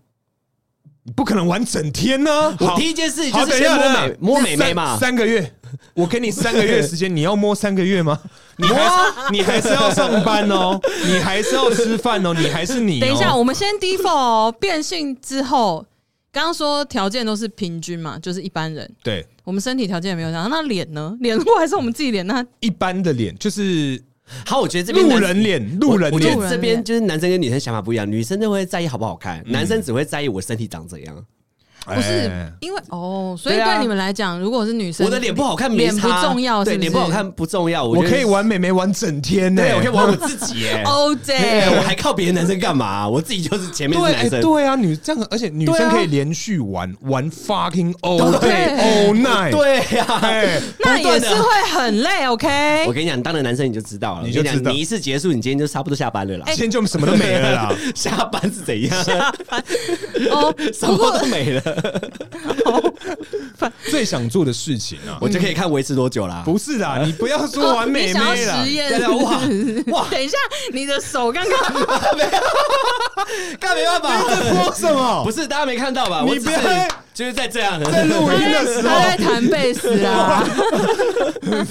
Speaker 3: 你不可能玩整天呢、
Speaker 1: 我
Speaker 3: 好
Speaker 1: 第一件事情
Speaker 3: 好
Speaker 1: 就
Speaker 3: 等
Speaker 1: 是
Speaker 3: 一下
Speaker 1: 先摸
Speaker 3: 等一
Speaker 1: 美
Speaker 3: 下
Speaker 1: 摸美眉嘛
Speaker 3: 三，三个月，我给你三个月时间，你要摸三个月 吗？你
Speaker 2: 啊
Speaker 3: 还你还是要上班哦，你还是要吃饭哦，你还是你、哦。
Speaker 2: 等一下，我们先 default 哦变性之后，刚刚说条件都是平均嘛，就是一般人，
Speaker 3: 对
Speaker 2: 我们身体条件也没有这样。那脸呢？脸如果还是我们自己脸，那
Speaker 3: 一般的脸就是
Speaker 1: 好，我觉得这边
Speaker 3: 路
Speaker 1: 男
Speaker 3: 人脸，路人
Speaker 1: 我觉
Speaker 3: 脸
Speaker 2: 路
Speaker 1: 得
Speaker 2: 人
Speaker 1: 这边
Speaker 2: 脸
Speaker 1: 就是男生跟女生想法不一样，女生就会在意好不好看，
Speaker 3: 嗯
Speaker 1: 男生只会在意我身体长怎样。
Speaker 2: 不是
Speaker 3: 哎
Speaker 2: 因为哦，所以
Speaker 1: 对啊
Speaker 2: 对你们来讲，如果是女生，
Speaker 1: 我的脸不好看没
Speaker 2: 脸不
Speaker 1: 差
Speaker 2: 重要，
Speaker 1: 对，
Speaker 2: 是
Speaker 1: 脸不好看不重要，
Speaker 3: 我
Speaker 1: 觉得
Speaker 3: 可以，玩美眉玩整天呢、
Speaker 1: 对我可以玩我自己耶。
Speaker 2: 哦，
Speaker 1: 对，我
Speaker 2: 对，
Speaker 1: 还靠别的男生干嘛？我自己就是前面是
Speaker 3: 对，哎
Speaker 1: 男生，
Speaker 3: 对啊，女这样，而且女
Speaker 1: 对
Speaker 3: 生
Speaker 1: 啊
Speaker 3: 可以连续玩玩 fucking all day
Speaker 2: 对
Speaker 3: all night，
Speaker 1: 对啊呀。
Speaker 3: 哎，
Speaker 2: 那
Speaker 1: 不断
Speaker 2: 也
Speaker 1: 地
Speaker 2: 是会很累，OK
Speaker 1: 我。跟你讲，你当了男生你就知道了。
Speaker 3: 你就
Speaker 1: 我跟
Speaker 3: 知
Speaker 1: 你
Speaker 3: 道
Speaker 1: 讲，你一次结束，你今天就差不多下班了啦。
Speaker 2: 哎
Speaker 3: 今天就什么都没了啦。
Speaker 1: 下班是怎样？
Speaker 2: 哦，
Speaker 1: 什
Speaker 2: 不
Speaker 1: 么
Speaker 2: 过
Speaker 1: 都没了。
Speaker 3: 最想做的事情啊，
Speaker 1: 我就可以看维持多久啦。
Speaker 3: 不是啦，你不要说完美
Speaker 2: 哦你
Speaker 1: 哦
Speaker 2: 想要
Speaker 3: 妹啦
Speaker 2: 实，验
Speaker 1: 对对哇 哇
Speaker 2: 等一下，你的手刚刚
Speaker 1: 干没办法，
Speaker 3: 说什么？
Speaker 1: 不是大家没看到吧？
Speaker 3: 你
Speaker 1: 我只
Speaker 3: 不
Speaker 1: 是
Speaker 3: 要在
Speaker 1: 就是在这样
Speaker 3: 在录音的时
Speaker 2: 他在
Speaker 3: 候，
Speaker 2: 弹贝斯啊啦，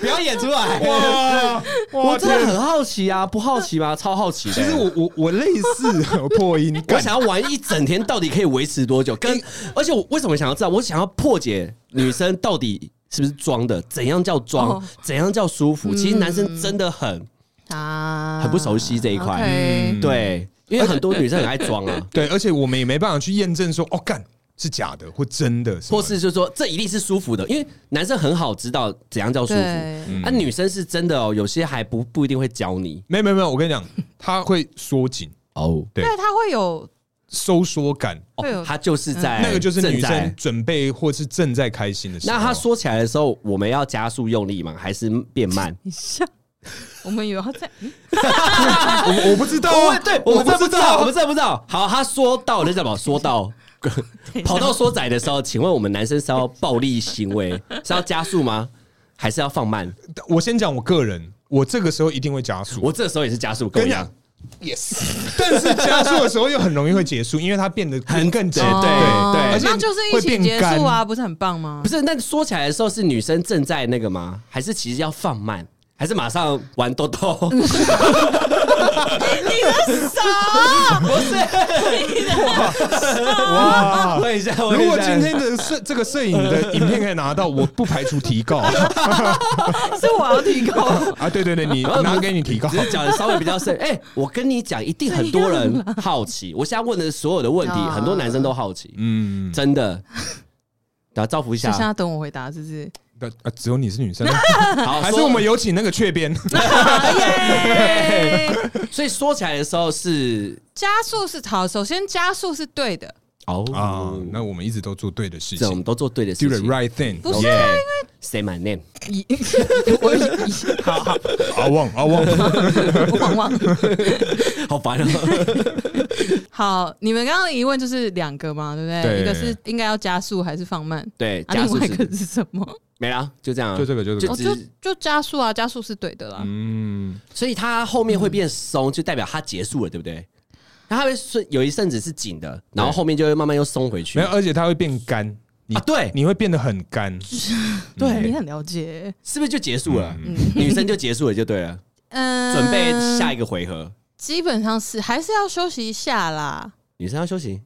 Speaker 1: 不要演出来。
Speaker 3: 哇
Speaker 1: 我
Speaker 3: 哇
Speaker 1: 真的
Speaker 3: 天！
Speaker 1: 很好奇啊，不好奇吗？超好奇的。
Speaker 3: 其实我我我类似 我破音，
Speaker 1: 我
Speaker 3: 干
Speaker 1: 想要玩一整天，到底可以维持多久？跟而且我为什么想要知道？我想要破解女生到底是不是装的，怎样叫装
Speaker 2: 哦，嗯
Speaker 1: 怎样叫舒服？其实男生真的很
Speaker 2: 啊
Speaker 1: 很不熟悉这一块
Speaker 2: OK
Speaker 3: 嗯。
Speaker 1: 对，因为很多女生 很爱装啊
Speaker 3: 对，而且我们也没办法去验证说，哦，干是假的或真的什么
Speaker 1: 或
Speaker 3: 的，
Speaker 1: 是就说这一定是舒服的，因为男生很好知道怎样叫舒服，
Speaker 2: 对
Speaker 1: 啊，
Speaker 3: 嗯
Speaker 1: 女生是真的哦，有些还不不一定会教你
Speaker 3: 没有没有没有，我 跟你讲，它会缩紧、
Speaker 1: 哦，
Speaker 2: 对，他会有
Speaker 3: 收缩感，
Speaker 2: 会有嗯
Speaker 1: 哦，她就是在
Speaker 3: 那个就是女
Speaker 1: 正在
Speaker 3: 生准备或是正在开心的时候。
Speaker 1: 那她说起来的时候，我们要加速用力吗？还是变慢？
Speaker 2: 一下， 我们以为他在
Speaker 3: 我我不知道
Speaker 1: 我
Speaker 3: 啊，
Speaker 1: 们对，
Speaker 3: 我
Speaker 1: 我们这
Speaker 3: 不
Speaker 1: 不
Speaker 3: 知
Speaker 1: 知道，我
Speaker 3: 道
Speaker 1: 们，这不知道。好，他说到那叫什么？说 到跑到说窄的时候，请问我们男生是要暴力行为，是要加速吗？ 还是要放慢？
Speaker 3: 我先讲我个人，我这个时候一定会加速。
Speaker 1: 我这时候也是加速，
Speaker 3: 跟
Speaker 1: 跟我
Speaker 3: 你讲
Speaker 1: 一样，
Speaker 3: ，yes，但是加速的时候又很容易会结束，因为它变得
Speaker 1: 很
Speaker 3: 更紧，
Speaker 1: 对
Speaker 2: 哦
Speaker 1: 对
Speaker 3: 而且
Speaker 2: 那就是一
Speaker 3: 会
Speaker 2: 起
Speaker 3: 变
Speaker 2: 结
Speaker 3: 干
Speaker 2: 束啊，不是很 棒吗
Speaker 1: 不？是？那说起来的时候是女生正在那个吗？还是其实要放慢？还是马上玩豆 豆？不是，
Speaker 3: 哇！
Speaker 1: 问一下，问一下
Speaker 3: 如果今天的摄这个摄影的影片可以拿到，我不排除提 告啊！
Speaker 2: 是我要提高，
Speaker 3: 对对对，你拿给你提告
Speaker 1: 只，是讲的稍微比较深。 哎、我跟你讲，一定很多人好奇。我现在问的所有 的问题，
Speaker 2: 啊
Speaker 1: 很多男生都好奇，
Speaker 3: 嗯，
Speaker 1: 真的。然后造福一
Speaker 2: 就
Speaker 1: 下
Speaker 2: 现，在等我回答，是不是？
Speaker 3: 啊啊只有你是女 生，
Speaker 1: 好，
Speaker 3: 还是
Speaker 1: 说
Speaker 3: 我们。有请那个雀边？
Speaker 2: 耶！
Speaker 1: 所以说起来的时候是
Speaker 2: 加速是好，首先加速是对的，
Speaker 1: 哦
Speaker 3: 啊， 那我们一直都做对的事
Speaker 1: 这我们
Speaker 3: 情
Speaker 1: 都做对的事
Speaker 3: ，do the
Speaker 1: 情。
Speaker 3: right thing。
Speaker 2: 不是
Speaker 1: Yeah
Speaker 2: 啊
Speaker 1: Say my name，
Speaker 2: 以我以好好
Speaker 3: 阿旺阿旺，
Speaker 2: 旺旺
Speaker 1: 好烦哦。
Speaker 2: 好，你们刚刚的疑问就是两个嘛，对不对？
Speaker 3: 对
Speaker 2: 一个是应该要加速还是放慢，
Speaker 1: 对，
Speaker 2: 啊，
Speaker 1: 加
Speaker 2: 另
Speaker 1: 速
Speaker 2: 外一个
Speaker 1: 是
Speaker 2: 是什么？
Speaker 1: 没了，就这样啊。
Speaker 3: 就这个就这个，
Speaker 1: 就
Speaker 2: 哦，
Speaker 1: 只
Speaker 2: 就就加速啊，加速是对的啦。
Speaker 3: 嗯，
Speaker 1: 所以它后面会变松，就代表它结束了，对不对？那它会是有一阵子是紧的，然后后面就会慢慢又松回去。
Speaker 3: 没有，而且它会变干，你
Speaker 1: 啊，对
Speaker 3: 你会变得很干，
Speaker 2: 你
Speaker 1: 对，
Speaker 2: 很了解，
Speaker 1: 是不是就结束了？
Speaker 3: 嗯
Speaker 1: 女生就结束了就对了。
Speaker 2: 嗯，
Speaker 1: 准备下一个回合，
Speaker 2: 基本上是还是要休息一下啦，
Speaker 1: 女生要休息。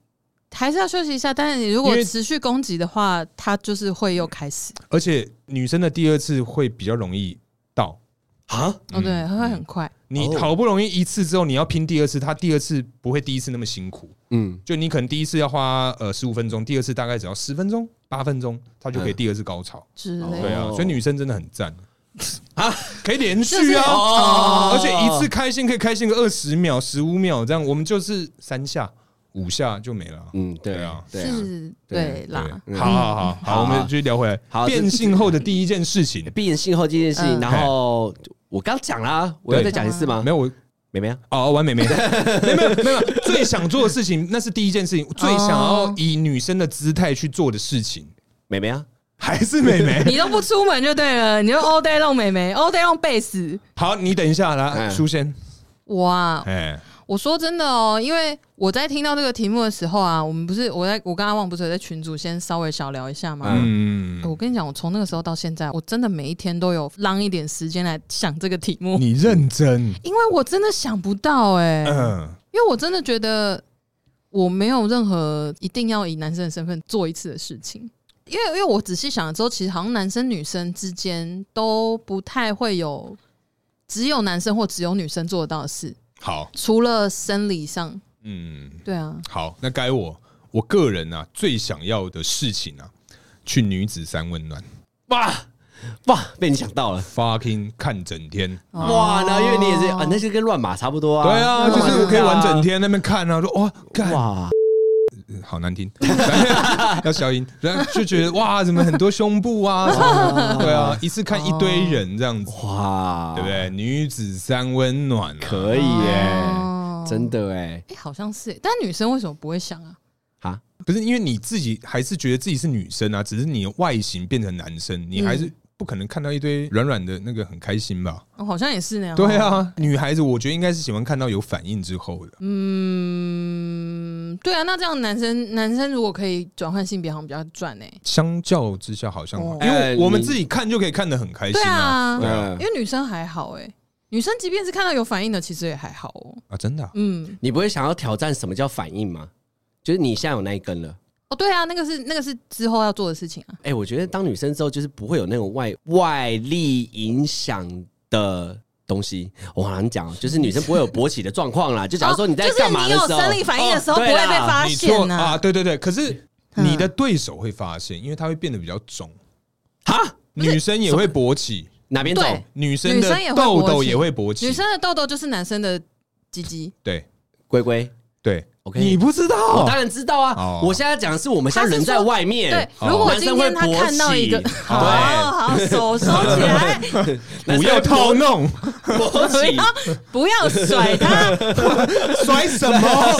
Speaker 2: 还是要休息一下。但是你如果
Speaker 3: 因为
Speaker 2: 持续攻击的话，它就是会又开始。
Speaker 3: 而且女生的第二次会比较容易到。
Speaker 1: 啊，
Speaker 2: 哦，对，它会很快。
Speaker 3: 你
Speaker 1: 哦
Speaker 3: 好不容易一次之后，你要拼第二次，他第二次不会第一次那么辛苦。
Speaker 1: 嗯，
Speaker 3: 就你可能第一次要花呃十五分钟，第二次大概只要十分钟、八分钟，他就可以
Speaker 1: 嗯
Speaker 3: 第二次高潮。
Speaker 2: 之类
Speaker 1: 哦
Speaker 2: 的。
Speaker 3: 对啊，
Speaker 1: 哦
Speaker 3: 所以女生真的很赞
Speaker 1: 啊
Speaker 3: 啊，可以连
Speaker 2: 就是
Speaker 3: 续啊，
Speaker 1: 哦
Speaker 3: 而且一次开心可以开心个二十秒、十五秒这样，我们就是三下、五下就没了啊。
Speaker 1: 嗯，对
Speaker 3: 对
Speaker 1: 啊
Speaker 3: 啊，
Speaker 1: 对啊。
Speaker 2: 是，
Speaker 1: 对
Speaker 2: 对啊
Speaker 3: 对，
Speaker 2: 啦，
Speaker 1: 嗯
Speaker 3: 好好好
Speaker 1: 好
Speaker 3: 好，我们继续聊回来。
Speaker 1: 好
Speaker 3: 变性后的第一件事情，
Speaker 1: 毕竟性后这件事情，
Speaker 2: 嗯
Speaker 1: 然后我刚讲啦，我要再讲一次吗
Speaker 3: 没？有我
Speaker 1: 妹妹啊，
Speaker 3: 哦，完美没 没有没有没有，最想做的事情那是第一件事情，最想要以女生的姿态去做的事情
Speaker 1: 妹妹啊，
Speaker 3: 还是美眉。
Speaker 1: 哦
Speaker 2: 你都不出门就对了，你就 all day long 美眉，all day long 贝斯。
Speaker 3: 好，你等一下来，
Speaker 1: 嗯
Speaker 3: 书仙，
Speaker 2: 哇，
Speaker 3: 哎，
Speaker 2: 我说真的哦，因为我在听到这个题目的时候啊，我们不是我在我跟阿旺不是有在群组先稍微小聊一下吗？
Speaker 3: 嗯，
Speaker 1: 哦
Speaker 2: 我跟你讲，我从那个时候到现在，我真的每一天都有浪一点时间来想这个题目，
Speaker 3: 你认真，
Speaker 2: 因为我真的想不到 哎、
Speaker 3: 嗯，
Speaker 2: 因为我真的觉得我没有任何一定要以男生的身份做一次的事情，因为因为我仔细想了之后，其实好像男生女生之间都不太会有只有男生或只有女生做得到的事，
Speaker 3: 好，
Speaker 2: 除了生理上，
Speaker 3: 嗯，
Speaker 2: 对啊，
Speaker 3: 好，那该我，我个人啊，最想要的事情啊，去女子三温暖
Speaker 1: 哇哇，被你想到了。
Speaker 3: ，fucking 看整天。
Speaker 2: 哦
Speaker 1: 哇，然后因为你也是啊，那就跟乱码差不多啊。
Speaker 3: 对啊，
Speaker 2: 那
Speaker 3: 就
Speaker 2: 我
Speaker 3: 是
Speaker 2: 知
Speaker 3: 可以
Speaker 2: 道
Speaker 3: 玩整天那边看啊，说哇，干
Speaker 1: 哇，
Speaker 3: 好难听， 要消音，然后就觉得哇，怎么很多胸部啊，什么的对啊，一次看一堆人这样子，
Speaker 1: 哇，
Speaker 3: 对不？对？女子三温暖啊，
Speaker 1: 可以耶，
Speaker 2: 哦
Speaker 1: 真的哎，
Speaker 2: 哎、好像是耶，但女生为什么不会想啊？
Speaker 1: 啊，
Speaker 3: 不是因为你自己还是觉得自己是女生啊，只是你的外形变成男生，你还是不可能看到一堆软软的那个很开心吧？
Speaker 2: 哦、好像也是那样。
Speaker 3: 对，啊，女孩子我觉得应该是喜欢看到有反应之后的。
Speaker 2: 嗯，对啊，那这样男生男生如果可以转换性别，好像比较赚欸呢、
Speaker 3: 相较之下，好像
Speaker 2: 哦
Speaker 3: 因
Speaker 1: 哎
Speaker 3: 为我们
Speaker 1: 你
Speaker 3: 自己看就可以看得很开心
Speaker 2: 对
Speaker 3: 啊
Speaker 2: 啊，
Speaker 1: 对啊
Speaker 2: 因为女生还好哎、女生即便是看到有反应的，其实也还好哦。
Speaker 3: 啊，真的啊
Speaker 2: 嗯，
Speaker 1: 你不会想要挑战什么叫反应吗？就是你现在有那一根了。
Speaker 2: 哦，对啊，那个是那个是之后要做的事情啊。
Speaker 1: 哎、我觉得当女生之后，就是不会有那种外外力影响的东西。我好像讲，哦就是女生不会有勃起的状况啦。就假如说你在干嘛的时候，
Speaker 2: 哦就是你有生理反应的时候，
Speaker 1: 哦
Speaker 2: 不
Speaker 1: 对
Speaker 2: 会
Speaker 1: 啦
Speaker 2: 被发
Speaker 3: 你
Speaker 2: 现
Speaker 3: 错
Speaker 2: 呐、
Speaker 3: 啊，
Speaker 2: 啊。嗯
Speaker 3: 对对对，可是你的对手会发现，因为他会变得比较肿，
Speaker 1: 哈
Speaker 3: 女生也会勃起，
Speaker 1: 哪边走？
Speaker 2: 对
Speaker 3: 女生
Speaker 2: 女
Speaker 3: 的
Speaker 2: 生也会勃
Speaker 3: 痘
Speaker 2: 起
Speaker 3: 痘也会勃起，
Speaker 2: 女生的痘痘就是男生的鸡鸡，
Speaker 3: 对
Speaker 1: 龟龟
Speaker 3: 对，
Speaker 1: ，OK，
Speaker 3: 你不知
Speaker 1: 我
Speaker 3: 道
Speaker 1: 当，然知道啊。
Speaker 3: 哦
Speaker 1: 我现在讲的是我们现在人在外面，
Speaker 2: 对。
Speaker 3: 哦
Speaker 2: 如果
Speaker 1: 男
Speaker 2: 今
Speaker 1: 生会
Speaker 2: 天他
Speaker 1: 勃
Speaker 2: 看到一
Speaker 1: 起，
Speaker 2: 个，好
Speaker 1: 对，
Speaker 2: 哦好手收起来，
Speaker 3: 啊不要套 弄，
Speaker 1: 勃 起。
Speaker 2: 啊不要甩他。
Speaker 3: 甩什 么？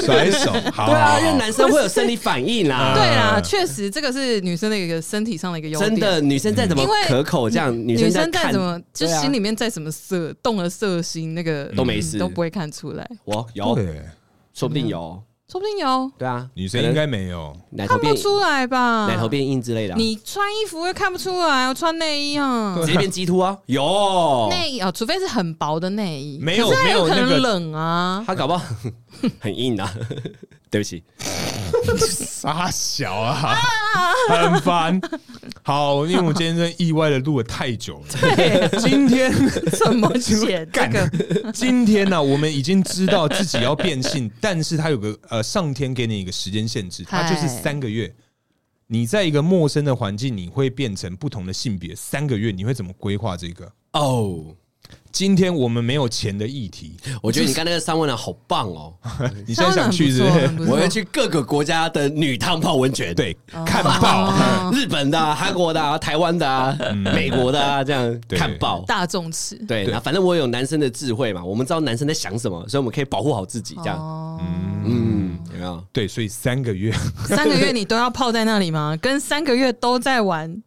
Speaker 3: 甩手，好，
Speaker 1: 对啊，因为
Speaker 3: 好
Speaker 1: 男生会有生理反应啦。
Speaker 2: 对啦，确实这个是女生的一个身体上的一个优点。
Speaker 1: 真的，女生再怎么
Speaker 2: 因为
Speaker 1: 可口，这样
Speaker 2: 女
Speaker 1: 生
Speaker 2: 再
Speaker 1: 看
Speaker 2: 怎么就
Speaker 1: 对啊
Speaker 2: 心里面再怎么色动了色心，那个
Speaker 1: 都没
Speaker 2: 嗯
Speaker 1: 事
Speaker 2: 都不会看出来。
Speaker 1: 我哦有，
Speaker 3: 对，啊
Speaker 1: 说不定有。
Speaker 2: 说不定有
Speaker 1: 对啊，
Speaker 3: 女生
Speaker 1: 可能
Speaker 3: 应该没有，
Speaker 1: 奶头
Speaker 2: 看
Speaker 1: 变
Speaker 2: 不出来吧？
Speaker 1: 奶头变硬之类的啊、
Speaker 2: 你穿衣服又看不出来，我穿内衣啊，
Speaker 1: 直接变鸡突啊？有，
Speaker 2: 内衣啊，除非是很薄的内衣，
Speaker 3: 没有
Speaker 2: 可是还
Speaker 3: 没有
Speaker 2: 可
Speaker 3: 那个
Speaker 2: 能冷 啊。
Speaker 1: 他搞不 好很硬啊。 对不起，
Speaker 3: 傻小啊，很烦。好，因为我今天真的意外的录的太久 了，
Speaker 2: 对，
Speaker 3: 今天。
Speaker 2: 怎么剪这
Speaker 3: 干
Speaker 2: 个？
Speaker 3: 今天呢、我们已经知道自己要变性，但是它有个呃，上天给你一个时间限制，它就是
Speaker 2: 嗨
Speaker 3: 三个月。你在一个陌生的环境，你会变成不同的性别，三个月你会怎么规划这个？
Speaker 1: 哦，
Speaker 3: 今天我们没有钱的议题，
Speaker 1: 我觉得你刚那个三温暖好棒哦，
Speaker 3: 你现在想去是不
Speaker 2: 这样
Speaker 3: 是
Speaker 2: 很？不错
Speaker 1: 我要去各个国家的女汤泡温泉，，
Speaker 3: 对，看爆。
Speaker 2: 哦
Speaker 1: 日本的、啊、韩国的、啊、台湾的、啊、
Speaker 2: 嗯
Speaker 1: 美国的、啊，这样
Speaker 3: 对
Speaker 1: 看爆。
Speaker 2: 大众吃
Speaker 1: 对，那反正我有男生的智慧嘛，我们知道男生在想什么，所以我们可以保护好自己，这样，
Speaker 2: 哦，
Speaker 1: 嗯，有没有？
Speaker 3: 对，所以三个月
Speaker 2: 三个月你都要泡在那里吗？跟三个月都在 玩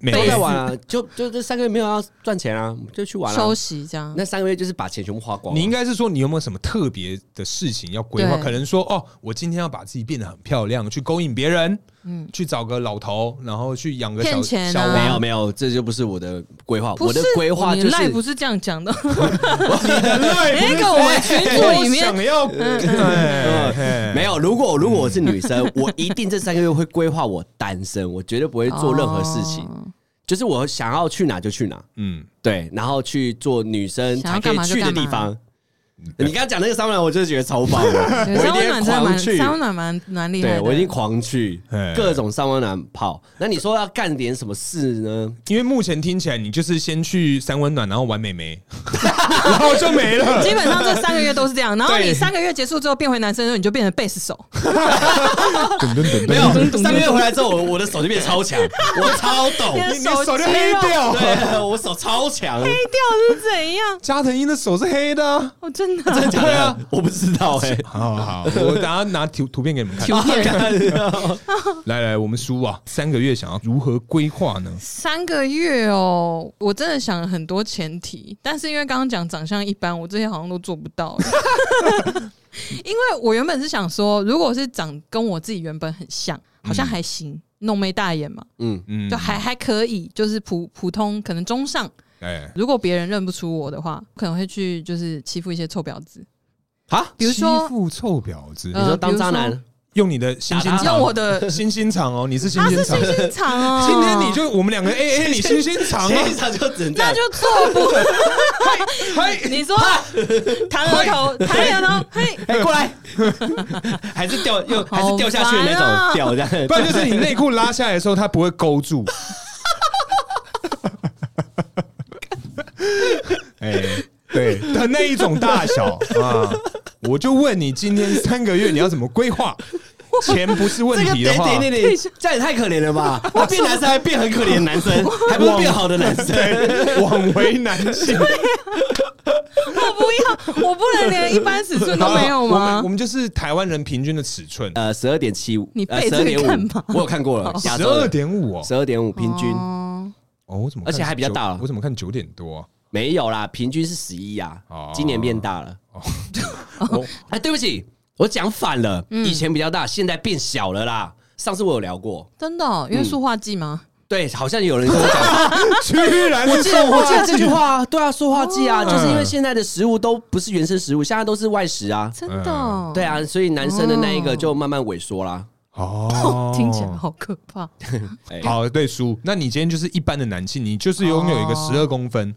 Speaker 3: 没
Speaker 1: 都
Speaker 3: 有
Speaker 1: 在玩啊，就就这三个月没有要赚钱啊，我们就去玩啊
Speaker 2: 休。息这样
Speaker 1: 那三个月就是把钱全部花光啊。
Speaker 3: 你应该是说你有没有什么特别的事情要规划？
Speaker 2: 对
Speaker 3: 可能说哦，我今天要把自己变得很漂亮，去勾引别人，嗯，去找个老头，然后去养个小
Speaker 2: 骗钱啊
Speaker 3: 小王。
Speaker 1: 没有没有，这就不是我的规划。
Speaker 2: 不
Speaker 1: 我
Speaker 2: 是
Speaker 1: 的规划就
Speaker 2: 你赖
Speaker 1: 是
Speaker 2: 不是这样讲的，
Speaker 3: 那
Speaker 2: 那个我们群组里面
Speaker 3: 想要，哎
Speaker 1: 呃没有。如果如果我是女生，我一定这三个月会规划我单身，我绝对不会做任何事情。
Speaker 2: 哦
Speaker 1: 就是我想要去哪就去哪，
Speaker 3: 嗯，
Speaker 1: 对，然后去做女生
Speaker 2: 想
Speaker 1: 才
Speaker 2: 要
Speaker 1: 可
Speaker 2: 干
Speaker 1: 以
Speaker 2: 嘛就
Speaker 1: 去的
Speaker 2: 干嘛
Speaker 1: 地方。你刚刚讲那个三温暖，我就觉得超棒的，
Speaker 2: 对
Speaker 1: 我一定
Speaker 2: 三温暖真的
Speaker 1: 狂
Speaker 2: 蛮
Speaker 1: 去。
Speaker 2: 三温暖蛮蛮厉害
Speaker 1: 对，
Speaker 2: 的。
Speaker 1: 我已经狂去
Speaker 3: 哎
Speaker 1: 各种三温暖跑。那你说要干点什么事 呢？
Speaker 3: 因为目前听起来你就是先去三温暖，然后玩美眉， 然后就没了。
Speaker 2: 基本上这三个月都是这样，然后
Speaker 3: 对
Speaker 2: 你三个月结束之后变回男生之后，你就变成贝 斯手，
Speaker 1: 没有，三个月回来之后，我我的手就变超 强，我超懂，
Speaker 2: 变
Speaker 3: 你
Speaker 2: 手
Speaker 3: 手就
Speaker 2: 肌
Speaker 3: 黑
Speaker 2: 肉
Speaker 3: 掉，
Speaker 1: 对， 我手超强。
Speaker 2: 黑掉是怎样？
Speaker 3: 加藤鹰的手是黑的啊。
Speaker 2: 我哦 真的
Speaker 1: 真的假的？我不知 道哎、
Speaker 3: 好好，我等下拿图图片给你们看。来来，我们输啊，三个月想要如何规划呢？
Speaker 2: 三个月哦，我真的想了很多前提，但是因为刚刚讲长相一般，我这些好像都做不到。 因为我原本是想说，如果是长跟我自己原本很像，好像还行，浓眉大眼嘛，
Speaker 1: 嗯，
Speaker 3: 嗯
Speaker 2: 就还还可以，就是普普通，可能中上。
Speaker 3: 哎，
Speaker 2: 如果别人认不出我的话，可能会去就是欺负一些臭婊 子，
Speaker 1: 啊，
Speaker 2: 比如说
Speaker 3: 欺负臭婊子，
Speaker 1: 你
Speaker 2: 呃
Speaker 1: 说当渣
Speaker 2: 比 如
Speaker 1: 男，
Speaker 3: 用你的星星
Speaker 1: 打他
Speaker 2: 用
Speaker 3: 肠，
Speaker 2: 我的
Speaker 3: 星星肠哦，你是星
Speaker 2: 他
Speaker 3: 星
Speaker 2: 是
Speaker 3: 肠
Speaker 2: 星，星肠哦，
Speaker 3: 今天你就我们两个 A A，你星星肠啊，
Speaker 1: 一场就只能这
Speaker 2: 那
Speaker 1: 样。
Speaker 2: 就做不。
Speaker 3: 嗨，
Speaker 2: 你说弹 额头，弹额头，嘿，
Speaker 1: 哎、过来， 还是掉又还是掉下去的那
Speaker 2: 好烦
Speaker 1: 种
Speaker 2: 啊
Speaker 1: 掉这样，
Speaker 3: 不然就是你内裤拉下来的时候，它不会勾住。哎，对的那一种大小啊，我就问你，今天三个月你要怎么规划？钱不是问
Speaker 1: 这个
Speaker 3: 题的
Speaker 1: 点
Speaker 3: 话，
Speaker 1: 点点点，这样也太可怜了 吧？他变男生还变很可怜的男生，还不是变好的男生。
Speaker 3: 对，枉为男性。
Speaker 2: 我不要，我不能连一般尺寸都没有
Speaker 3: 我们我
Speaker 2: 吗？
Speaker 3: 们就是台湾人平均的尺寸，
Speaker 1: 呃，十二点七五，
Speaker 2: 你背
Speaker 1: 十
Speaker 2: 这
Speaker 1: 二
Speaker 2: 个
Speaker 1: 点
Speaker 2: 干
Speaker 1: 五
Speaker 2: 嘛，
Speaker 1: 我有看过了，亚
Speaker 3: 十
Speaker 1: 洲
Speaker 3: 二
Speaker 1: 的
Speaker 3: 点五哦
Speaker 1: 十，二点五平均
Speaker 2: 哦
Speaker 3: 哦，我怎么
Speaker 1: 而且
Speaker 3: 看
Speaker 1: 还比较
Speaker 3: 九
Speaker 1: 大
Speaker 3: 我怎么看九点多 啊？
Speaker 1: 没有啦，平均是十一啊
Speaker 3: 哦，
Speaker 1: 今年变大了。
Speaker 3: 我
Speaker 1: 哎，对不起，我讲反了，
Speaker 2: 嗯
Speaker 1: 以前比较大，现在变小了啦。上次我有聊过，
Speaker 2: 真的哦，因为塑化剂吗？
Speaker 1: 对，好像有人跟我 讲，
Speaker 3: 居然
Speaker 1: 我
Speaker 3: 是
Speaker 1: 记得
Speaker 3: 说话
Speaker 1: 我记得这句话啊，对啊，塑化剂
Speaker 2: 嗯
Speaker 3: 哦
Speaker 1: 啊，就是因为现在的食物都不是原生食物，现在都是外食啊，
Speaker 2: 真的哦，
Speaker 1: 对啊，所以男生的那一个就慢慢萎缩啦。
Speaker 3: 哦
Speaker 2: 听起来好可怕。
Speaker 1: 哎，
Speaker 3: 好，对叔，那你今天就是一般的男性，你就是拥有一个
Speaker 2: 哦
Speaker 3: 十二公分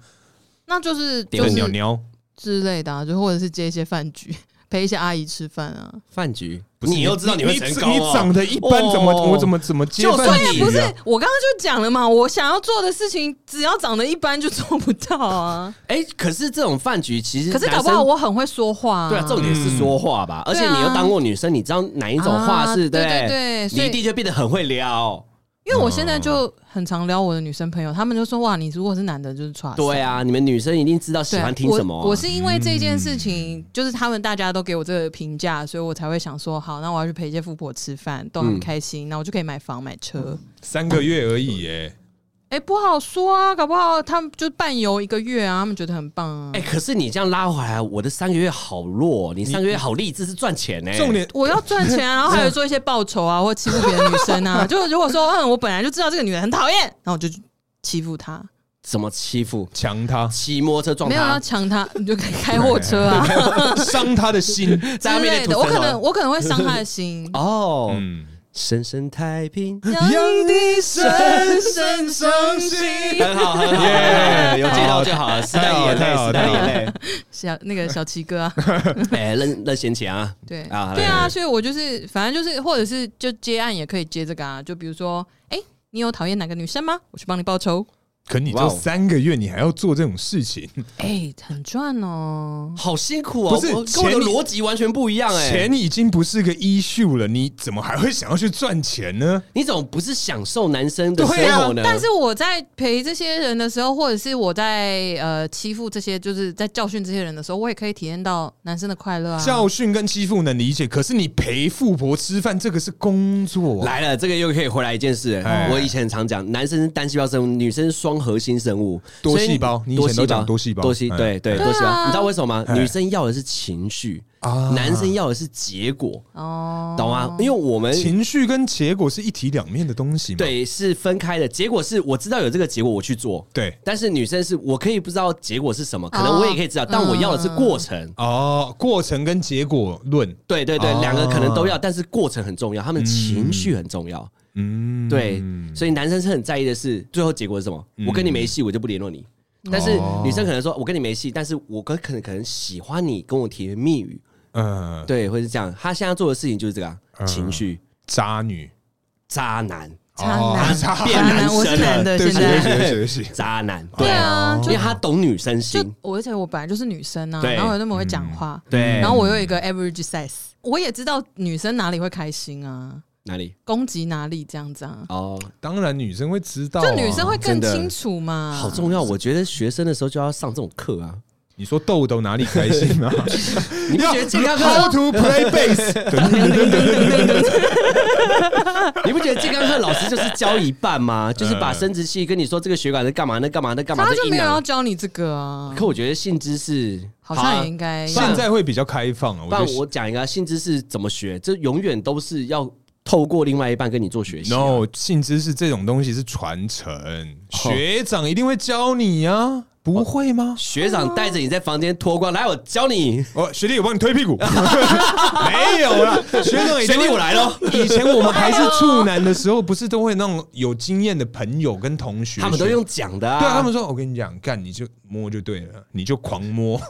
Speaker 2: 那就是
Speaker 1: 哦
Speaker 2: 就
Speaker 3: 的
Speaker 2: 是
Speaker 3: 鸟鸟，
Speaker 2: 之类的、啊，就或者是接一些饭局， 陪一些阿姨吃饭啊。
Speaker 1: 饭局，
Speaker 3: 不是
Speaker 1: 你又知道你会成功
Speaker 3: 你
Speaker 1: 哦
Speaker 3: 长得一般，怎么
Speaker 1: 哦
Speaker 3: 我怎么怎么接
Speaker 1: 就算
Speaker 3: 饭
Speaker 1: 你
Speaker 3: 局
Speaker 2: 不是
Speaker 3: 啊？，
Speaker 2: 哎我刚刚就讲了嘛，我想要做的事情，只要长得一般就做不到啊。
Speaker 1: 哎，可是这种饭局其实
Speaker 2: 可是搞不
Speaker 1: 男
Speaker 2: 好
Speaker 1: 生
Speaker 2: 我很会说话、啊。
Speaker 1: 对啊，重点是说话吧，而且你又当过女生，你知道哪一种话是
Speaker 2: 啊对对
Speaker 1: 不
Speaker 2: 对所以
Speaker 1: 你一定就变得很会撩。
Speaker 2: 因为我现在就很常撩我的女生朋友，她们就说：“哇，你如果是男的，就是耍帅。”
Speaker 1: 对啊，你们女生一定知道喜
Speaker 2: 对啊，
Speaker 1: 欢听什么啊。
Speaker 2: 我？我是因为这件事情，就是他们大家都给我这个评价，所以我才会想说，好，那我要去陪一些富婆吃饭，都很开心，那我就可以买房买
Speaker 1: 嗯
Speaker 2: 车。
Speaker 3: 三个月而已，耶，
Speaker 2: 哎、不好说啊，搞不好他们就伴游一个月啊，他们觉得很棒啊。
Speaker 1: 哎，可是你这样拉回来，我的三个月好弱，哦你三个月好励志是赚钱欸呢。
Speaker 3: 重点
Speaker 2: 我要赚钱、啊，然后还有做一些报酬啊，或欺负别的女生 啊。就如果说，嗯，我本来就知道这个女人很讨厌，然后我就欺负她，
Speaker 1: 怎么欺负？
Speaker 3: 强他
Speaker 1: 骑摩托车撞
Speaker 2: 没有啊要
Speaker 1: 他，
Speaker 2: 抢她，你就开货车啊
Speaker 3: 伤他的心，
Speaker 2: 之
Speaker 1: 在那边
Speaker 2: 类
Speaker 1: 你
Speaker 2: 的。
Speaker 1: 吐啊
Speaker 2: 我
Speaker 1: 舌
Speaker 2: 可
Speaker 1: 头。
Speaker 2: 能我可能会伤她的心
Speaker 1: 哦，
Speaker 3: 嗯，
Speaker 1: 深深太 平，
Speaker 2: 杨
Speaker 3: 的深
Speaker 2: 深伤心
Speaker 1: 很好很好，
Speaker 3: 耶
Speaker 1: 有接到就好了，时代眼
Speaker 3: 太
Speaker 1: 泪，
Speaker 3: 好
Speaker 1: 时
Speaker 3: 了
Speaker 1: 代
Speaker 3: 太好了
Speaker 1: 眼
Speaker 2: 小那个小齐哥啊，
Speaker 1: 泪，哎，任任贤齐啊，
Speaker 2: 对
Speaker 1: 啊
Speaker 2: 对
Speaker 1: 来来
Speaker 2: 啊，所以我就是反正就是，或者是就接案也可以接这个啊，就比如说，哎、你有讨厌哪个女生吗？我去帮你报仇，
Speaker 3: 可你
Speaker 1: 哇
Speaker 3: 都
Speaker 1: 哦
Speaker 3: 三个月，你还要做这种事情，
Speaker 2: 哎、很赚哦。
Speaker 1: 好辛苦哦，
Speaker 3: 不是
Speaker 1: 我跟我的
Speaker 3: 前
Speaker 1: 逻辑完全不一样哎。
Speaker 3: 钱已经不是个 issue 了，你怎么还会想要去赚钱呢？
Speaker 1: 你怎么不是享受男生的生
Speaker 2: 对啊
Speaker 1: 活，呢？
Speaker 2: 但是我在陪这些人的时候，或者是我在呃欺负这些，就是在教训这些人的时候，我也可以体验到男生的快乐啊。
Speaker 3: 教训跟欺负能理解，可是你陪富婆吃饭，这个是工作、啊。
Speaker 1: 来了，这个又可以回来一件事
Speaker 3: 哎。
Speaker 1: 我以前很常讲，男生是单细胞生物，女生是双核心生物，
Speaker 3: 多细胞
Speaker 1: 所
Speaker 3: 你以前都讲
Speaker 1: 多
Speaker 3: 多细胞
Speaker 1: 多细
Speaker 3: 哎
Speaker 1: 对对
Speaker 2: 对啊
Speaker 1: 多细胞。你知道为什么吗？
Speaker 3: 哎
Speaker 1: 女生要的是情绪，
Speaker 3: 啊
Speaker 1: 男生要的是结果，
Speaker 2: 哦，
Speaker 1: 懂吗？因为我们
Speaker 3: 情绪跟结果是一体两面的东西嘛。
Speaker 1: 对是分开的，结果是我知道有这个结果，我去做。
Speaker 3: 对，
Speaker 1: 但是女生是我可以不知道结果是什
Speaker 2: 哦
Speaker 1: 么，可能我也可以知道，但我要的
Speaker 2: 嗯
Speaker 1: 是过程。
Speaker 3: 哦，过程跟结果论，
Speaker 1: 对对对
Speaker 3: 哦，
Speaker 1: 两个可能都要，但是过程很重要，他们情绪很重要。
Speaker 3: 嗯，
Speaker 1: 对，所以男生是很在意的是最后结果是什么。我跟你没戏，我就不联络你。
Speaker 2: 哦
Speaker 1: 但是女
Speaker 3: 哦
Speaker 1: 生可能说，我跟你没戏，但是我可可能可能喜欢你，跟我甜言蜜语，
Speaker 3: 呃，
Speaker 1: 对，会是这样。他现在做的事情就是这个啊
Speaker 3: 嗯
Speaker 1: 情绪
Speaker 3: 渣女，哦
Speaker 1: 渣男，
Speaker 2: 渣男，
Speaker 3: 渣
Speaker 2: 渣男，我是男的，
Speaker 3: 对
Speaker 2: 现
Speaker 3: 不起，对不起，对
Speaker 2: 在
Speaker 3: 不起对不起，
Speaker 1: 渣男，
Speaker 2: 对
Speaker 3: 哦
Speaker 2: 啊，
Speaker 1: 因
Speaker 2: 就
Speaker 1: 为他懂女生
Speaker 2: 就
Speaker 1: 心，
Speaker 2: 我而且我本来就是女生啊，
Speaker 1: 对嗯
Speaker 2: 然后我那么会讲话，
Speaker 1: 对，
Speaker 2: 然后我又有一个 average size，我也知道女生哪里会开心啊，
Speaker 1: 哪里
Speaker 2: 攻击哪里这样子啊，
Speaker 1: 哦，
Speaker 3: 当然女生会知道、啊，
Speaker 2: 就女生会
Speaker 1: 真
Speaker 2: 更
Speaker 1: 的
Speaker 2: 清楚嘛，
Speaker 1: 好重要，我觉得学生的时候就要上这种课啊，
Speaker 3: 你说豆豆哪里开心 啊？
Speaker 1: 你不觉得健康课
Speaker 3: How to play bass？
Speaker 1: 你不觉得健康课老师就是教一半
Speaker 3: 嗯
Speaker 1: 吗？就是把生殖器跟你说这个血管在干嘛，那干嘛，那干嘛，
Speaker 2: 他
Speaker 1: 这
Speaker 2: 就
Speaker 1: 阴
Speaker 2: 没有要
Speaker 1: 囊。
Speaker 2: 教你这个啊，
Speaker 1: 可我觉得性知识
Speaker 2: 好
Speaker 1: 啊
Speaker 2: 像也应该
Speaker 3: 现在会比较开放啊，
Speaker 1: 不
Speaker 3: 觉
Speaker 1: 然
Speaker 3: 得
Speaker 1: 我讲一个性知识怎么学，这永远都是要透过另外一半跟你做学习啊、
Speaker 3: no 性知识这种东西是传承，学长一定会教你啊，不会吗？
Speaker 1: 学长带着你在房间脱光，来，我教你。
Speaker 3: 哦，学弟，我帮你推屁 股，没有啦，学长一定
Speaker 1: 学
Speaker 3: 会
Speaker 1: 弟，我来咯。
Speaker 3: 以前我们还是处男的时候，不是都会那种有经验的朋友跟同学，
Speaker 1: 他们都用讲的啊，
Speaker 3: 对啊，他们说，我跟你讲，干你就摸就对了，你就狂摸，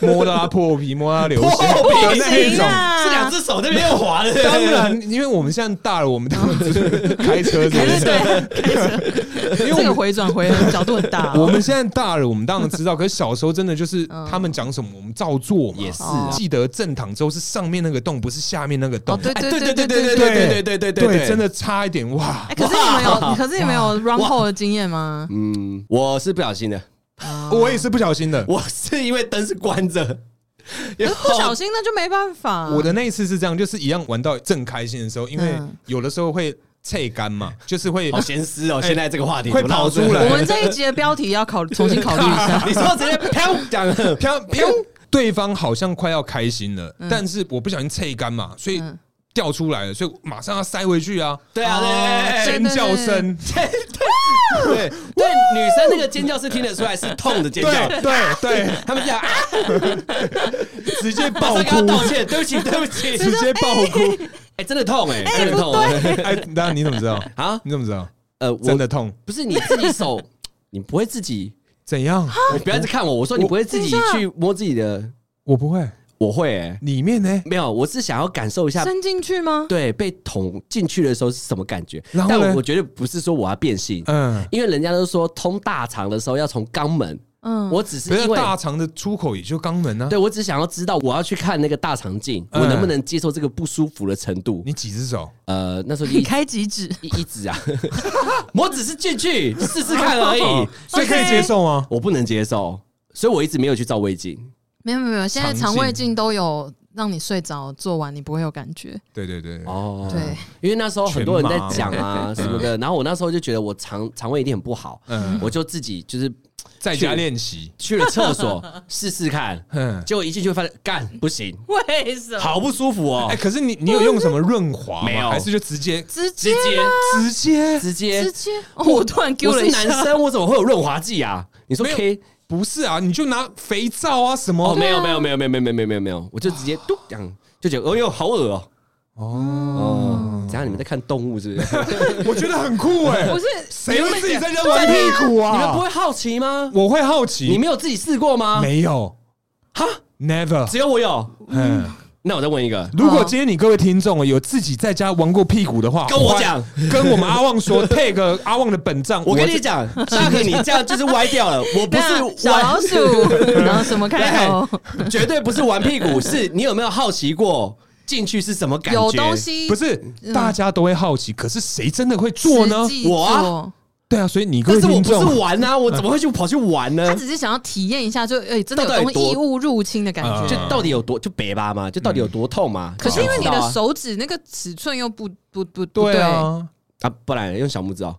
Speaker 3: 摸到他破皮，摸到他流血的
Speaker 1: 啊
Speaker 3: 那一种。
Speaker 1: 是两只手在那边滑的。
Speaker 3: 当然，因为我们现在大了，我们当然就是开车这
Speaker 2: 还
Speaker 3: 件
Speaker 2: 是对
Speaker 3: 事。
Speaker 2: 啊，
Speaker 3: 因
Speaker 2: 这
Speaker 3: 为
Speaker 2: 个
Speaker 3: 我们
Speaker 2: 回转回来角度很 大、
Speaker 3: 我
Speaker 2: 哦。
Speaker 3: 们现在大了，我们当然知道。可是小时候真的就是
Speaker 2: 嗯
Speaker 3: 他们讲什么，我们照做嘛。
Speaker 1: 也是啊
Speaker 3: 记得正躺之后是上面那个洞，不是下面那个
Speaker 2: 哦
Speaker 3: 洞，。
Speaker 2: 对
Speaker 1: 哎
Speaker 2: 对
Speaker 1: 对
Speaker 2: 对
Speaker 1: 对对
Speaker 2: 对
Speaker 1: 对
Speaker 2: 对。
Speaker 1: 对对对对对，
Speaker 3: 真。的差一点哇
Speaker 2: 哎，！可是你们有，可是你们有 run hole 的经验吗？
Speaker 1: 嗯，我是不小心的，
Speaker 3: 我也是不小心的，
Speaker 1: 我是因为灯是关着，
Speaker 2: 不小心那就没办法、
Speaker 3: 我的那一次是这样，就是一样玩到正开心的时候，因为
Speaker 4: 嗯
Speaker 3: 有的时候会脆干嘛，就是会
Speaker 1: 好闲思哦，现在这个话题
Speaker 3: 会
Speaker 1: 怎么
Speaker 3: 哎跑
Speaker 1: 到这。
Speaker 3: 出来
Speaker 2: 我们这一集的标题要考重新考虑一 下
Speaker 1: 你说直接飘讲了，
Speaker 3: 飘飘，对方好像快要开心了，但是我不小心脆干嘛，所以
Speaker 2: 嗯
Speaker 3: 掉出来了，所以马上要塞回去啊，
Speaker 1: 对啊，对对
Speaker 2: 对
Speaker 3: 尖叫声，
Speaker 1: 对对对，女生那个尖叫是听得出来是痛的尖叫，
Speaker 3: 对对对，
Speaker 1: 他们 讲啊，
Speaker 3: 直接
Speaker 1: 马
Speaker 3: 爆
Speaker 1: 上跟他
Speaker 3: 哭，
Speaker 1: 道歉，对不起，对不 起，
Speaker 3: 直接爆哭。
Speaker 1: 哎，真的痛哎，真的痛 哎
Speaker 3: 哎，那你怎么 知道？
Speaker 1: 啊，
Speaker 3: 你怎么知道？
Speaker 1: 呃，我
Speaker 3: 真的痛？
Speaker 1: 不是你自己手， 你不会自己，
Speaker 3: 怎样？
Speaker 1: 你不要一直看我，我说你不会自己去摸自己的，
Speaker 3: 我不会，
Speaker 1: 我会哎，
Speaker 3: 里面呢？
Speaker 1: 没有，我是想要感受一下
Speaker 2: 伸进去吗？
Speaker 1: 对，被捅进去的时候是什么感觉？
Speaker 3: 然后
Speaker 1: 但
Speaker 3: 嘞
Speaker 1: 我我觉得不是说我要变性，
Speaker 3: 嗯，
Speaker 1: 因为人家都说通大肠的时候要从肛门，
Speaker 2: 嗯，
Speaker 1: 我只是
Speaker 3: 不是
Speaker 1: 因为。
Speaker 3: 大肠的出口也就肛门啊。
Speaker 1: 对，我只想要知道，我要去看那个大肠镜，
Speaker 3: 嗯
Speaker 1: 我能不能接受这个不舒服的程度？
Speaker 3: 你几只手？
Speaker 1: 呃，那时候就
Speaker 2: 你
Speaker 1: 一
Speaker 2: 开几指？
Speaker 1: 一一直啊， 我只是进去试试看而已，
Speaker 3: 哦所以可以接受吗？
Speaker 1: 我不能接受，所以我一直没有去照胃镜。
Speaker 2: 没有没有没有，现在
Speaker 3: 肠
Speaker 2: 肠
Speaker 3: 镜
Speaker 2: 胃镜都有让你睡着做完，你不会有感觉。
Speaker 3: 对对对，
Speaker 1: 哦，
Speaker 2: 对，
Speaker 1: 因为那时候很多人在讲啊什么的，然后我那时候就觉得我肠肠胃一定很不好，
Speaker 3: 嗯
Speaker 1: 我就自己就是
Speaker 3: 在家练习。
Speaker 1: 去了厕所试试看，
Speaker 3: 嗯，
Speaker 1: 结果一进去发现干不行，
Speaker 2: 为什？
Speaker 1: 好不舒服哦
Speaker 3: 哎，，可是你你有用什么润滑吗？
Speaker 1: 没有
Speaker 3: 还是就直接
Speaker 2: 直
Speaker 1: 直
Speaker 2: 接
Speaker 1: 接
Speaker 3: 直接？
Speaker 1: 直接
Speaker 2: 直接，哦我突然丢
Speaker 1: 我
Speaker 2: 了
Speaker 1: 是
Speaker 2: 一下。
Speaker 1: 男生，我怎么会有润滑剂啊？你说
Speaker 3: 没有
Speaker 1: K
Speaker 3: 不是啊，你就拿肥皂啊什
Speaker 1: 哦，
Speaker 3: 么？
Speaker 1: 没有没有没有没有没有没有没有没有没有，我就直接嘟讲，就觉得哎呦好恶哦。哦，怎样？你们在看动物是不是？
Speaker 3: 我觉得很酷哎。
Speaker 2: 不是
Speaker 3: 谁会自己在家玩屁股
Speaker 1: 你们不
Speaker 3: 啊？
Speaker 1: 会好奇吗？
Speaker 3: 我会好奇，
Speaker 1: 你没有自己试过吗？
Speaker 3: 没有
Speaker 1: 哈
Speaker 3: ？Never。
Speaker 1: 只有我有。
Speaker 3: 嗯，
Speaker 1: 那我再问一个，
Speaker 3: 如果今天你各位听众有自己在家玩过屁股的话，
Speaker 1: 哦跟我
Speaker 3: 欢
Speaker 1: 讲，
Speaker 3: 跟我们阿旺说，take 阿旺的本账。
Speaker 1: 我跟你讲，大 可你这样就是歪掉了。我不
Speaker 2: 那
Speaker 1: 是
Speaker 2: 小
Speaker 1: 歪
Speaker 2: 老鼠，然后什么开头？
Speaker 1: 对， 绝对不是玩屁股，是你有没有好奇过进去是什么感觉？
Speaker 2: 有东西
Speaker 3: 不是大家都会好奇，可是谁真的会做呢
Speaker 2: 实？际做
Speaker 1: 我啊
Speaker 3: 对啊，所以你各
Speaker 1: 但
Speaker 3: 位
Speaker 1: 是我
Speaker 3: 听
Speaker 1: 不是
Speaker 3: 众，
Speaker 1: 玩啊，我怎么会去跑去玩呢
Speaker 2: 他？只是想要体验一下，就哎，真的
Speaker 1: 呃到底
Speaker 2: 有东
Speaker 1: 多呃
Speaker 2: 西异物入侵的感觉。
Speaker 1: 就到底有多就北吧嘛？就到底有多痛嘛？
Speaker 2: 嗯可是因为你
Speaker 1: 就知道
Speaker 2: 的
Speaker 1: 啊
Speaker 2: 手指那个尺寸又不不不不
Speaker 3: 对，啊，
Speaker 1: 啊，不然用小拇 指哦，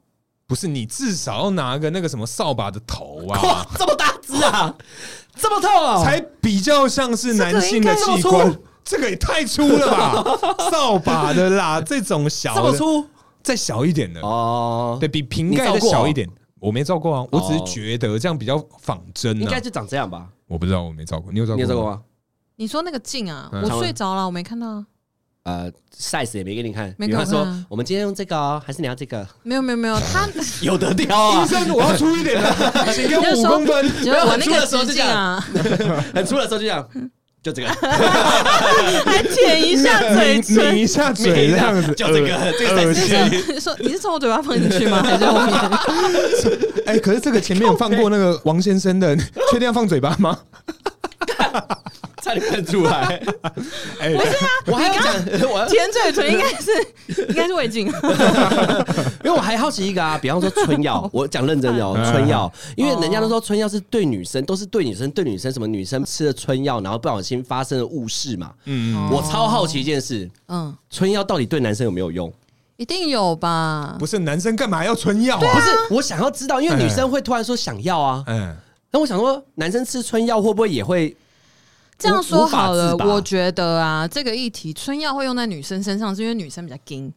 Speaker 3: 不是你至少要拿个那个什么扫把的头
Speaker 1: 哇
Speaker 3: 啊，，
Speaker 1: 这么大只啊， 这么痛 哦，
Speaker 3: 才比较像是男性的器
Speaker 1: 这个应该要
Speaker 3: 官。这个也太粗了 吧，扫把的啦，这种小
Speaker 1: 这么
Speaker 3: 的，
Speaker 1: 粗
Speaker 3: 再小一点的，
Speaker 1: 哦，
Speaker 3: 对比瓶盖的小一点。我没照过啊，我只
Speaker 1: 哦
Speaker 3: 是觉得这样比较仿真
Speaker 1: 应
Speaker 3: 啊
Speaker 1: 该。就长这样吧？
Speaker 3: 我不知道，我没照过，你有照
Speaker 1: 你有
Speaker 3: 过
Speaker 1: 做过
Speaker 3: 吗？
Speaker 1: 吗？
Speaker 2: 你说那个镜啊，
Speaker 3: 嗯
Speaker 2: 我睡着了，我没看到啊。
Speaker 1: 呃，size 也没给你看，
Speaker 2: 没
Speaker 1: 你会
Speaker 2: 给我
Speaker 1: 说
Speaker 2: 看啊
Speaker 1: 我们今天用这个哦，还是你要这个？
Speaker 2: 没有没有没有， 他
Speaker 1: 有得挑 啊
Speaker 3: 医，生，我要粗一点 的，请给我
Speaker 2: 就
Speaker 3: 五
Speaker 2: 说
Speaker 3: 公分。
Speaker 2: 就
Speaker 1: 有
Speaker 2: 我那
Speaker 1: 我出的
Speaker 2: 个
Speaker 1: 时候就这
Speaker 2: 直径
Speaker 1: 样
Speaker 2: 啊，
Speaker 1: 很粗的时候就这样，
Speaker 2: 嗯
Speaker 1: 就这个，
Speaker 2: 还舔一下嘴
Speaker 3: 抿
Speaker 2: 唇
Speaker 3: 一。下嘴这样子， 呃
Speaker 1: 就这个这个才
Speaker 3: 恶
Speaker 2: 那
Speaker 3: 心。
Speaker 2: 个说你是从我嘴巴放进去 吗？还是后面？
Speaker 3: 哎，可是这个前面有放过那个王先生 的，确定要放嘴巴吗？
Speaker 1: 差点喷出来。 啊
Speaker 3: 哎，
Speaker 1: 我还要讲，我要
Speaker 2: 舔嘴唇应该是 应该是胃啊镜，
Speaker 1: 因为我还好奇一个啊，比方说春药，我讲认真的哦，
Speaker 3: 嗯
Speaker 1: 春药，因为人家都说春药是对女生，都是对女生对女生，什么女生吃了春药，然后不小心发生了误事嘛。
Speaker 3: 嗯，
Speaker 1: 我超好奇一件事，
Speaker 2: 嗯，
Speaker 1: 春药到底对男生有没有用？
Speaker 2: 一定有吧
Speaker 3: 不？是男生干嘛要春药啊
Speaker 1: 不？是，我想要知道，因为女生会突然说想要啊，
Speaker 3: 嗯，
Speaker 1: 那我想说，男生吃春药会不会也会
Speaker 2: 这样说好
Speaker 1: 无
Speaker 2: 了，
Speaker 1: 无法自拔
Speaker 2: 我觉得啊，这个议题春药会用在女生身上，是因为女生比较硬。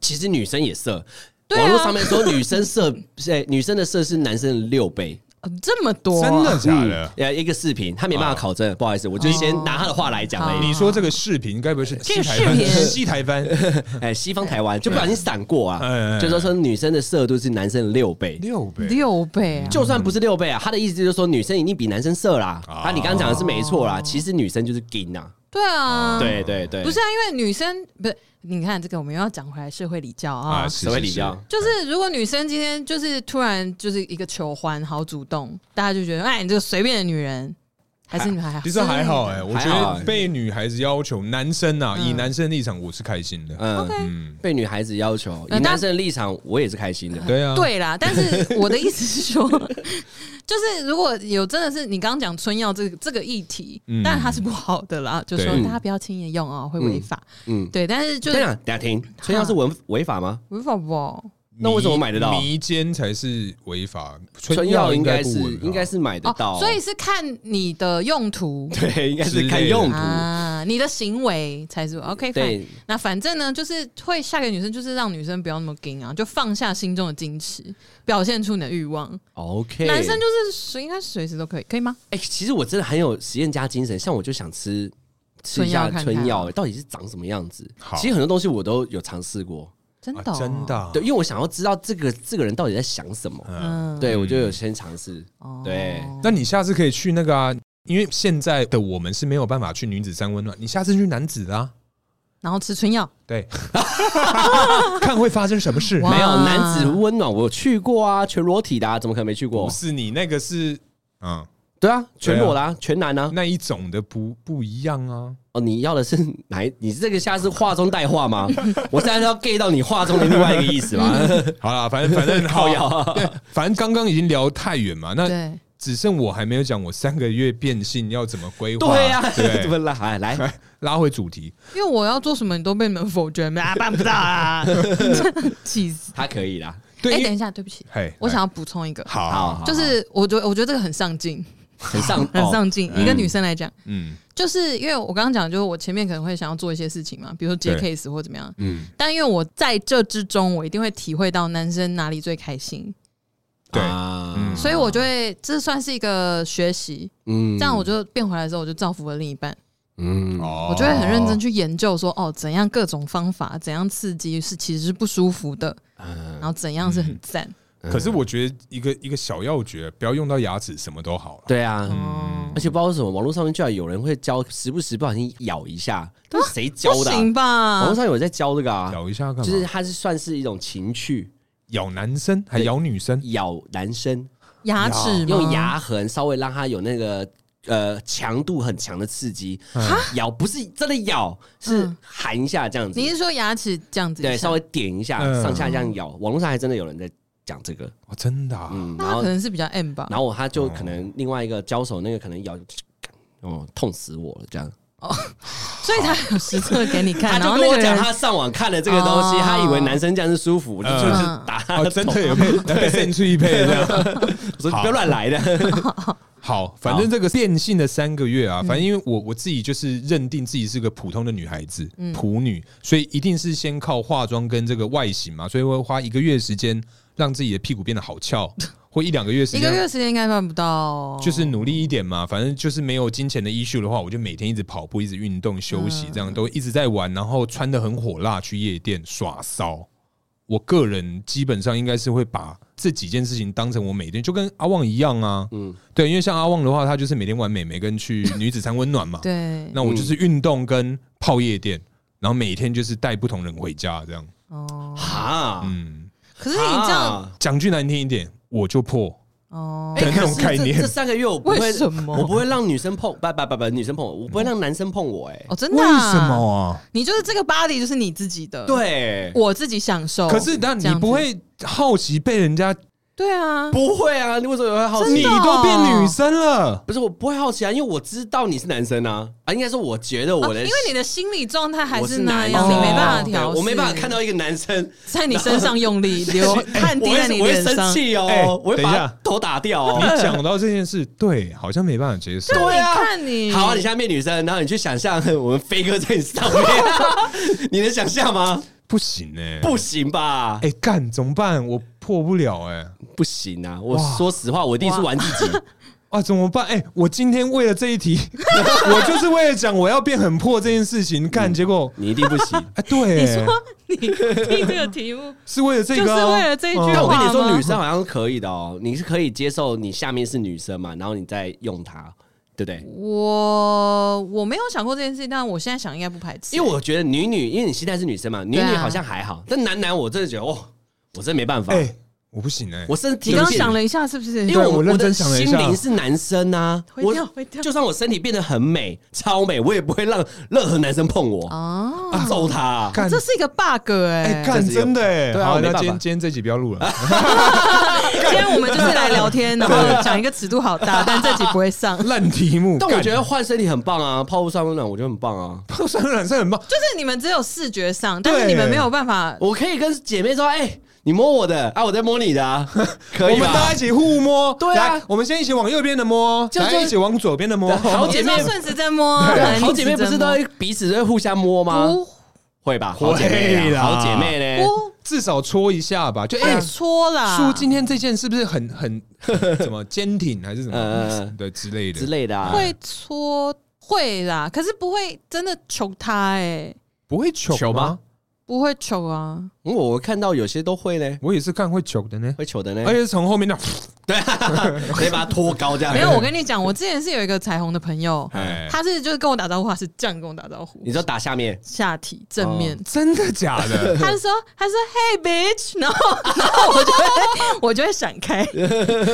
Speaker 1: 其实女生也色。
Speaker 2: 对啊
Speaker 1: 网络上面说女生色， 哎，女生的色是男生的六倍。
Speaker 2: 呃这么多啊、
Speaker 3: 真的假的？
Speaker 1: 呃，一个视频，他没办法考
Speaker 2: 哦
Speaker 1: 证，不好意思，我就先拿他的话来讲而已
Speaker 3: 你。说这个视频该不会是西台
Speaker 2: 这个视
Speaker 3: 湾？
Speaker 2: 频
Speaker 3: 西台 湾
Speaker 1: 哎，西方台湾就不小心闪过
Speaker 2: 哎
Speaker 3: 嗯
Speaker 1: 啊，就说说女生的色度是男生的六倍。
Speaker 3: 六倍，
Speaker 2: 六倍啊！
Speaker 1: 就算不是六倍啊，他的意思就是说女生一定比男生色啦。
Speaker 2: 哦
Speaker 1: 啊，你刚刚讲的是没错啦，其实女生就是金呐。
Speaker 2: 对啊，，
Speaker 1: 对对对，
Speaker 2: 不是啊，因为女生不是，你看这个我们又要讲回来社会礼教啊。
Speaker 3: 啊
Speaker 1: 社会礼教。
Speaker 2: 就是如果女生今天就是突然就是一个求欢，好主动，大家就觉得哎，你这个随便的女人。还是你们还好？
Speaker 3: 其实还好哎、我觉
Speaker 1: 还好啊
Speaker 3: 得被女孩子要求，男生啊，以男生立场，我是开心的。
Speaker 1: 嗯
Speaker 2: OK
Speaker 3: 嗯，
Speaker 1: 被女孩子要求，以
Speaker 2: 呃
Speaker 1: 男
Speaker 2: 但
Speaker 1: 生的立场，我也是开心的。
Speaker 3: 对啊，
Speaker 2: 对啦，但是我的意思是说，就是如果有真的是你刚刚讲春药这个这个议题，
Speaker 3: 嗯
Speaker 2: 但它是不好的啦，就说
Speaker 3: 对啊
Speaker 2: 大家不要轻易用哦，会违法。
Speaker 1: 嗯，
Speaker 2: 对，但是就
Speaker 1: 等一
Speaker 2: 是
Speaker 1: 下，等一下停，春药是违违法吗？
Speaker 2: 违法不？
Speaker 1: 那为什么买得到
Speaker 3: 迷奸才是违法，
Speaker 1: 春药应该啊
Speaker 3: 不
Speaker 1: 是
Speaker 3: 违法
Speaker 1: 应该是买得到，
Speaker 2: 哦，所以是看你的用途。
Speaker 1: 对，应该是看用途。
Speaker 2: 啊，你的行为才是 OK。
Speaker 1: 对，
Speaker 2: 那反正呢，就是会下给女生，就是让女生不要那么硬啊，就放下心中的矜持，表现出你的欲望。
Speaker 1: 哦，OK。
Speaker 2: 男生就是随应该随时都可以，可以吗？
Speaker 1: 哎、其实我真的很有实验家精神，像我就想吃吃一下
Speaker 2: 春药看看啊
Speaker 1: 春药，到底是长什么样子。
Speaker 3: 好
Speaker 1: 其实很多东西我都有尝试过，
Speaker 2: 真的、哦
Speaker 3: 啊真的，啊
Speaker 1: 对，因为我想要知道这个这个人到底在想什么，
Speaker 2: 嗯，
Speaker 1: 对我就有先尝试。
Speaker 2: 哦
Speaker 1: 对
Speaker 3: 那你下次可以去那个啊，因为现在的我们是没有办法去女子三温暖，你下次去男子啊，
Speaker 2: 然后吃春药，
Speaker 3: 对，看会发生什么事。
Speaker 2: 哇
Speaker 1: 没有男子温暖，我有去过啊，全裸体的、啊，怎么可能没去过
Speaker 3: 不？是你那个是嗯
Speaker 1: 对啊，全裸的、啊，全男啊。
Speaker 3: 那一种的不不一样啊，
Speaker 1: 哦，你要的是 哪一？你这个下是话中带话吗？ 我现在是要 get 到你话中的另外一个意思吗？
Speaker 3: 好啦， 反 正反正
Speaker 1: 靠腰
Speaker 3: 好对，反正刚刚已经聊太远嘛，
Speaker 1: 哎
Speaker 3: 那
Speaker 2: 对，
Speaker 3: 只剩我还没有讲我三个月变性要怎么规划，
Speaker 1: 对啊，
Speaker 3: 对
Speaker 1: 怎么了？哎，来，
Speaker 3: 拉回主题，
Speaker 2: 因为我要做什么，你都被你们否决， 没啊，办不到啊，气死！
Speaker 1: 他可以哎啦。
Speaker 3: 对，
Speaker 2: 哎、
Speaker 3: 因为
Speaker 2: 等一下，对不起，
Speaker 3: 嘿
Speaker 2: 我想要补充一个，
Speaker 3: 好
Speaker 1: 好，
Speaker 3: 好，
Speaker 1: 好
Speaker 2: 就是我觉得我觉得这个很上进，
Speaker 1: 很上
Speaker 2: 很
Speaker 1: 哦
Speaker 2: 上进，一个女生来讲。
Speaker 3: 嗯
Speaker 2: 就是因为我刚刚讲，就是我前面可能会想要做一些事情嘛，比如说接
Speaker 3: 对
Speaker 2: case 或怎么样。
Speaker 1: 嗯，
Speaker 2: 但因为我在这之中，我一定会体会到男生哪里最开心，
Speaker 3: 对
Speaker 1: 啊
Speaker 3: 嗯
Speaker 2: 所以我就会这算是一个学习。
Speaker 1: 嗯
Speaker 2: 这样我就变回来之后，我就造福了另一半，
Speaker 1: 嗯
Speaker 3: 哦
Speaker 2: 我就会很认真去研究说，哦，怎样各种方法，怎样刺激是其实是不舒服的，
Speaker 1: 嗯
Speaker 2: 然后怎样是很赞。
Speaker 3: 可是我觉得一个一个小要诀，不要用到牙齿，什么都好了。
Speaker 1: 对啊，
Speaker 2: 哦，
Speaker 1: 而且不知道为什么，网络上面居然有人会教，时不时不小心咬一下，都是谁教
Speaker 2: 不
Speaker 1: 的啊、
Speaker 2: 行
Speaker 1: 网
Speaker 2: 吧
Speaker 1: 络？上有人在教这个啊，
Speaker 3: 咬一下干嘛？
Speaker 1: 就是它是算是一种情趣，
Speaker 3: 咬男生还咬女生，
Speaker 1: 咬男生
Speaker 2: 牙啊齿吗
Speaker 1: 用牙痕稍微让他有那个。呃，强度很强的刺激，
Speaker 3: 嗯
Speaker 1: 咬不是真的咬，是
Speaker 2: 嗯
Speaker 1: 含一下这样子，
Speaker 2: 你是说牙齿这样子一下？
Speaker 1: 对，稍微点一下，
Speaker 3: 嗯
Speaker 1: 上下这样咬。网络上还真的有人在讲这个，
Speaker 3: 哦，真的、啊
Speaker 1: 嗯，然
Speaker 2: 那他
Speaker 1: 后
Speaker 2: 可能是比较 M 吧。
Speaker 1: 然后他就可能另外一个交手那个可能咬，哦，痛死我了这样。
Speaker 2: 所以他有实测给你
Speaker 1: 他
Speaker 2: 看，然
Speaker 1: 就
Speaker 2: 后
Speaker 1: 跟
Speaker 2: 那
Speaker 1: 我
Speaker 2: 个
Speaker 1: 讲，
Speaker 2: 人
Speaker 1: 他上网看了这个东西，
Speaker 2: 哎哦
Speaker 1: 他以为男生这样是舒服，就
Speaker 3: 嗯
Speaker 1: 就是打他
Speaker 3: 哦，
Speaker 1: 的
Speaker 3: 真
Speaker 1: 头
Speaker 3: 的有被被渗出一配这样。
Speaker 1: 我说你不要乱来 的。
Speaker 3: 好，反正这个变性的三个月啊，
Speaker 2: 嗯
Speaker 3: 反正因为我我自己就是认定自己是个普通的女孩子，
Speaker 2: 嗯
Speaker 3: 普女，所以一定是先靠化妆跟这个外形嘛，所以会花一个月时间让自己的屁股变得好翘，或一两个月时
Speaker 2: 一个
Speaker 3: 间。
Speaker 2: 月时间应该办不到，
Speaker 3: 就是努力一点嘛，反正就是没有金钱的 issue 的话，我就每天一直跑步，一直运动休
Speaker 2: 嗯
Speaker 3: 息，这样都一直在玩，然后穿的很火辣去夜店耍骚。我个人基本上应该是会把这几件事情当成我每天就跟阿旺一样啊，
Speaker 1: 嗯
Speaker 3: 嗯，对，因为像阿旺的话，他就是每天玩美眉跟去女子餐温暖嘛，
Speaker 2: 对，嗯
Speaker 3: 那我就是运动跟泡夜店，然后每天就是带不同人回家这样，
Speaker 2: 哦，
Speaker 1: 哈，
Speaker 3: 嗯，
Speaker 2: 可是你这样
Speaker 1: 啊，
Speaker 3: 讲句难听一点，我就破，
Speaker 2: 哦，
Speaker 3: 的那种
Speaker 1: 可是
Speaker 3: 概
Speaker 1: 这
Speaker 3: 念
Speaker 1: 这三个月我不会
Speaker 2: 为什么
Speaker 1: 我不会让女生碰，不不不不，女生碰我，我不会让男生碰我。哎，
Speaker 2: 哦，真
Speaker 3: 为
Speaker 2: 的啊？
Speaker 3: 什么啊？
Speaker 2: 你就是这个 body 就是你自己的，，
Speaker 1: 对，
Speaker 2: 我自己享受。
Speaker 3: 可是但
Speaker 2: 哦这
Speaker 3: 你
Speaker 2: 样子
Speaker 3: 不会好奇被人家
Speaker 2: 对啊，
Speaker 1: 不会啊，你为什么会好
Speaker 2: 真
Speaker 1: 奇
Speaker 2: 的
Speaker 3: 你？都变女生了，
Speaker 1: 不是我不会好奇啊，因为我知道你是男生啊啊，应该说我觉得
Speaker 2: 哦
Speaker 1: 我的
Speaker 2: 因为你的心理状态还
Speaker 1: 我是
Speaker 2: 那
Speaker 1: 男
Speaker 2: 样，
Speaker 1: 生，
Speaker 2: 你没办法
Speaker 1: 对
Speaker 2: 调试，
Speaker 1: 我没办法看到一个男生，
Speaker 2: 在你身上 用力流汗
Speaker 1: 我
Speaker 2: 滴在
Speaker 1: 会
Speaker 2: 你
Speaker 1: 我会
Speaker 2: 脸
Speaker 1: 生
Speaker 2: 上，
Speaker 1: 气
Speaker 3: 哎
Speaker 1: 哦，我会
Speaker 3: 等一
Speaker 1: 把
Speaker 3: 下
Speaker 1: 他头打掉哦
Speaker 3: 你。讲到这件事，对，好像没办法接受。
Speaker 1: 对啊，
Speaker 2: 你看你
Speaker 1: 好啊，你现在变女生，然后你去想象我们飞哥在你上面，你能想象吗？
Speaker 3: 不行哎、
Speaker 1: 不，行吧？
Speaker 3: 哎、干怎么办？我破不了哎、
Speaker 1: 不行啊！我说实话，我一定是玩自己。
Speaker 3: 啊，怎么办？哎、我今天为了这一题， 我就是为了讲我要变很破这件事情，干
Speaker 1: 嗯
Speaker 3: 结果，
Speaker 1: 你一定不行。
Speaker 3: 哎、对、
Speaker 2: 你
Speaker 3: 哎
Speaker 2: 说你听这个题目，
Speaker 3: 是为了这个、
Speaker 2: 就是为了这一句
Speaker 3: 嗯
Speaker 1: 但我
Speaker 2: 话
Speaker 1: 跟你
Speaker 2: 哇
Speaker 1: 说，
Speaker 2: 吗
Speaker 1: 女生好像是可以的哦，你是可以接受你下面是女生嘛，然后你再用它，对不对？
Speaker 2: 嗯我我没有想过这件事情，但我现在想应该不排斥，
Speaker 1: 因为我觉得女女，因为你现在是女生嘛，女
Speaker 2: 对
Speaker 1: 女
Speaker 2: 啊
Speaker 1: 好像还好，但男男我真的觉得哦，我真的没办法。
Speaker 3: 哎、我不行哎，
Speaker 1: 我甚至
Speaker 2: 你刚刚想了一下，是不是？
Speaker 1: 因为
Speaker 3: 对
Speaker 1: 我
Speaker 3: 我认真
Speaker 1: 的
Speaker 3: 想了一
Speaker 1: 心
Speaker 3: 下
Speaker 1: 灵是男生啊，
Speaker 2: 会
Speaker 1: 我
Speaker 2: 掉会掉
Speaker 1: 就算我身体变得很美、超美，我也不会让任何男生碰我，
Speaker 4: 哦，
Speaker 1: 揍他啊。
Speaker 3: 干
Speaker 2: 这是一个 bug 哎、
Speaker 3: 哎，干
Speaker 1: 这是一个
Speaker 3: 真的哎，
Speaker 1: 对啊
Speaker 3: 好，
Speaker 1: 没
Speaker 3: 那
Speaker 1: 办法
Speaker 3: 今天今天这集不要录了，
Speaker 2: 今天我们就是来聊天，然后讲一个尺度好大， 但这集不会上。就
Speaker 3: 烂题目。
Speaker 1: 但我
Speaker 3: 干
Speaker 1: 觉得换身体很棒啊，泡温温暖我觉得很棒啊。
Speaker 3: 泡酸软是很棒，
Speaker 2: 是你们只有视觉上，但是
Speaker 3: 对
Speaker 2: 你们没有办法。
Speaker 1: 我可以跟姐妹说，哎、你摸我的啊，我在摸你的啊，可
Speaker 3: 我
Speaker 1: 以
Speaker 3: 们大
Speaker 1: 吧
Speaker 3: 家一？起互摸，
Speaker 1: 对啊
Speaker 3: 来，我们先一起往右边的摸，
Speaker 1: 就就
Speaker 3: 来一起往左边的摸，
Speaker 1: 好姐妹
Speaker 2: 你说顺时针摸，
Speaker 1: 对
Speaker 2: 嗯
Speaker 1: 好姐妹不是都
Speaker 2: 逆时
Speaker 1: 会彼此会互相摸吗？
Speaker 2: 针摸
Speaker 1: 会吧，好姐妹
Speaker 3: 会
Speaker 1: 啦，
Speaker 3: 啦
Speaker 1: 好姐妹嘞。
Speaker 2: 不
Speaker 3: 至少搓一下吧。就
Speaker 2: 不
Speaker 3: 哎
Speaker 1: 嗯
Speaker 2: 会，搓啦？
Speaker 3: 叔今天这件是不是很很 怎么坚挺还是什么
Speaker 1: 嗯
Speaker 3: 对之类的
Speaker 1: 之类的、啊，
Speaker 2: 会搓会啦，可是不会真的求他哎、
Speaker 3: 不会糗
Speaker 1: 糗吗？
Speaker 2: 不会求啊。
Speaker 1: 嗯我看到有些都会嘞，
Speaker 3: 我也是看会糗的呢，
Speaker 1: 会糗的
Speaker 3: 而
Speaker 2: 哎
Speaker 1: 嘞，
Speaker 3: 且是从后面那，
Speaker 1: 对、啊，可以把它拖高这样。
Speaker 2: 没有，我跟你讲，我之前是有一个彩虹的朋友，
Speaker 3: 哎，
Speaker 2: 他是就是跟我打招呼，他是这样跟我打招呼
Speaker 1: 你，哦知道打下面，
Speaker 2: 下体正面。
Speaker 3: 真的假 的？
Speaker 2: 他就说，他说，Hey bitch，然后， 然后我就会，我就会闪开，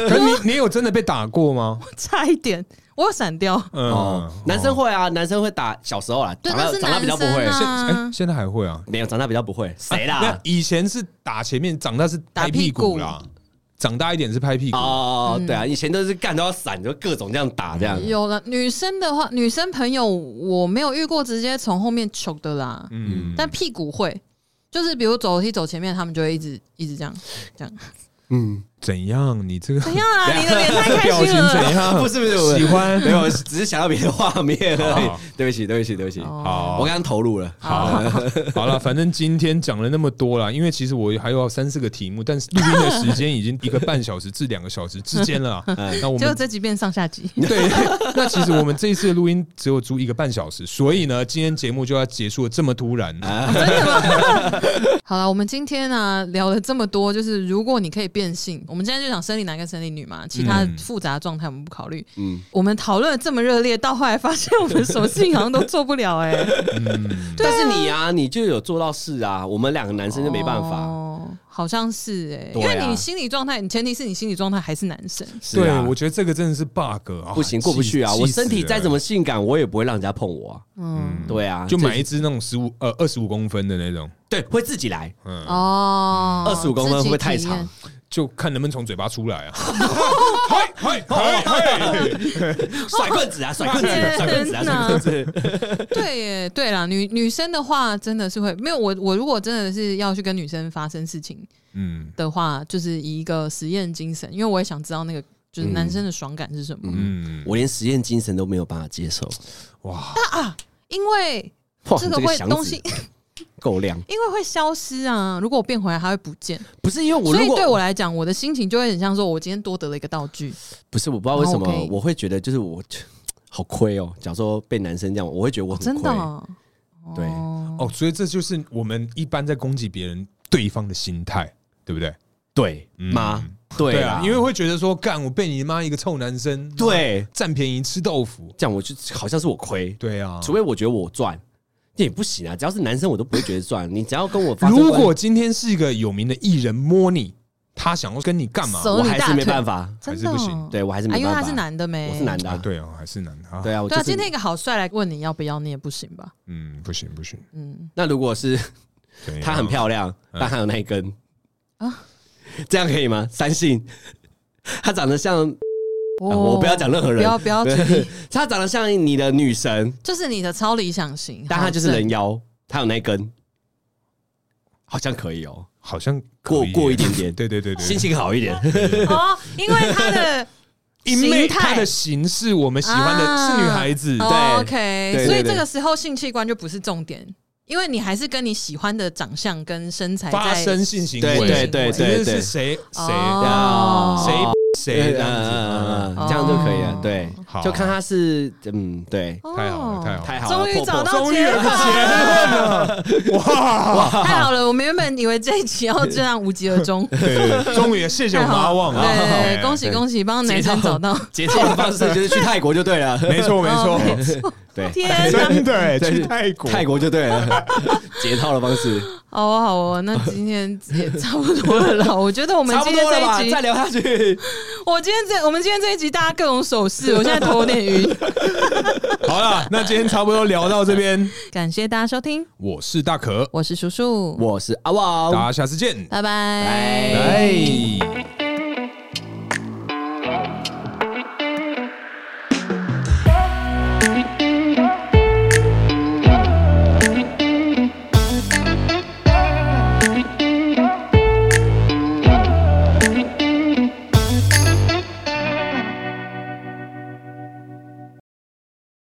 Speaker 3: 可是你你有真的被打过吗？
Speaker 2: 差一点，我有闪掉。
Speaker 1: 哦
Speaker 3: 嗯，，
Speaker 1: 男生会啊，男生会打，小时候啦，
Speaker 5: 对
Speaker 1: 长大
Speaker 5: 那是
Speaker 1: 长大比较不会
Speaker 5: 男，生啊
Speaker 3: 哎，现在还会啊？
Speaker 1: 没有长大比较不会，谁
Speaker 3: 那
Speaker 1: 啦？
Speaker 3: 以前是打前面，长大是
Speaker 2: 打
Speaker 3: 拍
Speaker 2: 屁
Speaker 3: 屁
Speaker 2: 股
Speaker 3: 股啦，长大一点是拍屁股。
Speaker 2: 嗯
Speaker 1: 哦，对啊，以前都是干都要闪，就各种这样打这样。
Speaker 2: 有了女生的话，女生朋友我没有遇过直接从后面求的啦，
Speaker 3: 嗯，
Speaker 2: 但屁股会，就是比如走楼梯走前面，他们就会一直一直这样这样。
Speaker 1: 嗯，
Speaker 3: 怎样？你这个
Speaker 2: 怎样啊？你的脸太
Speaker 3: 表
Speaker 2: 开
Speaker 3: 情
Speaker 2: 心了。
Speaker 3: 怎样？
Speaker 1: 啊不是不是不是
Speaker 3: 喜欢
Speaker 1: 没有，只是想到别的画面而
Speaker 3: 好
Speaker 1: 已。对不起，对不起，对不起，
Speaker 2: 哦
Speaker 1: 我
Speaker 3: 好，
Speaker 1: 刚刚投入了。
Speaker 3: 好，好了，反正今天讲了那么多啦，因为其实我还有三四个题目，但是录音的时间已经一个半小时至两个小时之间了啊。那我
Speaker 2: 结果
Speaker 3: 们
Speaker 2: 这集变上下 集，
Speaker 3: 对，那其实我们这一次的录音只有租一个半小时，所以呢，今天节目就要结束的这么突然。
Speaker 1: 啊
Speaker 2: 好了，我们今天呢、啊聊了这么多，就是如果你可以变性，我们今天就讲生理男跟生理女嘛，其他
Speaker 3: 嗯
Speaker 2: 复杂的状态我们不考虑。
Speaker 1: 嗯，
Speaker 2: 我们讨论得这么热烈，到后来发现我们什么事情好像都做不了哎、
Speaker 3: 嗯，
Speaker 1: 但是你啊，你就有做到事啊，我们两个男生就没办法。
Speaker 2: 哦，好像是哎、
Speaker 1: 对
Speaker 2: 因
Speaker 1: 啊
Speaker 2: 为你心理状态，你前提是你心理状态还是男生，
Speaker 1: 是
Speaker 3: 对
Speaker 1: 啊，，
Speaker 3: 我觉得这个真的是 bug 啊，
Speaker 1: 不行，
Speaker 3: 气
Speaker 1: 过不去啊！我
Speaker 3: 气死
Speaker 1: 身体再
Speaker 3: 了
Speaker 1: 怎么性感，我也不会让人家碰我啊。
Speaker 2: 嗯，
Speaker 1: 对啊，
Speaker 3: 就
Speaker 1: 这
Speaker 3: 买一只那种十五呃二十五公分的那种，
Speaker 1: 对，会自己来，
Speaker 3: 嗯，
Speaker 2: 哦，
Speaker 1: 25公分会不会太
Speaker 2: 自己体验
Speaker 1: 长？
Speaker 3: 就看能不能从嘴巴出 来啊。嗨嗨嗨嗨！
Speaker 1: 甩棍子 啊，甩棍子，
Speaker 2: 天
Speaker 1: 甩棍子 啊，甩
Speaker 2: 哪
Speaker 1: 棍子。
Speaker 2: 对耶，对啦，女女生的话真的是会没有我我如果真的是要去跟女生发生事情
Speaker 3: 嗯
Speaker 2: 的话，就是以一个实验精神，因为我也想知道那个就是男生的爽感是什么。
Speaker 3: 嗯，
Speaker 1: 我连实验精神都没有办法接受，
Speaker 3: 哇，
Speaker 2: 因为
Speaker 1: 哇，
Speaker 2: 这
Speaker 1: 你
Speaker 2: 个
Speaker 1: 这个
Speaker 2: 会
Speaker 1: 祥
Speaker 2: 东
Speaker 1: 子
Speaker 2: 西，
Speaker 1: 够亮。
Speaker 2: 因为会消失啊。如果我变回来，它会不见，
Speaker 1: 不是因为我
Speaker 2: 所
Speaker 1: 如
Speaker 2: 以
Speaker 1: 果
Speaker 2: 对我来讲，我的心情就会很像说，我今天多得了一个道具。
Speaker 1: 不是，我不知道为什
Speaker 2: 然后
Speaker 1: 么
Speaker 2: 我可以
Speaker 1: 我会觉得就是我好亏哦。假如说被男生这样，我会觉得我很
Speaker 2: 真的
Speaker 1: 亏
Speaker 2: 哦、
Speaker 1: 对
Speaker 2: 哦
Speaker 3: 哦，所以这就是我们一般在攻击别人对方的心态，对不对？
Speaker 1: 对
Speaker 3: 嗯
Speaker 1: 吗？对
Speaker 3: 啊，因为会觉得说，干我被你妈一个臭男生，
Speaker 1: 对
Speaker 3: 占便宜吃豆腐，
Speaker 1: 这样我就好像是我亏，
Speaker 3: 对啊。
Speaker 1: 除非我觉得我赚，这也不行啊。只要是男生，我都不会觉得赚。你只要跟我发生关
Speaker 3: 如果今天是一个有名的艺人摸你，他想要跟你干嘛？啊
Speaker 2: 手
Speaker 1: 我
Speaker 2: 你
Speaker 1: 还
Speaker 2: 大
Speaker 1: 是没
Speaker 2: 腿
Speaker 1: 办法，
Speaker 2: 真
Speaker 3: 还
Speaker 2: 的
Speaker 3: 是
Speaker 2: 哦、
Speaker 3: 不行
Speaker 1: 对我还是
Speaker 2: 啊，
Speaker 1: 没
Speaker 2: 因为
Speaker 1: 办法。
Speaker 2: 他是，男的没，
Speaker 1: 我是男的
Speaker 3: 啊，
Speaker 1: 啊，
Speaker 3: 对啊，还是难啊。
Speaker 1: 对啊，我
Speaker 2: 对啊，
Speaker 1: 就是
Speaker 2: 今天一个好帅来问你要不要，你也不行吧？
Speaker 3: 嗯，不行不行，啊
Speaker 2: 嗯，
Speaker 1: 那如果是
Speaker 3: 怎样
Speaker 1: 她很漂亮，
Speaker 3: 嗯
Speaker 1: 但她有那一根啊
Speaker 2: 啊，
Speaker 1: 这样可以吗？三性，她长得像，啊我不要讲任何
Speaker 2: 不
Speaker 1: 人
Speaker 2: 要，不要举例，
Speaker 1: 她长得像你的女神，
Speaker 2: 就是你的超理想型，
Speaker 1: 但她就是
Speaker 2: 好正
Speaker 1: 人妖，她有那一根，好像可以哦，
Speaker 3: 好像
Speaker 1: 过
Speaker 3: 可以
Speaker 1: 过一
Speaker 3: 耶
Speaker 1: 点点，
Speaker 3: 对对对对，
Speaker 1: 心情好一点。
Speaker 2: 哦，因为 他的
Speaker 3: 因为
Speaker 2: 形
Speaker 3: 他的
Speaker 2: 态。
Speaker 3: 形式我们喜欢的
Speaker 2: 啊
Speaker 3: 是女孩子，
Speaker 2: 哦 OK，
Speaker 1: 对对
Speaker 2: 所以
Speaker 1: 对
Speaker 2: 这个时候性器官就不是重点，因为你还是跟你喜欢的长相跟身材
Speaker 3: 发
Speaker 2: 在
Speaker 3: 生性行
Speaker 1: 对
Speaker 3: 为，
Speaker 1: 对对
Speaker 3: 只是
Speaker 1: 对对
Speaker 3: 是谁谁
Speaker 2: 哦
Speaker 3: 谁谁这样子。
Speaker 1: 嗯嗯嗯
Speaker 3: 嗯
Speaker 1: 嗯这样就可以了。对，
Speaker 3: 哦好，啊
Speaker 1: 就看他是嗯，对，
Speaker 2: 哦
Speaker 3: 太好了，太好了，啊
Speaker 1: 太好了，
Speaker 2: 终于
Speaker 1: 破破
Speaker 2: 找到
Speaker 1: 终于
Speaker 2: 结论
Speaker 3: 哇，
Speaker 2: 太好了！我们原本以为这一期要这样无疾而 终，
Speaker 3: 对对对，终于谢谢我
Speaker 2: 太
Speaker 3: 们阿
Speaker 2: 好
Speaker 3: 旺
Speaker 2: 了，
Speaker 3: 啊，
Speaker 2: 对对对，
Speaker 3: 哎
Speaker 2: 恭喜恭喜，帮男生 找到，
Speaker 1: 结束的方式就是去泰国就对了，
Speaker 3: 没错没
Speaker 2: 哦
Speaker 3: 错，
Speaker 1: 对，
Speaker 2: 天哪！
Speaker 3: 真的哎，
Speaker 1: 对
Speaker 3: 去泰国，
Speaker 1: 泰国就对 了，解套的方式，
Speaker 2: 好哦好哦，那今天也差不多了啦。我觉 得我们
Speaker 1: 差不
Speaker 2: 今天
Speaker 1: 多了吧
Speaker 2: 这？一集
Speaker 1: 再，聊下去，
Speaker 2: 我今天这我们今天这一集大家各种手势，我现在头有点晕。
Speaker 3: 好了，那今天差不多聊到这边，
Speaker 2: 感谢大家收听，
Speaker 3: 我是大可，
Speaker 2: 我是叔叔，
Speaker 1: 我是
Speaker 3: 大
Speaker 1: 阿旺，
Speaker 3: 家下次见，
Speaker 2: 拜拜。
Speaker 1: 拜
Speaker 3: 拜。